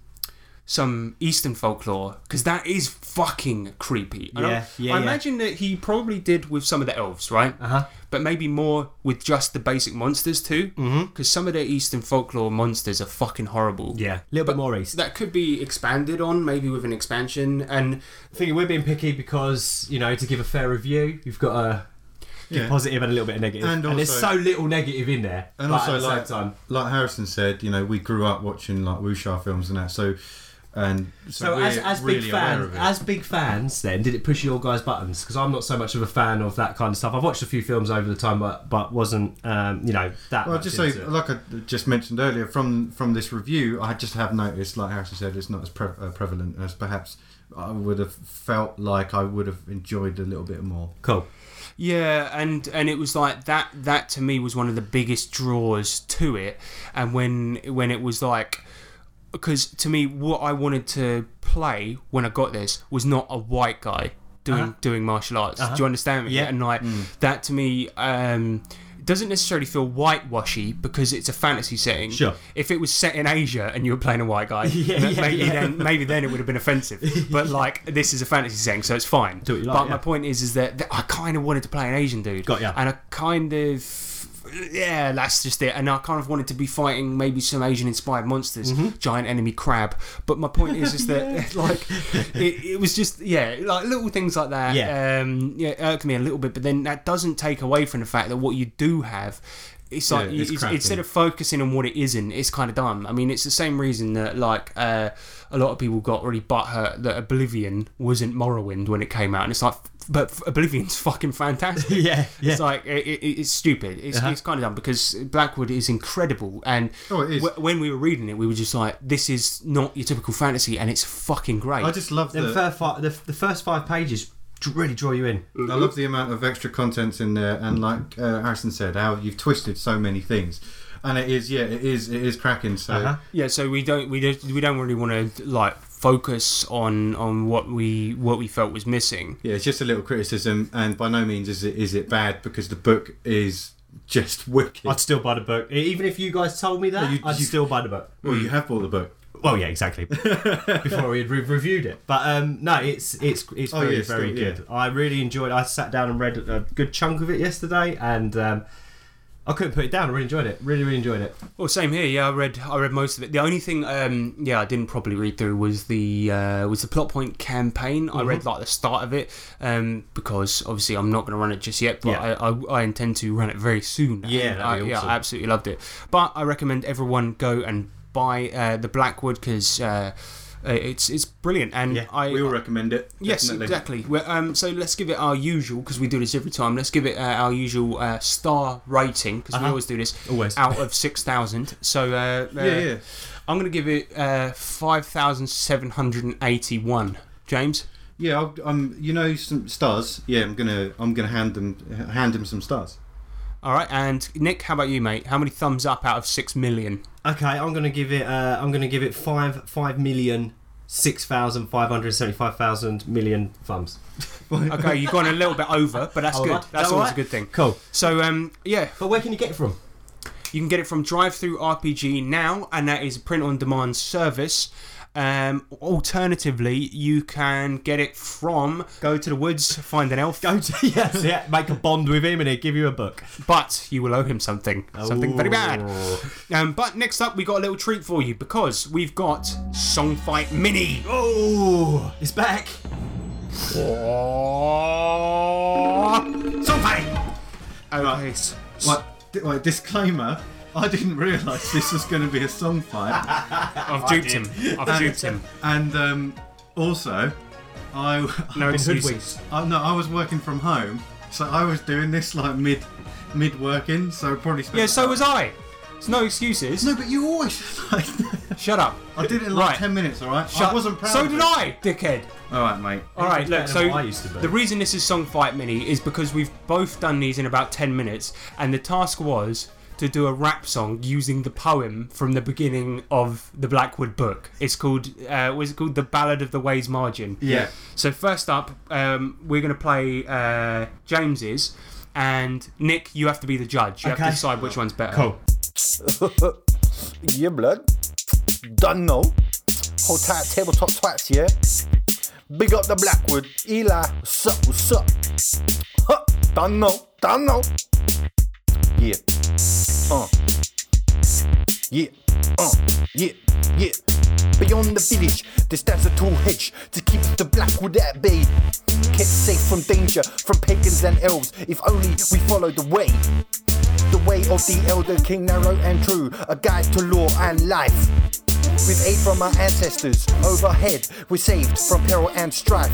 C: some Eastern folklore because that is fucking creepy. And I-
H: Yeah, yeah,
C: I
H: yeah.
C: imagine that he probably did with some of the elves, right? Uh huh. But maybe more with just the basic monsters too, because mm-hmm. some of the Eastern folklore monsters are fucking horrible.
H: Yeah, a little bit more east.
C: That could be expanded on, maybe with an expansion, and
H: I think we're being picky because you know to give a fair review, you've got to give
E: Yeah.
H: positive and a little bit of negative,
E: And
H: and, there's
E: also-
H: so little negative in there.
E: And
H: but
E: also,
H: at the
E: like,
H: same time,
E: like Harrison said, you know, we grew up watching like wuxia films and that, so and so,
H: so
E: we're
H: as, as
E: really
H: big
E: aware
H: fans,
E: of it.
H: as big fans, then did it push your guys' buttons? Because I'm not so much of a fan of that kind of stuff. I've watched a few films over the time, but but wasn't um, you know that.
E: well,
H: much
E: just so
H: into it.
E: like I just mentioned earlier, from from this review, I just have noticed, like Harrison said, it's not as pre- uh, prevalent as perhaps I would have felt like I would have enjoyed a little bit more.
H: cool.
C: Yeah, and and it was like that. That to me was one of the biggest draws to it. And when when it was like, because to me, what I wanted to play when I got this was not a white guy doing doing martial arts. Do you understand me?
H: Uh-huh. Yeah. Mm.
C: and like that to me. um doesn't necessarily feel whitewashy because it's a fantasy setting.
H: Sure.
C: If it was set in Asia and you were playing a white guy,
H: Yeah,
C: ma-
H: yeah,
C: maybe
H: yeah.
C: then maybe then it would have been offensive. But like this is a fantasy setting, so it's fine.
H: Do what you like,
C: but
H: yeah.
C: my point is, is that, that I kind of wanted to play an Asian dude.
H: Got ya.
C: And I kind of. Yeah, that's just it. And I kind of wanted to be fighting maybe some Asian-inspired monsters,
H: Mm-hmm.
C: giant enemy crab. But my point is, is that like it, it was just yeah, like little things like that.
H: Yeah.
C: um, yeah, irked me a little bit. But then that doesn't take away from the fact that what you do have, it's like
E: Yeah,
C: you-
E: it's
C: it's-
E: crappy.
C: instead of focusing on what it isn't, it's kind of dumb. I mean, it's the same reason that like uh, a lot of people got really butthurt that Oblivion wasn't Morrowind when it came out, and it's like, f- but f- Oblivion's fucking fantastic.
H: Yeah, yeah. Uh-huh.
C: It's like it, it, it's stupid. It's, it's kind of dumb because Blackwood is incredible, and
E: Oh, it is.
C: wh- when we were reading it, we were just like, this is not your typical fantasy, and it's fucking great.
E: I just love
H: Then
E: the
H: first fi- the, the first five pages d- really draw you in.
E: I love the amount of extra contents in there, and like uh, Harrison said, how you've twisted so many things, and it is yeah, it is it is cracking. So
H: Uh-huh.
C: Yeah, so we don't we don't we don't really want to like focus on on what we what we felt was missing.
E: yeah, it's just a little criticism, and by no means is it is it bad because the book is just wicked.
H: I'd still buy the book, E- even if you guys told me that.
E: you-
H: I'd
E: you-
H: still buy the book.
E: well,
C: Mm.
E: you have bought the book.
H: Well, yeah, exactly. Before we had re- reviewed it, but um, no, it's it's it's
E: Oh,
H: very
E: yeah, it's
H: very
E: still- yeah.
H: good. I really enjoyed. I sat down and read a good chunk of it yesterday, and um, I couldn't put it down. I really enjoyed it. Really, really enjoyed it.
C: Well, same here. Yeah, I read I read most of it. The only thing um yeah I didn't probably read through was the uh, was the plot point campaign. I
H: Mm-hmm.
C: read like the start of it um because obviously I'm not going to run it just yet, but
H: Yeah.
C: I, I I intend to run it very soon.
H: Yeah,
C: And
H: that'd
C: I,
H: be
C: yeah,
H: awesome.
C: I absolutely loved it. But I recommend everyone go and buy uh, the Blackwood because. Uh, uh, it's it's brilliant, and
H: Yeah,
C: I
E: We all recommend it.
C: Yes,
E: definitely.
C: exactly. Well, um, so let's give it our usual because we do this every time. Let's give it uh, our usual uh, star rating because we always do this.
H: Always.
C: out of six thousand. So uh, uh,
E: Yeah, yeah.
C: I'm going to give it uh, five thousand seven hundred and eighty-one. James,
E: Yeah, I'll, um, you know some stars. Yeah, I'm gonna I'm gonna hand them hand him some stars.
C: all right, and Nick, how about you, mate? How many thumbs up out of six million?
H: Okay, I'm gonna give it. Uh, I'm gonna give it five five million six thousand five hundred seventy five thousand million thumbs.
C: Okay, you've gone a little bit over, but that's
H: All
C: good.
H: right.
C: That's
H: All
C: always
H: right.
C: a good thing.
H: Cool.
C: So um, yeah,
H: But where can you get it from?
C: You can get it from Drive Through RPG now, and that is a print on demand service. Um, alternatively, you can get it from Go to the Woods, find an elf,
H: Go to yes, yeah, make a bond with him, and he'll give you a book.
C: but you will owe him something. Something very bad.
H: Ooh.
C: Um, but next up, we got a little treat for you because we've got Song Fight Mini.
H: Oh, it's back.
C: Song Fight! Okay. s-
E: Like, di- like disclaimer, I didn't realise this was going to be a song fight,
C: I've duped him. I've duped him.
E: and um, also, I
C: No
H: hoodwinked.
C: excuses.
E: I, no, I was working from home, so I was doing this like mid mid working, so probably spent
C: Yeah, so was I. It's no excuses.
E: No, but you always like
C: Shut up.
E: I did it in like
C: Right.
E: ten minutes, all right. I
C: Shut-
E: wasn't proud.
C: So
E: of
C: did
E: it.
C: I, dickhead.
E: All right, mate.
C: All right, look.
H: better than
C: So
H: what I used to be.
C: the reason this is Song Fight Mini is because we've both done these in about ten minutes, and the task was to do a rap song using the poem from the beginning of the Blackwood book. It's called uh, was it called the Ballad of the Ways Margin?
E: Yeah.
C: So first up, um, we're gonna play uh, James's, and Nick, you have to be the judge. You have
H: Okay.
C: to decide which one's better.
H: Cool.
F: Your blood? Don't know.
I: Hold tight, tabletop twats, yeah? Big up the Blackwood, Eli, what's up, what's up? Huh, don't know, don't know. Yeah. Uh. Yeah. Uh. Yeah. Yeah. Beyond the village, there stands a tall hedge to keep the Blackwood at bay. Kept safe from danger, from pagans and elves, if only we followed the way. The way of the Elder King, narrow and true, a guide to law and life. With aid from our ancestors, overhead, we're saved from peril and strife.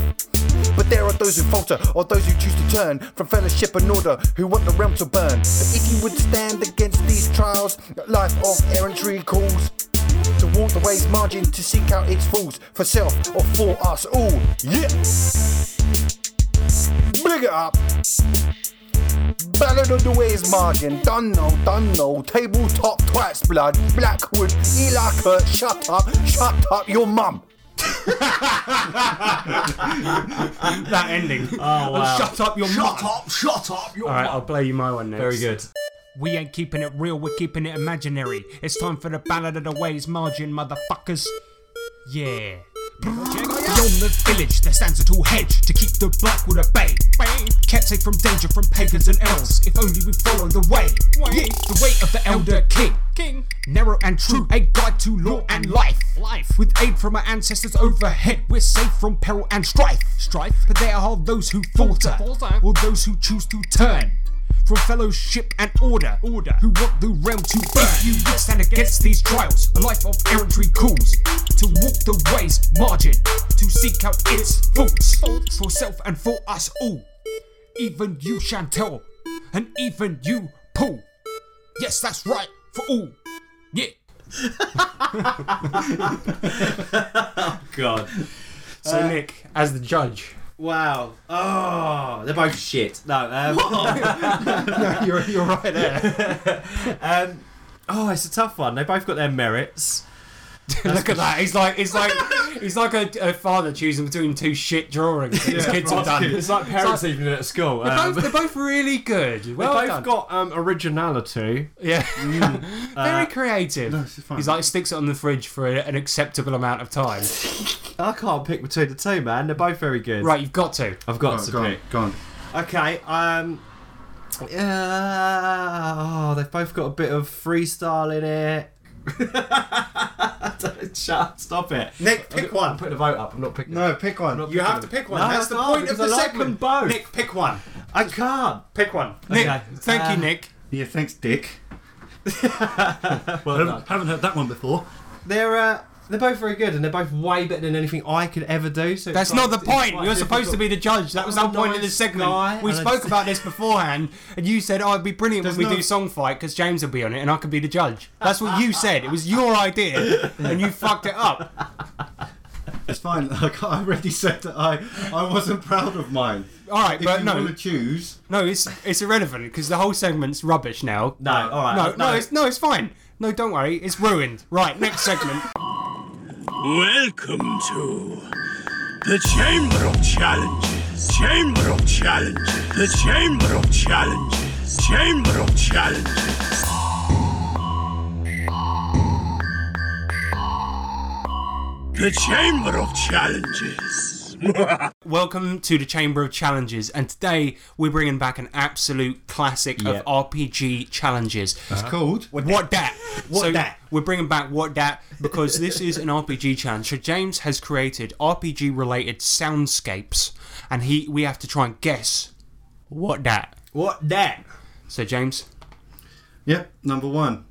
I: But there are those who falter, or those who choose to turn from fellowship and order, who want the realm to burn. But if you would stand against these trials, life of errantry calls to walk the way's margin to seek out its fools for self or for us all. Yeah! Big it up! Ballad of the Ways Margin, done no, done no, tabletop twats blood, Blackwood, Eli Kurt, shut up, shut up, your mum.
C: that ending.
H: Oh, wow.
C: Shut up, your
M: Shut
C: mum.
M: up, shut up. You're
C: All right, I'll play you my one next.
H: Very good.
C: We ain't keeping it real, we're keeping it imaginary. It's time for the Ballad of the Ways Margin, motherfuckers. Yeah. Beyond the village, there stands a tall hedge to keep the Blackwood at bay. Kept safe from danger from pagans and elves, if only we follow the way. Yeah, the way of the Elder King. King. Narrow and true, a guide to law and life. Life. With aid from our ancestors overhead, we're safe from peril and strife. Strife. But there are those who falter, or those who choose to turn from fellowship and order, order who want the realm to burn. If you would stand against these trials, a life of errantry calls to walk the ways margin, to seek out its faults for self and for us all. Even you, Chantel, and even you, Paul. Yes, that's right, for all. Yeah.
H: God.
C: So Nick, as the judge,
H: Wow. Oh, they're both shit. No. Um,
E: you're, you're right there.
H: um, oh, it's a tough one. They both got their merits.
C: look at that. He's like, he's like, he's like a, a father choosing between two shit drawings that his kids have done.
H: It's like parents evening at school.
C: They're
H: Um,
C: both, they're both really good. Well
H: they've
C: done.
H: got Mm. um, originality.
C: Yeah.
H: Uh,
C: Very creative.
E: it's fine.
C: He's like sticks it on the fridge for a, an acceptable amount of time.
H: I can't pick between the two, man. They're both very good.
C: right, you've got to.
H: I've got
E: Oh,
H: to
E: go on,
H: pick.
E: go on.
H: Okay. Um. Uh, oh, they've both got a bit of freestyle in it. Don't- Shut! Stop it.
E: Nick, pick
H: I'm
E: one.
H: putting a vote up. I'm not picking.
E: No, pick one.
H: not
E: You have
H: picking
E: to
H: them.
E: pick one.
H: No,
E: That's
H: I
E: the
H: can't,
E: point of
H: because
E: the
H: I like them
E: segment.
H: both.
C: Nick, pick one.
H: I can't.
C: Pick one.
H: Okay.
C: Nick, thank
H: Uh,
C: you, Nick.
E: Yeah, thanks, Dick.
H: Well done.
E: haven't heard that one before.
H: They're uh, they're both very good, and they're both way better than anything I could ever do. So
C: That's not the point. You're supposed to be the judge. That was the
H: I'm
C: whole
H: a
C: point of this
H: nice
C: segment.
H: guy,
C: we
H: and I
C: spoke
H: just-
C: about this beforehand, and you said, oh, it'd be brilliant when we
E: no-
C: do Song Fight because James will be on it and I could be the judge. That's what you said. It was your idea, and you fucked it up.
E: It's fine. Like, I already said that I, I wasn't proud of mine.
C: All right,
E: If
C: but
E: you
C: no.
E: want to choose,
C: No, it's it's irrelevant because the whole segment's rubbish now.
H: No, all right.
C: No, no, it's no, it's fine. No, don't worry, it's ruined. Right, next segment.
N: Welcome to the Chamber of Challenges. Chamber of Challenges. The Chamber of Challenges. Chamber of Challenges. The Chamber of Challenges.
C: Welcome to the Chamber of Challenges, and today we're bringing back an absolute classic
H: Yeah.
C: of RPG challenges. Uh-huh.
E: it's called.
C: What, that? What
H: dat?
C: We're bringing back what that because this is an RPG challenge. So James has created RPG related soundscapes, and he we have to try and guess what that.
H: What that?
C: So James,
E: Yep, number one.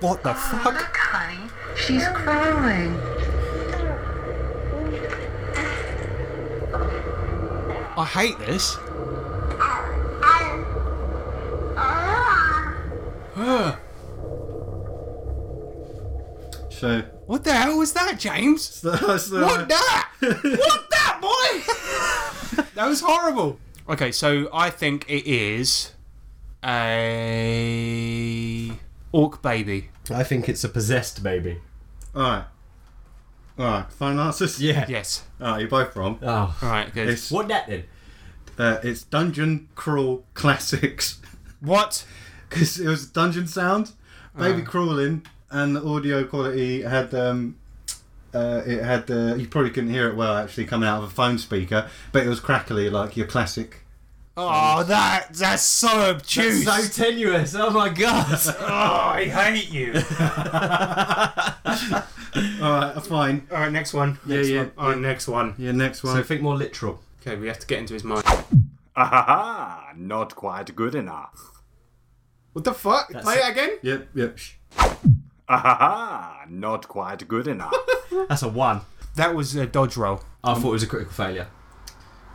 C: what the fuck?
J: Honey, she's crying.
C: I hate this.
E: So
C: What the hell was that, James?
E: that's the
C: What that? what that, boy? that was horrible. Okay, so I think it is a orc baby.
H: I think it's a possessed baby.
E: All right, all right. Final answers.
H: Yeah.
C: Yes.
E: All right, you're both wrong.
H: Oh.
C: All right. Good.
E: It's
H: What that then?
E: uh, it's dungeon crawl classics.
C: What
E: because it was dungeon sound, baby
H: Ah.
E: crawling, and the audio quality had um, uh, it had uh, you probably couldn't hear it well actually coming out of a phone speaker, but it was crackly like your classic.
C: Oh, that that's so obtuse.
H: That's so tenuous. Oh my god. oh,
C: I hate you.
E: All right, fine.
C: All right, next one.
E: Yeah,
C: next
E: yeah,
C: One. All right,
E: yeah.
C: next one.
E: Yeah, next one.
H: So think more literal.
C: Okay, we have to get into his mind.
O: Ahaha, not quite good enough.
C: What the fuck?
H: That's
C: Play
H: it.
C: it again.
E: Yep, yep. Shh.
O: Ahaha, not quite good enough.
H: That's a one.
C: That was a dodge roll.
H: I thought it was a critical failure.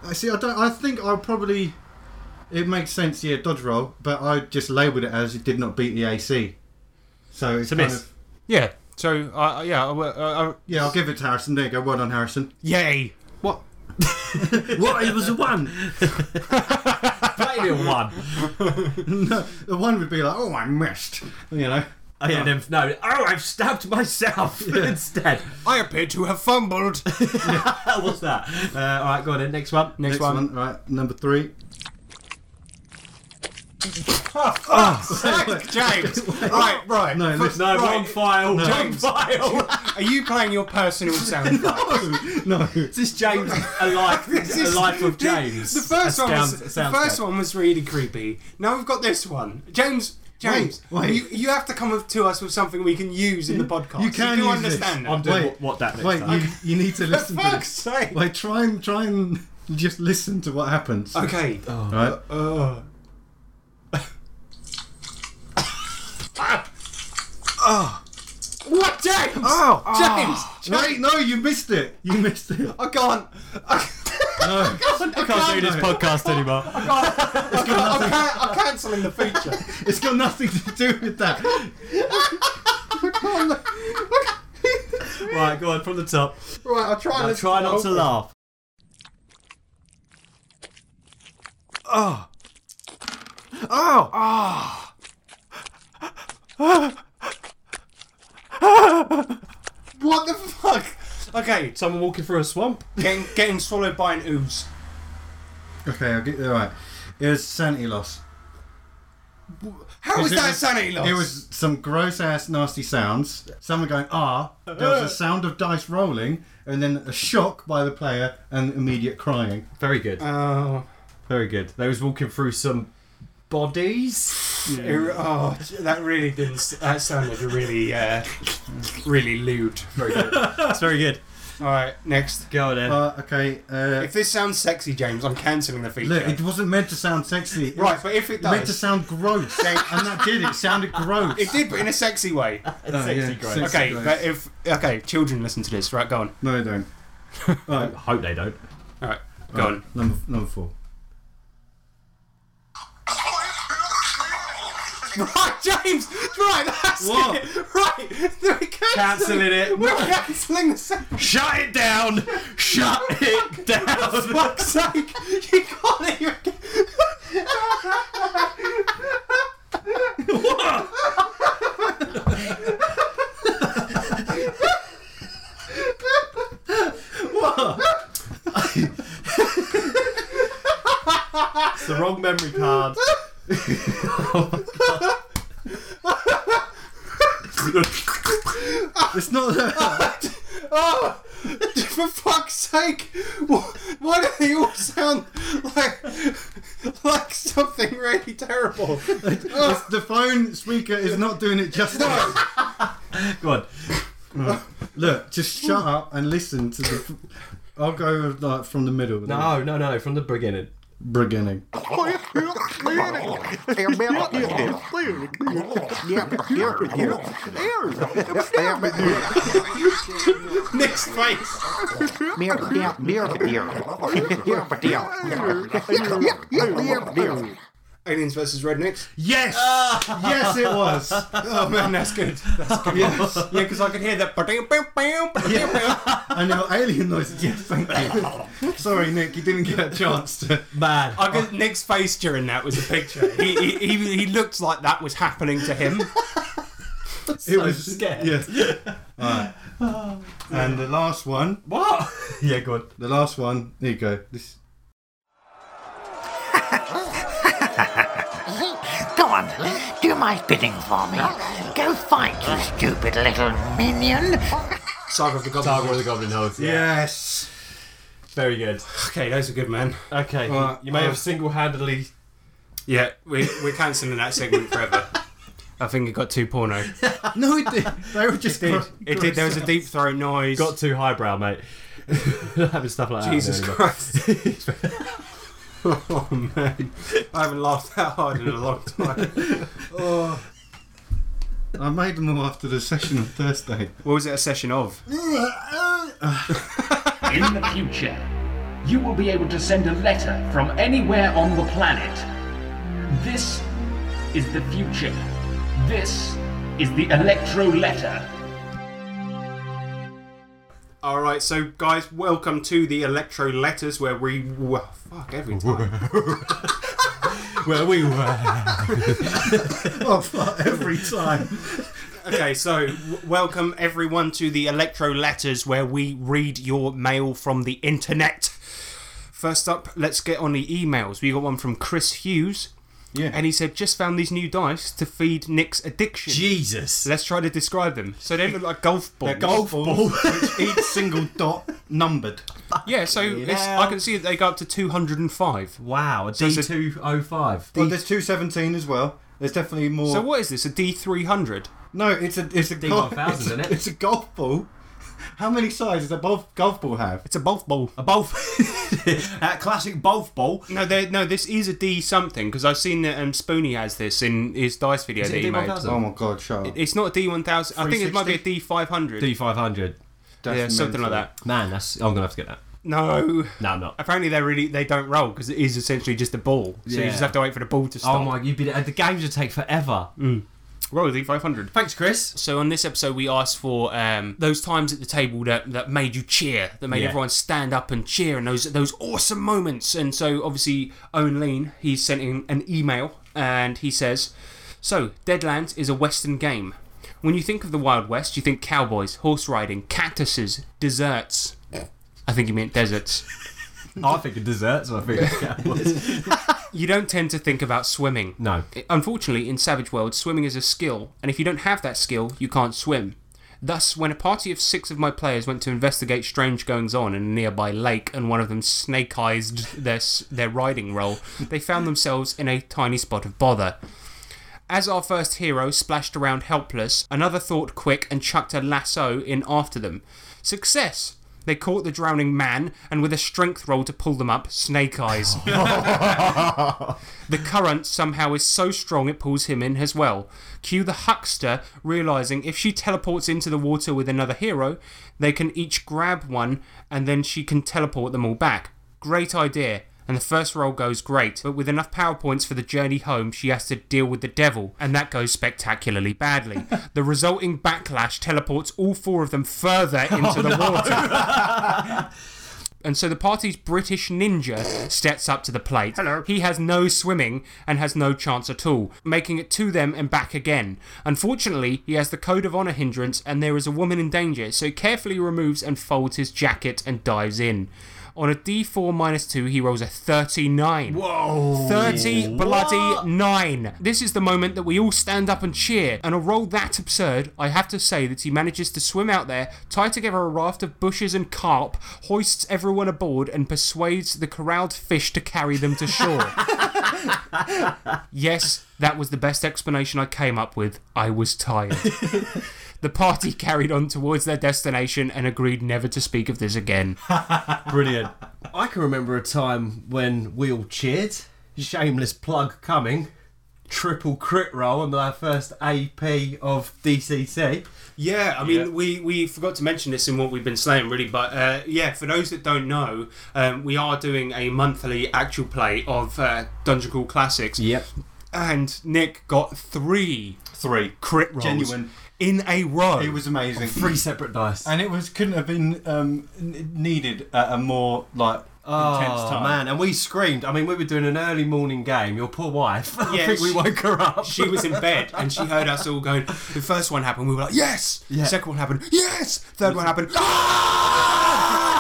E: I see. I don't. I think I'll probably. It makes sense, yeah, dodge roll, but I just labelled it as it did not beat the AC. So it's
H: a
E: kind
H: miss.
E: of-
C: Yeah. So, uh, yeah, uh, uh,
E: yeah, I'll give it to Harrison. There you go. Well done, Harrison.
C: yay. What?
H: what? It was a one. Played it one.
E: no, the one would be like, oh, I missed. You know.
H: Oh, yeah, then, no. Oh, I've stabbed myself instead.
C: I appear to have fumbled.
H: What's that? Uh, all right, go on then. Next one.
C: Next,
E: Next
C: one.
E: one. Right, number three.
C: Thanks, James. right, right.
E: No,
C: Fuck,
E: listen-
H: No,
C: right. Oh,
H: wrong file.
E: No.
H: Wrong file.
C: Are you playing your personal sound?
E: No.
H: Is this James a life,
C: This
H: a
C: is-
H: life of James?
C: The first
H: A
C: one, was,
H: sound-
C: the
H: soundscape.
C: first one was really creepy. Now we've got this one, James. James,
E: Wait, wait.
C: You, you have to come up to us with something we can use in the podcast.
E: You can
C: do
E: use
C: understand that.
E: this.
H: I'm doing
E: Wait,
H: what, what that next
E: Wait,
H: time.
E: you, you need to
C: For
E: listen to
C: fuck's
E: this.
C: sake!
E: Wait, try and try and just listen to what happens.
C: Okay.
E: Right.
C: Uh, what, James?
E: Oh,
C: James!
E: Wait, no, you missed it. You missed it.
C: I can't. I
E: No.
C: can't, I
H: I can't do this podcast anymore.
C: I can't, I can't, I'm cancelling the feature.
E: It's got nothing to do with that.
H: right, go on from the top.
C: Right, I'll try and
H: Now
C: listen
H: try
C: to
H: not to
C: the whole-
H: laugh.
C: What the fuck? Okay,
H: Someone walking through a swamp.
C: getting, getting swallowed by an ooze.
E: Okay, I'll get all right. It was sanity loss.
C: How Oh, is
E: Is it
C: that
E: was-
C: sanity loss?
E: It was some gross ass nasty sounds. Someone going ah. There was a sound of dice rolling, and then a shock by the player and immediate crying.
H: Very good.
C: Oh,
H: Very good. They was walking through some bodies.
C: it- oh, that really didn't. s- That sounded really, uh, really lewd. Very good. All
H: That's very good.
C: right, next.
H: Go on then.
E: Uh, okay. Uh,
C: If this sounds sexy, James, I'm cancelling the feature.
E: look, it wasn't meant to sound sexy. It
C: right, but if it
E: was meant to
C: does,
E: sound gross, and that did. It sounded gross.
C: it did, but in a sexy way.
E: Oh, yeah, sexy
C: Okay,
E: gross.
C: but if okay, children listen to this. Right, go on.
E: No, they don't.
H: I hope they don't.
C: All right, go on.
E: Number number four.
C: Right, James. Right, that's
E: What?
C: it. Right, we're cancelling,
H: Cancelling it.
C: We're cancelling the second.
H: Shut it down. Shut it down.
C: fuck's sake! You can't even.
H: It's the wrong memory card.
E: It's not.
C: Oh, for fuck's sake! Wh- Why do they all sound like like something really terrible?
E: it's- the phone speaker is not doing it justice.
H: Go on.
E: Look, just shut up and listen to the. I'll go like from the middle.
H: No, no, no. From the beginning.
E: beginning.
C: Next face. Aliens versus rednecks.
E: Yes,
H: Ah,
E: yes, it was.
C: Oh man, that's good. That's good.
E: Yes.
C: Yeah, because I can hear that.
E: I know alien noises. Yes, thank you. Sorry, Nick, you didn't get a chance to.
H: Man.
C: I could, Nick's face during that was a picture. He, he, he, he looked like that was happening to him.
E: it was
H: scared.
E: Yes. Alright. And the last one.
H: What? yeah, go on.
E: The last one. There you go. This.
I: Go on, Do my bidding for me. Go fight, you stupid little minion.
P: Saga of the Goblin Saga of the Goblin Hordes. Yeah.
E: Yes.
H: Very good.
C: Okay, those are good, man.
H: Okay,
C: Well,
H: you may
C: uh,
H: have single-handedly.
C: Yeah, we, we're cancelling that segment forever. I think it got too porno.
E: No, it did. They were just.
C: did. It did. There was a deep throat noise.
H: Got too highbrow, mate. Having stuff like
C: Jesus
H: that.
C: Christ. oh, man. I haven't laughed that hard in a long time.
E: Oh. I made them all after the session on Thursday.
C: What was it a session of?
J: In the future, you will be able to send a letter from anywhere on the planet. This is the future. This is the electro letter.
C: All right, so guys, welcome to the Electro Letters, where we well, fuck every time.
H: Where we were.
E: oh, fuck, every time.
C: okay, so w- welcome everyone to the Electro Letters, where we read your mail from the internet. First up, let's get on the emails. We got one from Chris Hughes.
E: Yeah.
C: And he said, just found these new dice to feed Nick's addiction.
H: Jesus.
C: Let's try to describe them. So they look like golf balls.
E: They're which each single dot numbered.
C: Yeah, so it's, I can see that they go up to 205.
H: Wow, a
C: So it's a-
H: D205.
E: Well, there's 217 as well. There's definitely more.
C: So what is this? A D three hundred?
E: no, it's a it's a golf-
H: 1000,
E: it's a-
H: isn't it?
E: It's a golf ball. How many sides does a golf golf ball have?
C: It's a both ball.
H: A both. that classic both ball.
C: No, they, no, this is a D something because I've seen that um, Spoony has this in his dice video
H: Is
C: that
H: it
C: he made.
H: D1000?
E: Oh my god, shut up.
C: It's not a D one thousand. I think it might be a D five hundred.
H: D500.
E: That's
C: Yeah, something like
E: mental.
C: that.
H: Man, that's. oh, I'm gonna have to get that.
C: No,
H: No, I'm not.
C: apparently they really they don't roll because it is essentially just a ball. So you
H: Yeah.
C: just have to wait for the ball to stop.
H: Oh my, you've been. The games would take forever.
C: Roll a D five hundred.
H: Thanks, Chris.
C: So on this episode, we asked for um, those times at the table that, that made you cheer, that made
H: Yeah.
C: everyone stand up and cheer, and those those awesome moments. And so obviously, Owen Lean he sent in an email, and he says, "So Deadlands is a Western game. When you think of the Wild West, you think cowboys, horse riding, cactuses, desserts. I think he meant deserts.
H: I think of desserts. I think of cowboys.
C: You don't tend to think about swimming.
H: No.
C: Unfortunately, in Savage World, swimming is a skill, and if you don't have that skill, you can't swim. Thus, when a party of six of my players went to investigate strange goings on in a nearby lake, and one of them snake eyed their, s- their riding roll, they found themselves in a tiny spot of bother. As our first hero splashed around helpless, another thought quick and chucked a lasso in after them. Success! They caught the drowning man, and with a strength roll to pull them up, Snake Eyes. The current somehow is so strong it pulls him in as well. Cue the huckster realizing if she teleports into the water with another hero, they can each grab one and then she can teleport them all back. Great idea. And the first roll goes great, but with enough power points for the journey home, she has to deal with the devil, and that goes spectacularly badly. the resulting backlash teleports all four of them further into the water. And so the party's British ninja steps up to the plate. Hello. He has no swimming and has no chance at all, making it to them and back again. Unfortunately, he has the code of honor hindrance and there is a woman in danger, so he carefully removes and folds his jacket and dives in. On a D4 minus 2, he rolls a 39. Whoa! 30 bloody 9. This is the moment that we all stand up and cheer. And a roll that absurd, I have to say that he manages to swim out there, tie together a raft of bushes and carp, hoists everyone aboard, and persuades the corralled fish to carry them to shore. yes, that was the best explanation I came up with. I was tired. The party carried on towards their destination and agreed never to speak of this again.
H: Brilliant. I can remember a time when we all cheered. Shameless plug coming. Triple crit roll on our first AP of DCC.
C: Yeah, I mean, we we forgot to mention this in what we've been saying, really, but uh, yeah, for those that don't know, um, we are doing a monthly actual play of uh, Dungeon Crawl Classics.
H: Yep.
C: And Nick got three
E: Three.
C: crit rolls
E: Genuine.
C: in a row.
E: It was amazing.
H: Three separate dice.
E: And it was couldn't have been um, n- needed at a more like intense
H: Oh
E: time.
H: man, and we screamed. I mean, we were doing an early morning game. Your poor wife. I
C: Yeah,
H: think we
C: she-
H: woke her up.
C: she was in bed and she heard us all going. The first one happened, we were like, yes.
H: Yeah.
C: Second one happened, yes. Third one happened, ah!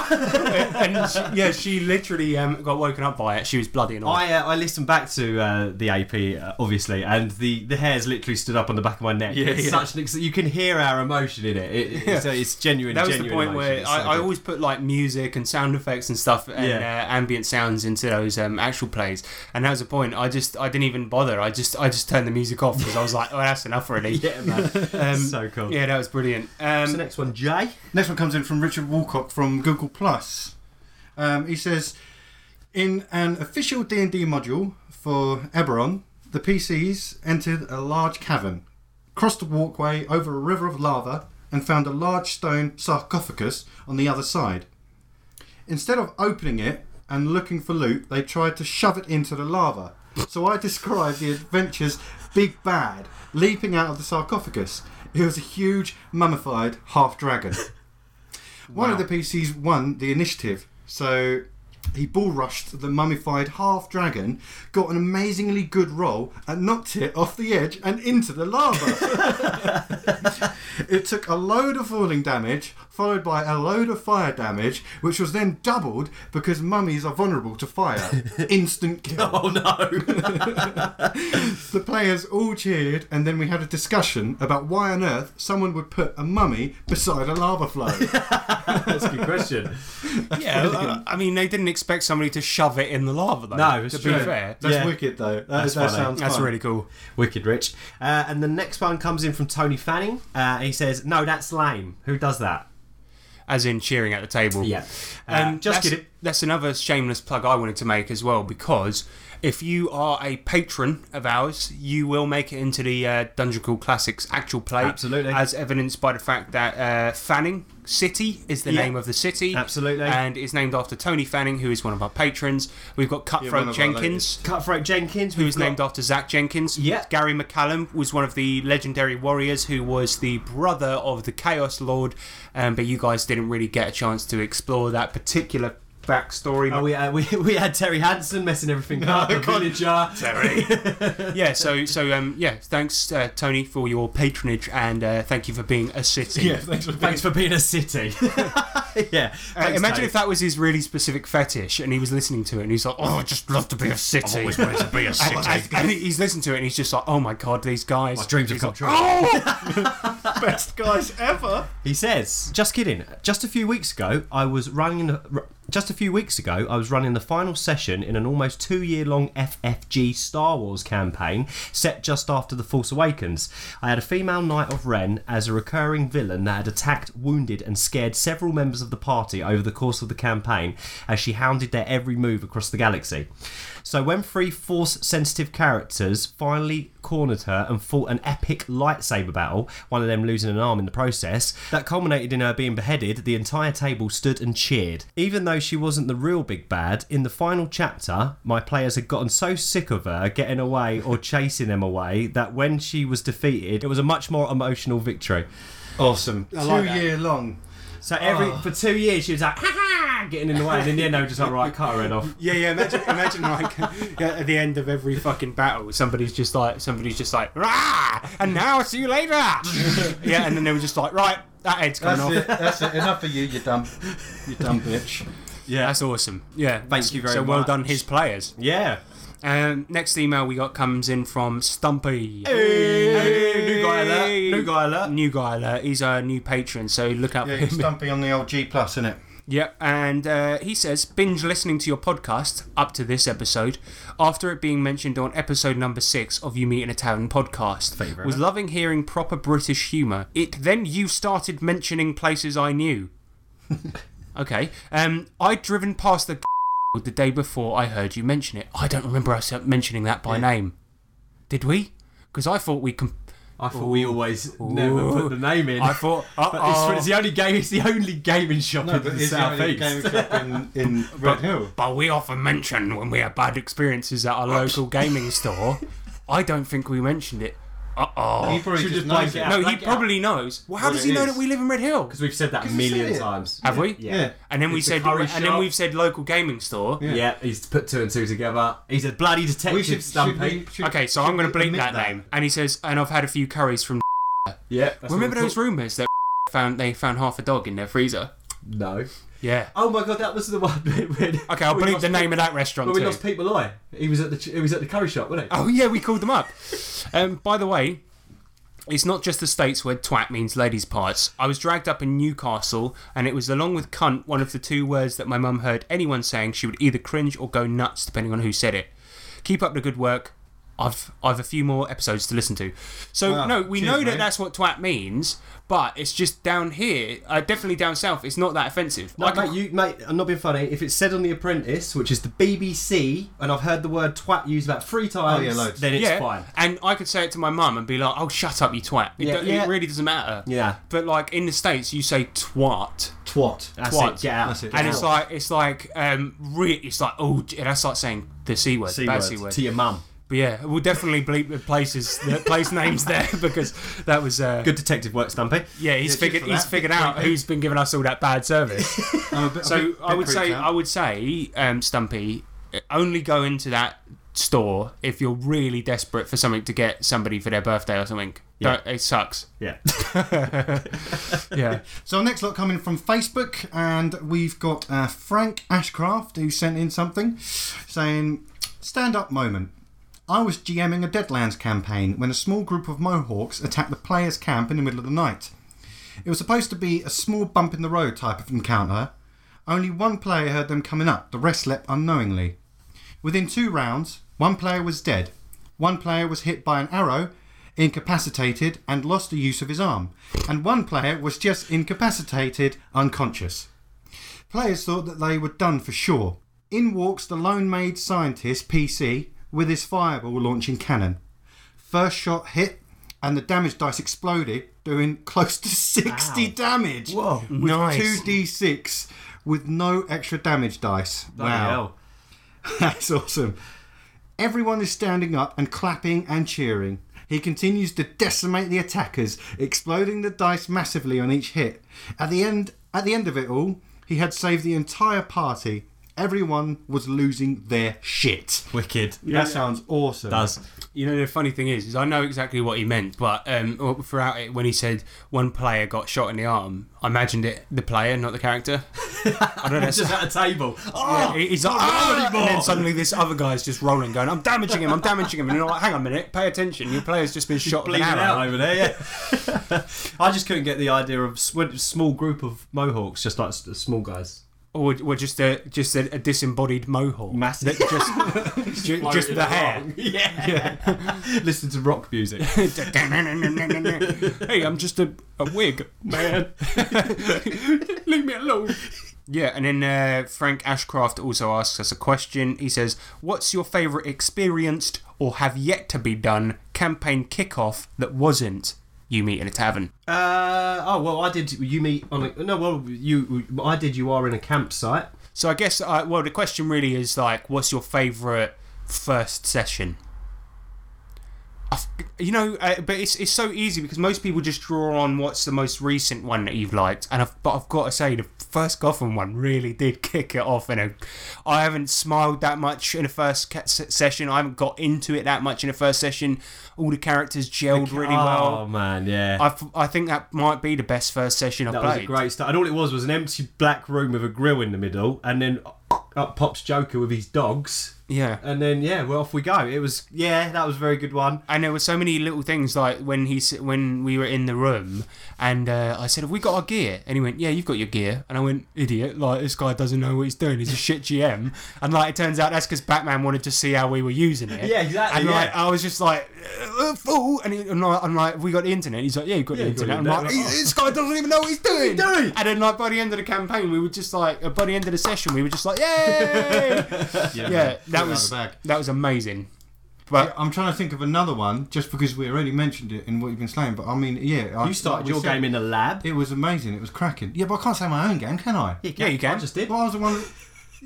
C: and she, yeah, she literally um, got woken up by it. She was bloody and all.
F: I, uh, I listened back to uh, the AP, uh, obviously, and the, the hairs literally stood up on the back of my neck.
C: Yeah,
F: it's
C: yeah.
F: Such an ex- you can hear our emotion in it. it it's, it's genuine.
C: That was
F: genuine
C: the point
F: emotion.
C: where
F: It's so
C: I, I
F: good.
C: always put like music and sound effects and stuff and
F: Yeah.
C: uh, ambient sounds into those um, actual plays. And that was the point. I just I didn't even bother. I just I just turned the music off because I was like, oh, that's enough already. Um,
F: yeah, man. so cool.
C: Yeah, that was brilliant. Um,
F: What's the next one, Jay?
E: Next one comes in from Richard Walcock from Google Plus. Um, he says, in an official D and D module for Eberron, the PCs entered a large cavern, crossed a walkway over a river of lava, and found a large stone sarcophagus on the other side. Instead of opening it and looking for loot, they tried to shove it into the lava. So I described the adventures Big Bad leaping out of the sarcophagus. It was a huge, mummified half dragon. One of the PCs won the initiative, so he bull rushed the mummified half dragon, got an amazingly good roll, and knocked it off the edge and into the lava. it took a load of falling damage, followed by a load of fire damage, which was then doubled because mummies are vulnerable to fire. Instant kill.
F: Oh no!
E: The players all cheered, and then we had a discussion about why on earth someone would put a mummy beside a lava flow.
F: That's a good question.
C: yeah, uh, I- I mean, they didn't expect somebody to shove it in the lava, though.
F: No, it's
C: to
F: true.
C: be fair.
E: That's
F: Yeah.
E: wicked though. That,
F: That's
E: that
F: funny.
E: sounds
C: That's
E: fun.
C: really cool.
F: Wicked Rich. Uh, and the next one comes in from Tony Fanning. Uh, he says, No, that's lame. Who does that?
C: As in cheering at the table.
F: Yeah.
C: Um,
F: Uh, just
C: that's,
F: kidding.
C: That's another shameless plug I wanted to make as well because if you are a patron of ours, you will make it into the uh, Dungeon Crawl Classics actual play.
F: Absolutely.
C: As evidenced by the fact that uh, Fanning City is the
F: Yeah.
C: name of the city.
F: Absolutely.
C: And it's named after Tony Fanning, who is one of our patrons. We've got
E: one
C: Cutthroat
E: of our
C: Jenkins.
F: Cutthroat Jenkins,
C: who was named after Zach Jenkins.
F: Yeah.
C: Gary McCallum was one of the legendary warriors who was the brother of the Chaos Lord, um, but you guys didn't really get a chance to explore that particular backstory.
F: Oh, we, uh, we, we had Terry Hansen messing everything up. The villager.
C: Terry. yeah, so so um, yeah, thanks uh, Tony for your patronage and uh, thank you for being a city.
E: Yeah, thanks for being
F: Thanks for being a city. yeah.
C: Uh, imagine if that was his really specific fetish and he was listening to it and he's like, oh, I just love to be a city. I've always wanted to be a city. and, and he's listened to it and he's just like, oh my god, these guys. My
F: dreams have come true.
E: best guys ever.
F: He says, "Just kidding. Just a few weeks ago, I was running. The, r- just a few weeks ago, I was running the final session in an almost two-year-long FFG Star Wars campaign set just after The Force Awakens. I had a female Knight of Ren as a recurring villain that had attacked, wounded, and scared several members of the party over the course of the campaign as she hounded their every move across the galaxy. So when three Force-sensitive characters finally cornered her and fought an epic lightsaber battle, one of them losing an arm in the process, that culminated in her being beheaded, the entire table stood and cheered. Even though she wasn't the real big bad, in the final chapter, my players had gotten so sick of her getting away or chasing them away that when she was defeated, it was a much more emotional victory.
E: Awesome. Two
F: like that.
E: year long.
F: So every for two years she was like, ha ha, getting in the way, and in the end they were just like, right, cut her head off.
C: Yeah, yeah. Imagine, imagine like yeah, at the end of every fucking battle, somebody's just like, somebody's just like, rah, and now I'll see you later. yeah, and then they were just like, right, that head's coming
E: That's
C: off.
E: it. That's it. Enough of you, you dumb, you dumb bitch.
C: Yeah, that's awesome. Yeah,
F: Thank you very
C: so well
F: much.
C: done, his players.
F: Yeah.
C: Um, next email we got comes in from Stumpy.
F: New guy alert. New guy alert.
C: New guy alert. He's our new patron, so look up
E: Yeah,
C: him.
E: you're stumping on the old G plus, innit?
C: Yep, and uh, he says binge listening to your podcast up to this episode after it being mentioned on episode number six of You Meet in a Town podcast.
F: Favourite.
C: Was loving hearing proper British humour. It then you started mentioning places I knew. okay, um, I'd driven past the the day before I heard you mention it. I don't remember us mentioning that by name. Did we? Because I thought we. Com-
F: I thought we always never put the name in.
C: I thought.
F: But
C: uh-oh.
F: it's, it's the only game. It's the only gaming shop in the south east.
E: in, in Red Hill.
C: But we often mention when we have bad experiences at our local gaming store. I don't think we mentioned it. Uh
E: He
C: oh.
E: probably
F: Should just
E: just knows
F: blank it
E: it.
F: out.
C: No, he
F: Blank it
C: probably knows. Well, how
E: What
C: does
E: it
C: he know
E: is.
C: that we live in Red Hill?
F: Because we've said that a
E: we
F: million
E: said it.
F: times.
C: Have we?
E: Yeah.
C: And then we
F: It's a
C: said,
F: curry
C: and then
F: shop.
C: we've said local gaming store.
F: Yeah. he's put two and two together. He's a bloody detective,
E: We should, should,
F: Stumpy.
E: we, should
C: Okay, so
E: should
C: I'm going
E: we
C: to bleep
E: omit
C: that, name. And he says, and I've had a few curries from.
F: yeah. that's
C: Remember
F: what we
C: those rumours that found they found half a dog in their freezer?
F: call- No.
C: Yeah.
F: Oh my god, that was the one. Bit when
C: Okay, I'll
F: we
C: bleep
F: lost
C: the name
F: Pete-
C: of that restaurant
F: When we
C: too.
F: lost Pete Malloy, he was at the ch- he was at the curry shop, wasn't he?
C: Oh yeah, we called them up. Um, by the way, it's not just the states where twat means ladies' parts. I was dragged up in Newcastle, and it was along with cunt one of the two words that my mum heard anyone saying. She would either cringe or go nuts, depending on who said it. Keep up the good work. I've I've a few more episodes to listen to. So
Q: Wow,
C: no, we
Q: cheers,
C: know that
Q: mate.
C: that's what twat means, but it's just down here, uh, definitely down south. It's not that offensive.
H: No, mate, you, mate, I'm not being funny. If it's said on The Apprentice, which is the BBC, and I've heard the word twat used about three
F: Oh,
H: times, then it's
C: Yeah,
H: fine.
C: And I could say it to my mum and be like, "Oh, shut up, you twat." It,
H: Yeah,
C: don't-
H: yeah.
C: it really doesn't matter.
H: Yeah.
C: But like in the states, you say twat.
H: Twat. That's
C: twat.
H: it. Get out. That's it.
C: And
H: Get
C: it's
H: out.
C: like it's like um, re- it's like oh, j- that's like saying the c word,
H: C
C: bad
H: word
C: c word
H: to your mum.
C: But yeah, we'll definitely bleep the places, the place names there because that was uh,
H: Good detective work, Stumpy.
C: Yeah, he's
H: Yeah, cheers
C: figured
H: for
C: he's
H: that.
C: figured
H: Bit
C: out
H: creepy.
C: who's been giving us all that bad service. so
H: bit-
C: I
H: bit
C: would say
H: creeped out.
C: I would say um, Stumpy, only go into that store if you're really desperate for something to get somebody for their birthday or something.
E: Yeah.
C: Don't- It sucks.
H: Yeah.
C: yeah.
E: So our next lot coming from Facebook, and we've got uh, Frank Ashcraft who sent in something saying, "Stand up moment. I was GMing a Deadlands campaign when a small group of Mohawks attacked the players' camp in the middle of the night. It was supposed to be a small bump in the road type of encounter. Only one player heard them coming up; the rest slept unknowingly. Within two rounds, one player was dead, one player was hit by an arrow, incapacitated, and lost the use of his arm, and one player was just incapacitated, unconscious. Players thought that they were done for sure. In walks the lone made scientist, PC, with his fireball launching cannon. First shot hit, and the damage dice exploded, doing close to 60 damage.
H: Whoa.
E: with
H: Nice.
E: 2d6 with no extra damage dice.
H: Bloody
E: wow.
H: hell.
E: That's awesome. Everyone is standing up and clapping and cheering. He continues to decimate the attackers, exploding the dice massively on each hit. At the end, at the end of it all, he had saved the entire party. Everyone was losing their shit.
H: Wicked.
E: that sounds awesome.
C: You know the funny thing is, is I know exactly what he meant, but um, throughout it, when he said one player got shot in the arm, I imagined it the player, not the character. I don't know.
F: Just at a table.
C: Yeah,
F: Oh,
C: he- he's like,
F: not
C: "Ah!"
F: roll anymore.
C: and then suddenly this other guy's just rolling, going, "I'm damaging him, I'm damaging him," and you're like, "Hang on a minute, pay attention, your player's just been shot with an
H: bleeding
C: arrow."
H: out over there. Yeah, I just couldn't get the idea of s- what- small group of Mohawks, just like s- small guys.
C: Or, or just a just a, a disembodied mohawk,
H: Massive.
C: That just ju- just the hair.
H: Yeah. Listen to rock music.
C: hey, I'm just a, a wig man. Leave me alone. Yeah, and then uh, Frank Ashcraft also asks us a question. He says, "What's your favourite experienced or have yet to be done campaign kickoff that wasn't you meet in a tavern?"
H: Uh, oh well, I did. You meet on a no. Well, you I did. You are in a campsite.
C: So I guess, I, well, the question really is like, what's your favourite first session? I f- You know, uh, but it's it's so easy because most people just draw on what's the most recent one that you've liked, and I've but I've got to say the first Gotham one really did kick it off. And I- I haven't smiled that much in the first ca- se- session. I haven't got into it that much in the first session. All the characters gelled really
H: Oh
C: well.
H: man, yeah.
C: I, f- I think that might be the best first session I've
H: that was a
C: played.
H: great start. And all it was was an empty black room with a grill in the middle, and then up pops Joker with his dogs.
C: yeah.
H: And then yeah, well off we go. It was yeah, that was a very good one.
C: and there were so many little things like when he s- when we were in the room and uh, I said have we got our gear and he went yeah you've got your gear and I went idiot like this guy doesn't know what he's doing he's a shit GM and like it turns out that's because Batman wanted to see how we were using it
H: Yeah, exactly,
C: and like
H: yeah.
C: I was just like "Uh, fool and, he, and I, am like have we got the internet he's like yeah you've got
H: Yeah,
C: the
H: you've got
C: internet
H: the
C: I'm like
H: internet.
C: this guy doesn't even know what he's doing.
H: doing?
C: and then like by the end of the campaign we were just like uh, by the end of the session we were just like yay yeah, that
E: of
C: was
E: the bag.
C: that was amazing
E: But I'm trying to think of another one, just because we already mentioned it in what you've been saying. But I mean, yeah, I,
H: You started
E: like we
H: your
E: said,
H: game in a lab.
E: It was amazing. It was cracking. Yeah, but I can't say my own game, can I?
C: yeah you
H: I
C: can
H: just did.
E: Well, I was the one.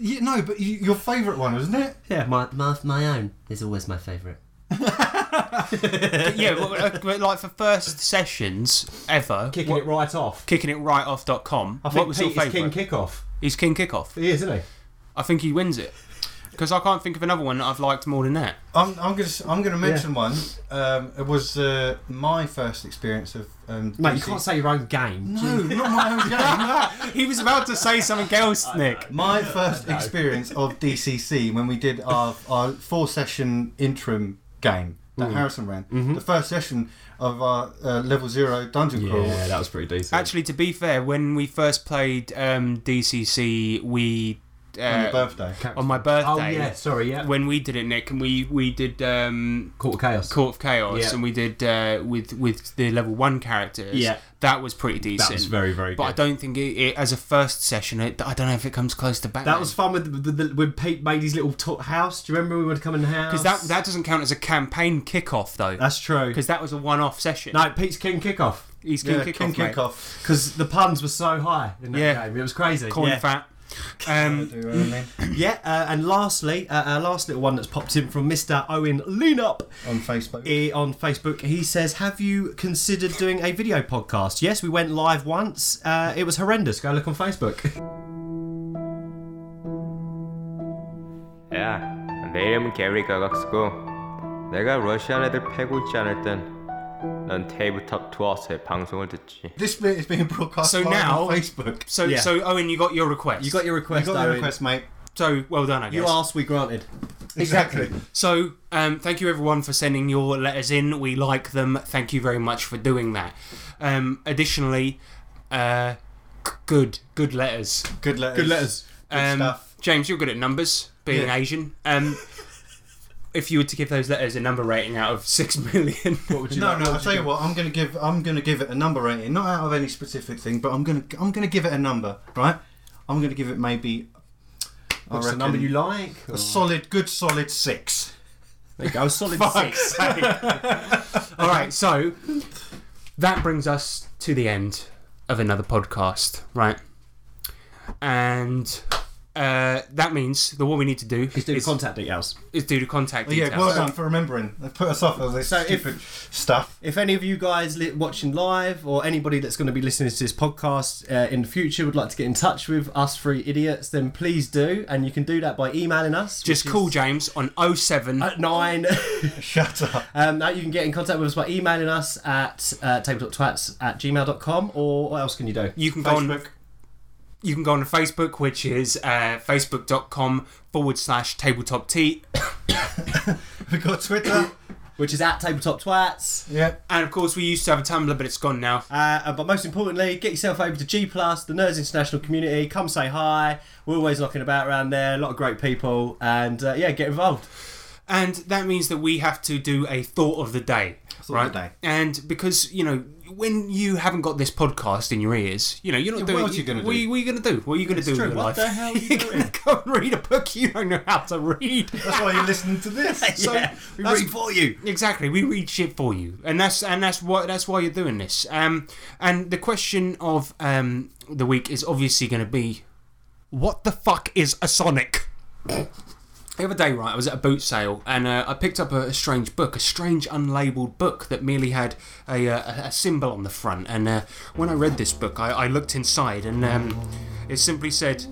E: Yeah, no, but you, your favourite one, wasn't it?
H: Yeah, my my, my own is always my favourite.
C: yeah, but, uh, but like for first sessions ever,
H: Kicking it right off.
C: kicking it right off.com.
H: I
C: what
H: think
C: was
H: Pete
C: your
H: is king
C: favourite?
H: kickoff.
C: He's king kickoff.
H: He is, isn't he?
C: I think he wins it. Because I can't think of another one that I've liked more than that.
E: I'm, I'm going to I'm gonna
C: Yeah.
E: mention one. Um, it was uh, my first experience of. Um,
F: Mate, you
E: DC.
F: can't say your own game.
E: No, not my own game.
C: he was about to say something else, Nick.
E: My first
F: No.
E: experience of DCC when we did our, our four session interim game that
F: Mm.
E: Harrison ran. The first session of our uh, level zero dungeon crawl.
F: pretty decent.
C: Actually, to be fair, when we first played um, DCC, we. Uh,
E: On your birthday.
C: On my birthday.
E: Oh, yeah,
C: sorry, yeah. When we did it, Nick, and we we did um,
F: Court of Chaos,
C: Court of Chaos,
F: Yeah.
C: and we did uh, with with the level one characters.
F: Yeah.
C: that was pretty decent.
F: was very, very
C: But I
F: good.
C: don't think it, it as a first session. It, I don't know if it comes close to Batman.
F: That was fun with the, the, when Pete made his little tot house. Do you remember we would come in the house?
C: because that that doesn't count as a campaign kickoff though.
F: That's true.
C: Because that was a one-off session.
F: No, Pete's King Kickoff.
C: He's
E: Uh,
C: King Yeah, Kickoff, King mate. Kickoff.
F: Because the puns were so high in that
C: Yeah.
F: game. It was crazy.
C: Corn
F: yeah.
C: fat. Um,
F: yeah, uh, and lastly, uh, our last little one that's popped in from Mr. Owen Leanup
E: on Facebook.
F: on Facebook, he says, "Have you considered doing a video podcast?" Yes, we went live once. Uh, it was horrendous. Go look on Facebook.
H: 야, 내 이름은 게리 가각스고 내가 러시안 애들 패고 있지 않을 땐넌 테이블탑 투어스의 방송을 듣지.
E: This bit is being broadcast
C: So
E: live
C: now,
E: on Facebook.
C: So, so Owen, you got your request. You
F: got your
E: request, You got your Owen. request, mate.
C: So, well done, I guess.
F: You asked, we granted.
E: Exactly.
C: So, um, thank you everyone for sending your letters in. We like them. Thank you very much for doing that. Um, additionally, uh, g- good, good letters.
E: Good letters. Good letters. Good
C: um,
E: stuff.
C: James, you're good at numbers, being
E: Yeah.
C: Asian. Um, if you were to give those letters a number rating out of six million, what would
E: no, no. I'll tell you what. I'm gonna give. I'm gonna give it a number rating, not out of any specific thing, but I'm gonna. I'm gonna give it a number, right? I'm gonna give it maybe. I
F: What's the number
E: reckon
F: you like?
E: A solid, good, solid six.
F: There you go. Solid
C: Fuck's All right, so that brings us to the end of another podcast, right? And uh, that means that what we need to do is
F: do the contact details.
C: Is do the contact
E: Oh, yeah,
C: details.
E: well done for remembering. They put us off of this
F: So if-
E: stupid stuff.
F: If any of you guys li- watching live or anybody that's going to be listening to this podcast uh, in the future would like to get in touch with us three idiots, then please do. And you can do that by emailing us.
C: Just
F: which is-
C: call James on 07
E: Uh,
F: at 9.
E: Shut up.
F: Um, now you can get in contact with us by emailing us at uh, tabletoptwats at gmail.com or what else can you do?
C: You can go on. You can go on Facebook, which is uh, facebook.com forward slash tabletop tea.
E: we got Twitter,
F: which is at tabletop twats.
E: Yeah.
C: And of course, we used to have a Tumblr, but it's gone now.
F: Uh, but most importantly, get yourself over to G Plus, the Nerds International community. Come say hi. We're always knocking about around there. A lot of great people, and uh, yeah, get involved.
C: And that means that we have to do a thought of the day.
E: of
C: right?
E: the day.
C: And because, you know, when you haven't got this podcast in your ears, you know, you're not
E: Yeah,
C: doing
E: what else you gonna do?
C: What are you going to do? What are you going to do with your life?
E: hell?
C: You're going to go and read a book you don't know how to read.
E: That's why you're listening to this.
C: So that's- Exactly, we read shit for you, and that's and that's why that's why you're doing this. Um, and the question of um the week is obviously going to be, what the fuck is a Sonic? The other day, right, I was at a boot sale and uh, I picked up a, a strange book, a strange unlabeled book that merely had a, uh, a- a symbol on the front. And uh, when I read this book, I, I looked inside and um, it simply said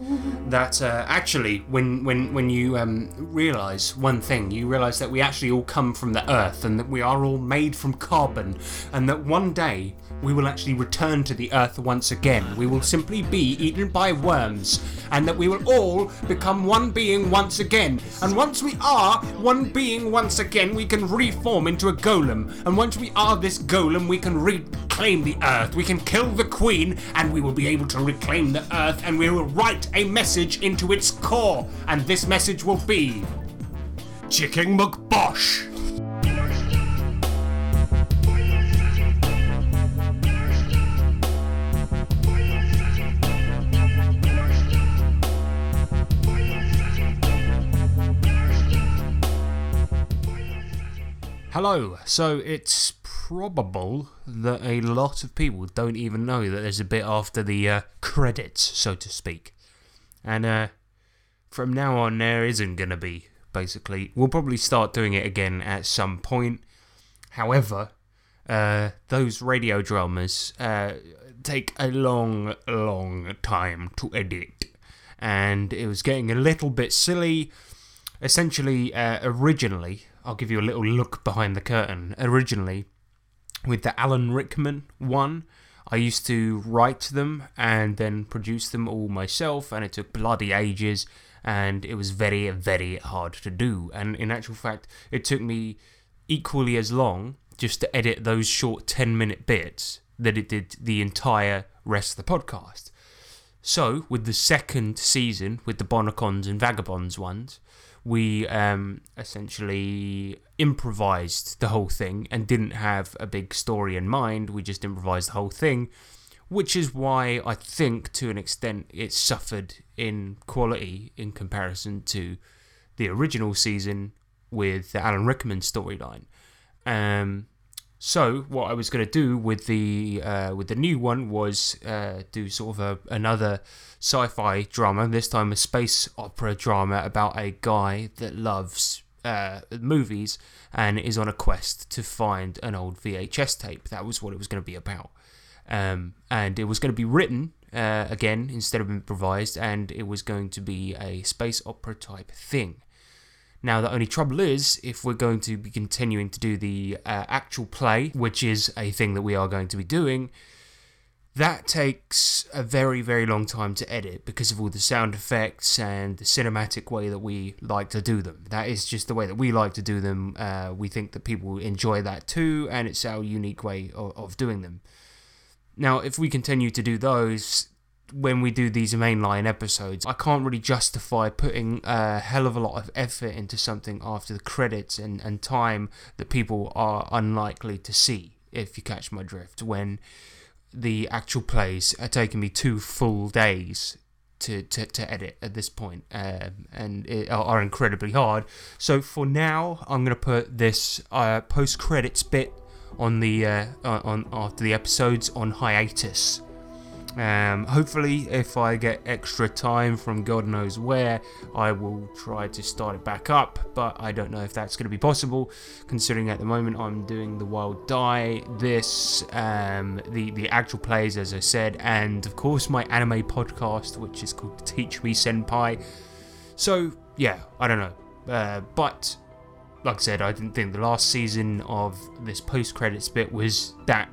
C: that uh, actually, when when when you um, realise one thing, you realise that we actually all come from the earth and that we are all made from carbon, and that one day we will actually return to the earth once again. We will simply be eaten by worms, and that we will all become one being once again. And once we are one being once again, we can reform into a golem. And once we are this golem, we can reclaim the earth. We can kill the queen, and we will be able to reclaim the earth, and we will write a message into its core. And this message will be Chicken McBosh. Hello. So it's probable that a lot of people don't even know that there's a bit after the uh, credits, so to speak. And uh, from now on, there isn't going to be, basically. We'll probably start doing it again at some point. However, uh, those radio dramas uh, take a long, long time to edit. And it was getting a little bit silly essentially, uh, originally, I'll give you a little look behind the curtain. Originally, with the Alan Rickman one, I used to write them and then produce them all myself, and it took bloody ages, and it was very, very hard to do. And in actual fact, it took me equally as long just to edit those short 10 minute bits that it did the entire rest of the podcast. So, with the second season, with the Bonacons and Vagabonds ones, we um, essentially improvised the whole thing and didn't have a big story in mind. We just improvised the whole thing, which is why I think to an extent it suffered in quality in comparison to the original season with the Alan Rickman storyline. Um, so what I was going to do with the uh, with the new one was uh, do sort of a, another sci-fi drama. This time a space opera drama about a guy that loves uh, movies and is on a quest to find an old VHS tape. That was what it was going to be about, um, and it was going to be written uh, again instead of improvised, and it was going to be a space opera type thing. Now, the only trouble is, if we're going to be continuing to do the uh, actual play, which is a thing that we are going to be doing, that takes a very, very long time to edit because of all the sound effects and the cinematic way that we like to do them. That is just the way that we like to do them. Uh, we think that people enjoy that too, and it's our unique way of, of doing them. Now, if we continue to do those, when we do these mainline episodes, I can't really justify putting a hell of a lot of effort into something after the credits and, and time that people are unlikely to see, if you catch my drift, when the actual plays are taking me two full days. To, to, to edit at this point, um, and it are, are incredibly hard. So for now, I'm gonna put this uh, post credits bit on the uh, on after the episodes on hiatus. Um, hopefully, if I get extra time from God knows where, I will try to start it back up, but I don't know if that's going to be possible, considering at the moment I'm doing The Wild Die, this, um, the, the actual plays, as I said, and of course my anime podcast, which is called Teach Me Senpai. So, yeah, I don't know. Uh, but, like I said, I didn't think the last season of this post credits bit was that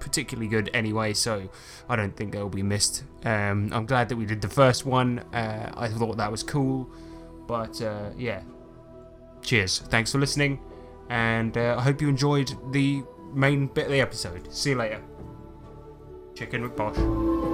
C: particularly good anyway, so I don't think they'll be missed. Um, I'm glad that we did the first one. Uh, I thought that was cool, but uh, yeah. Cheers. Thanks for listening, and uh, I hope you enjoyed the main bit of the episode. See you later. Chicken with Bosch.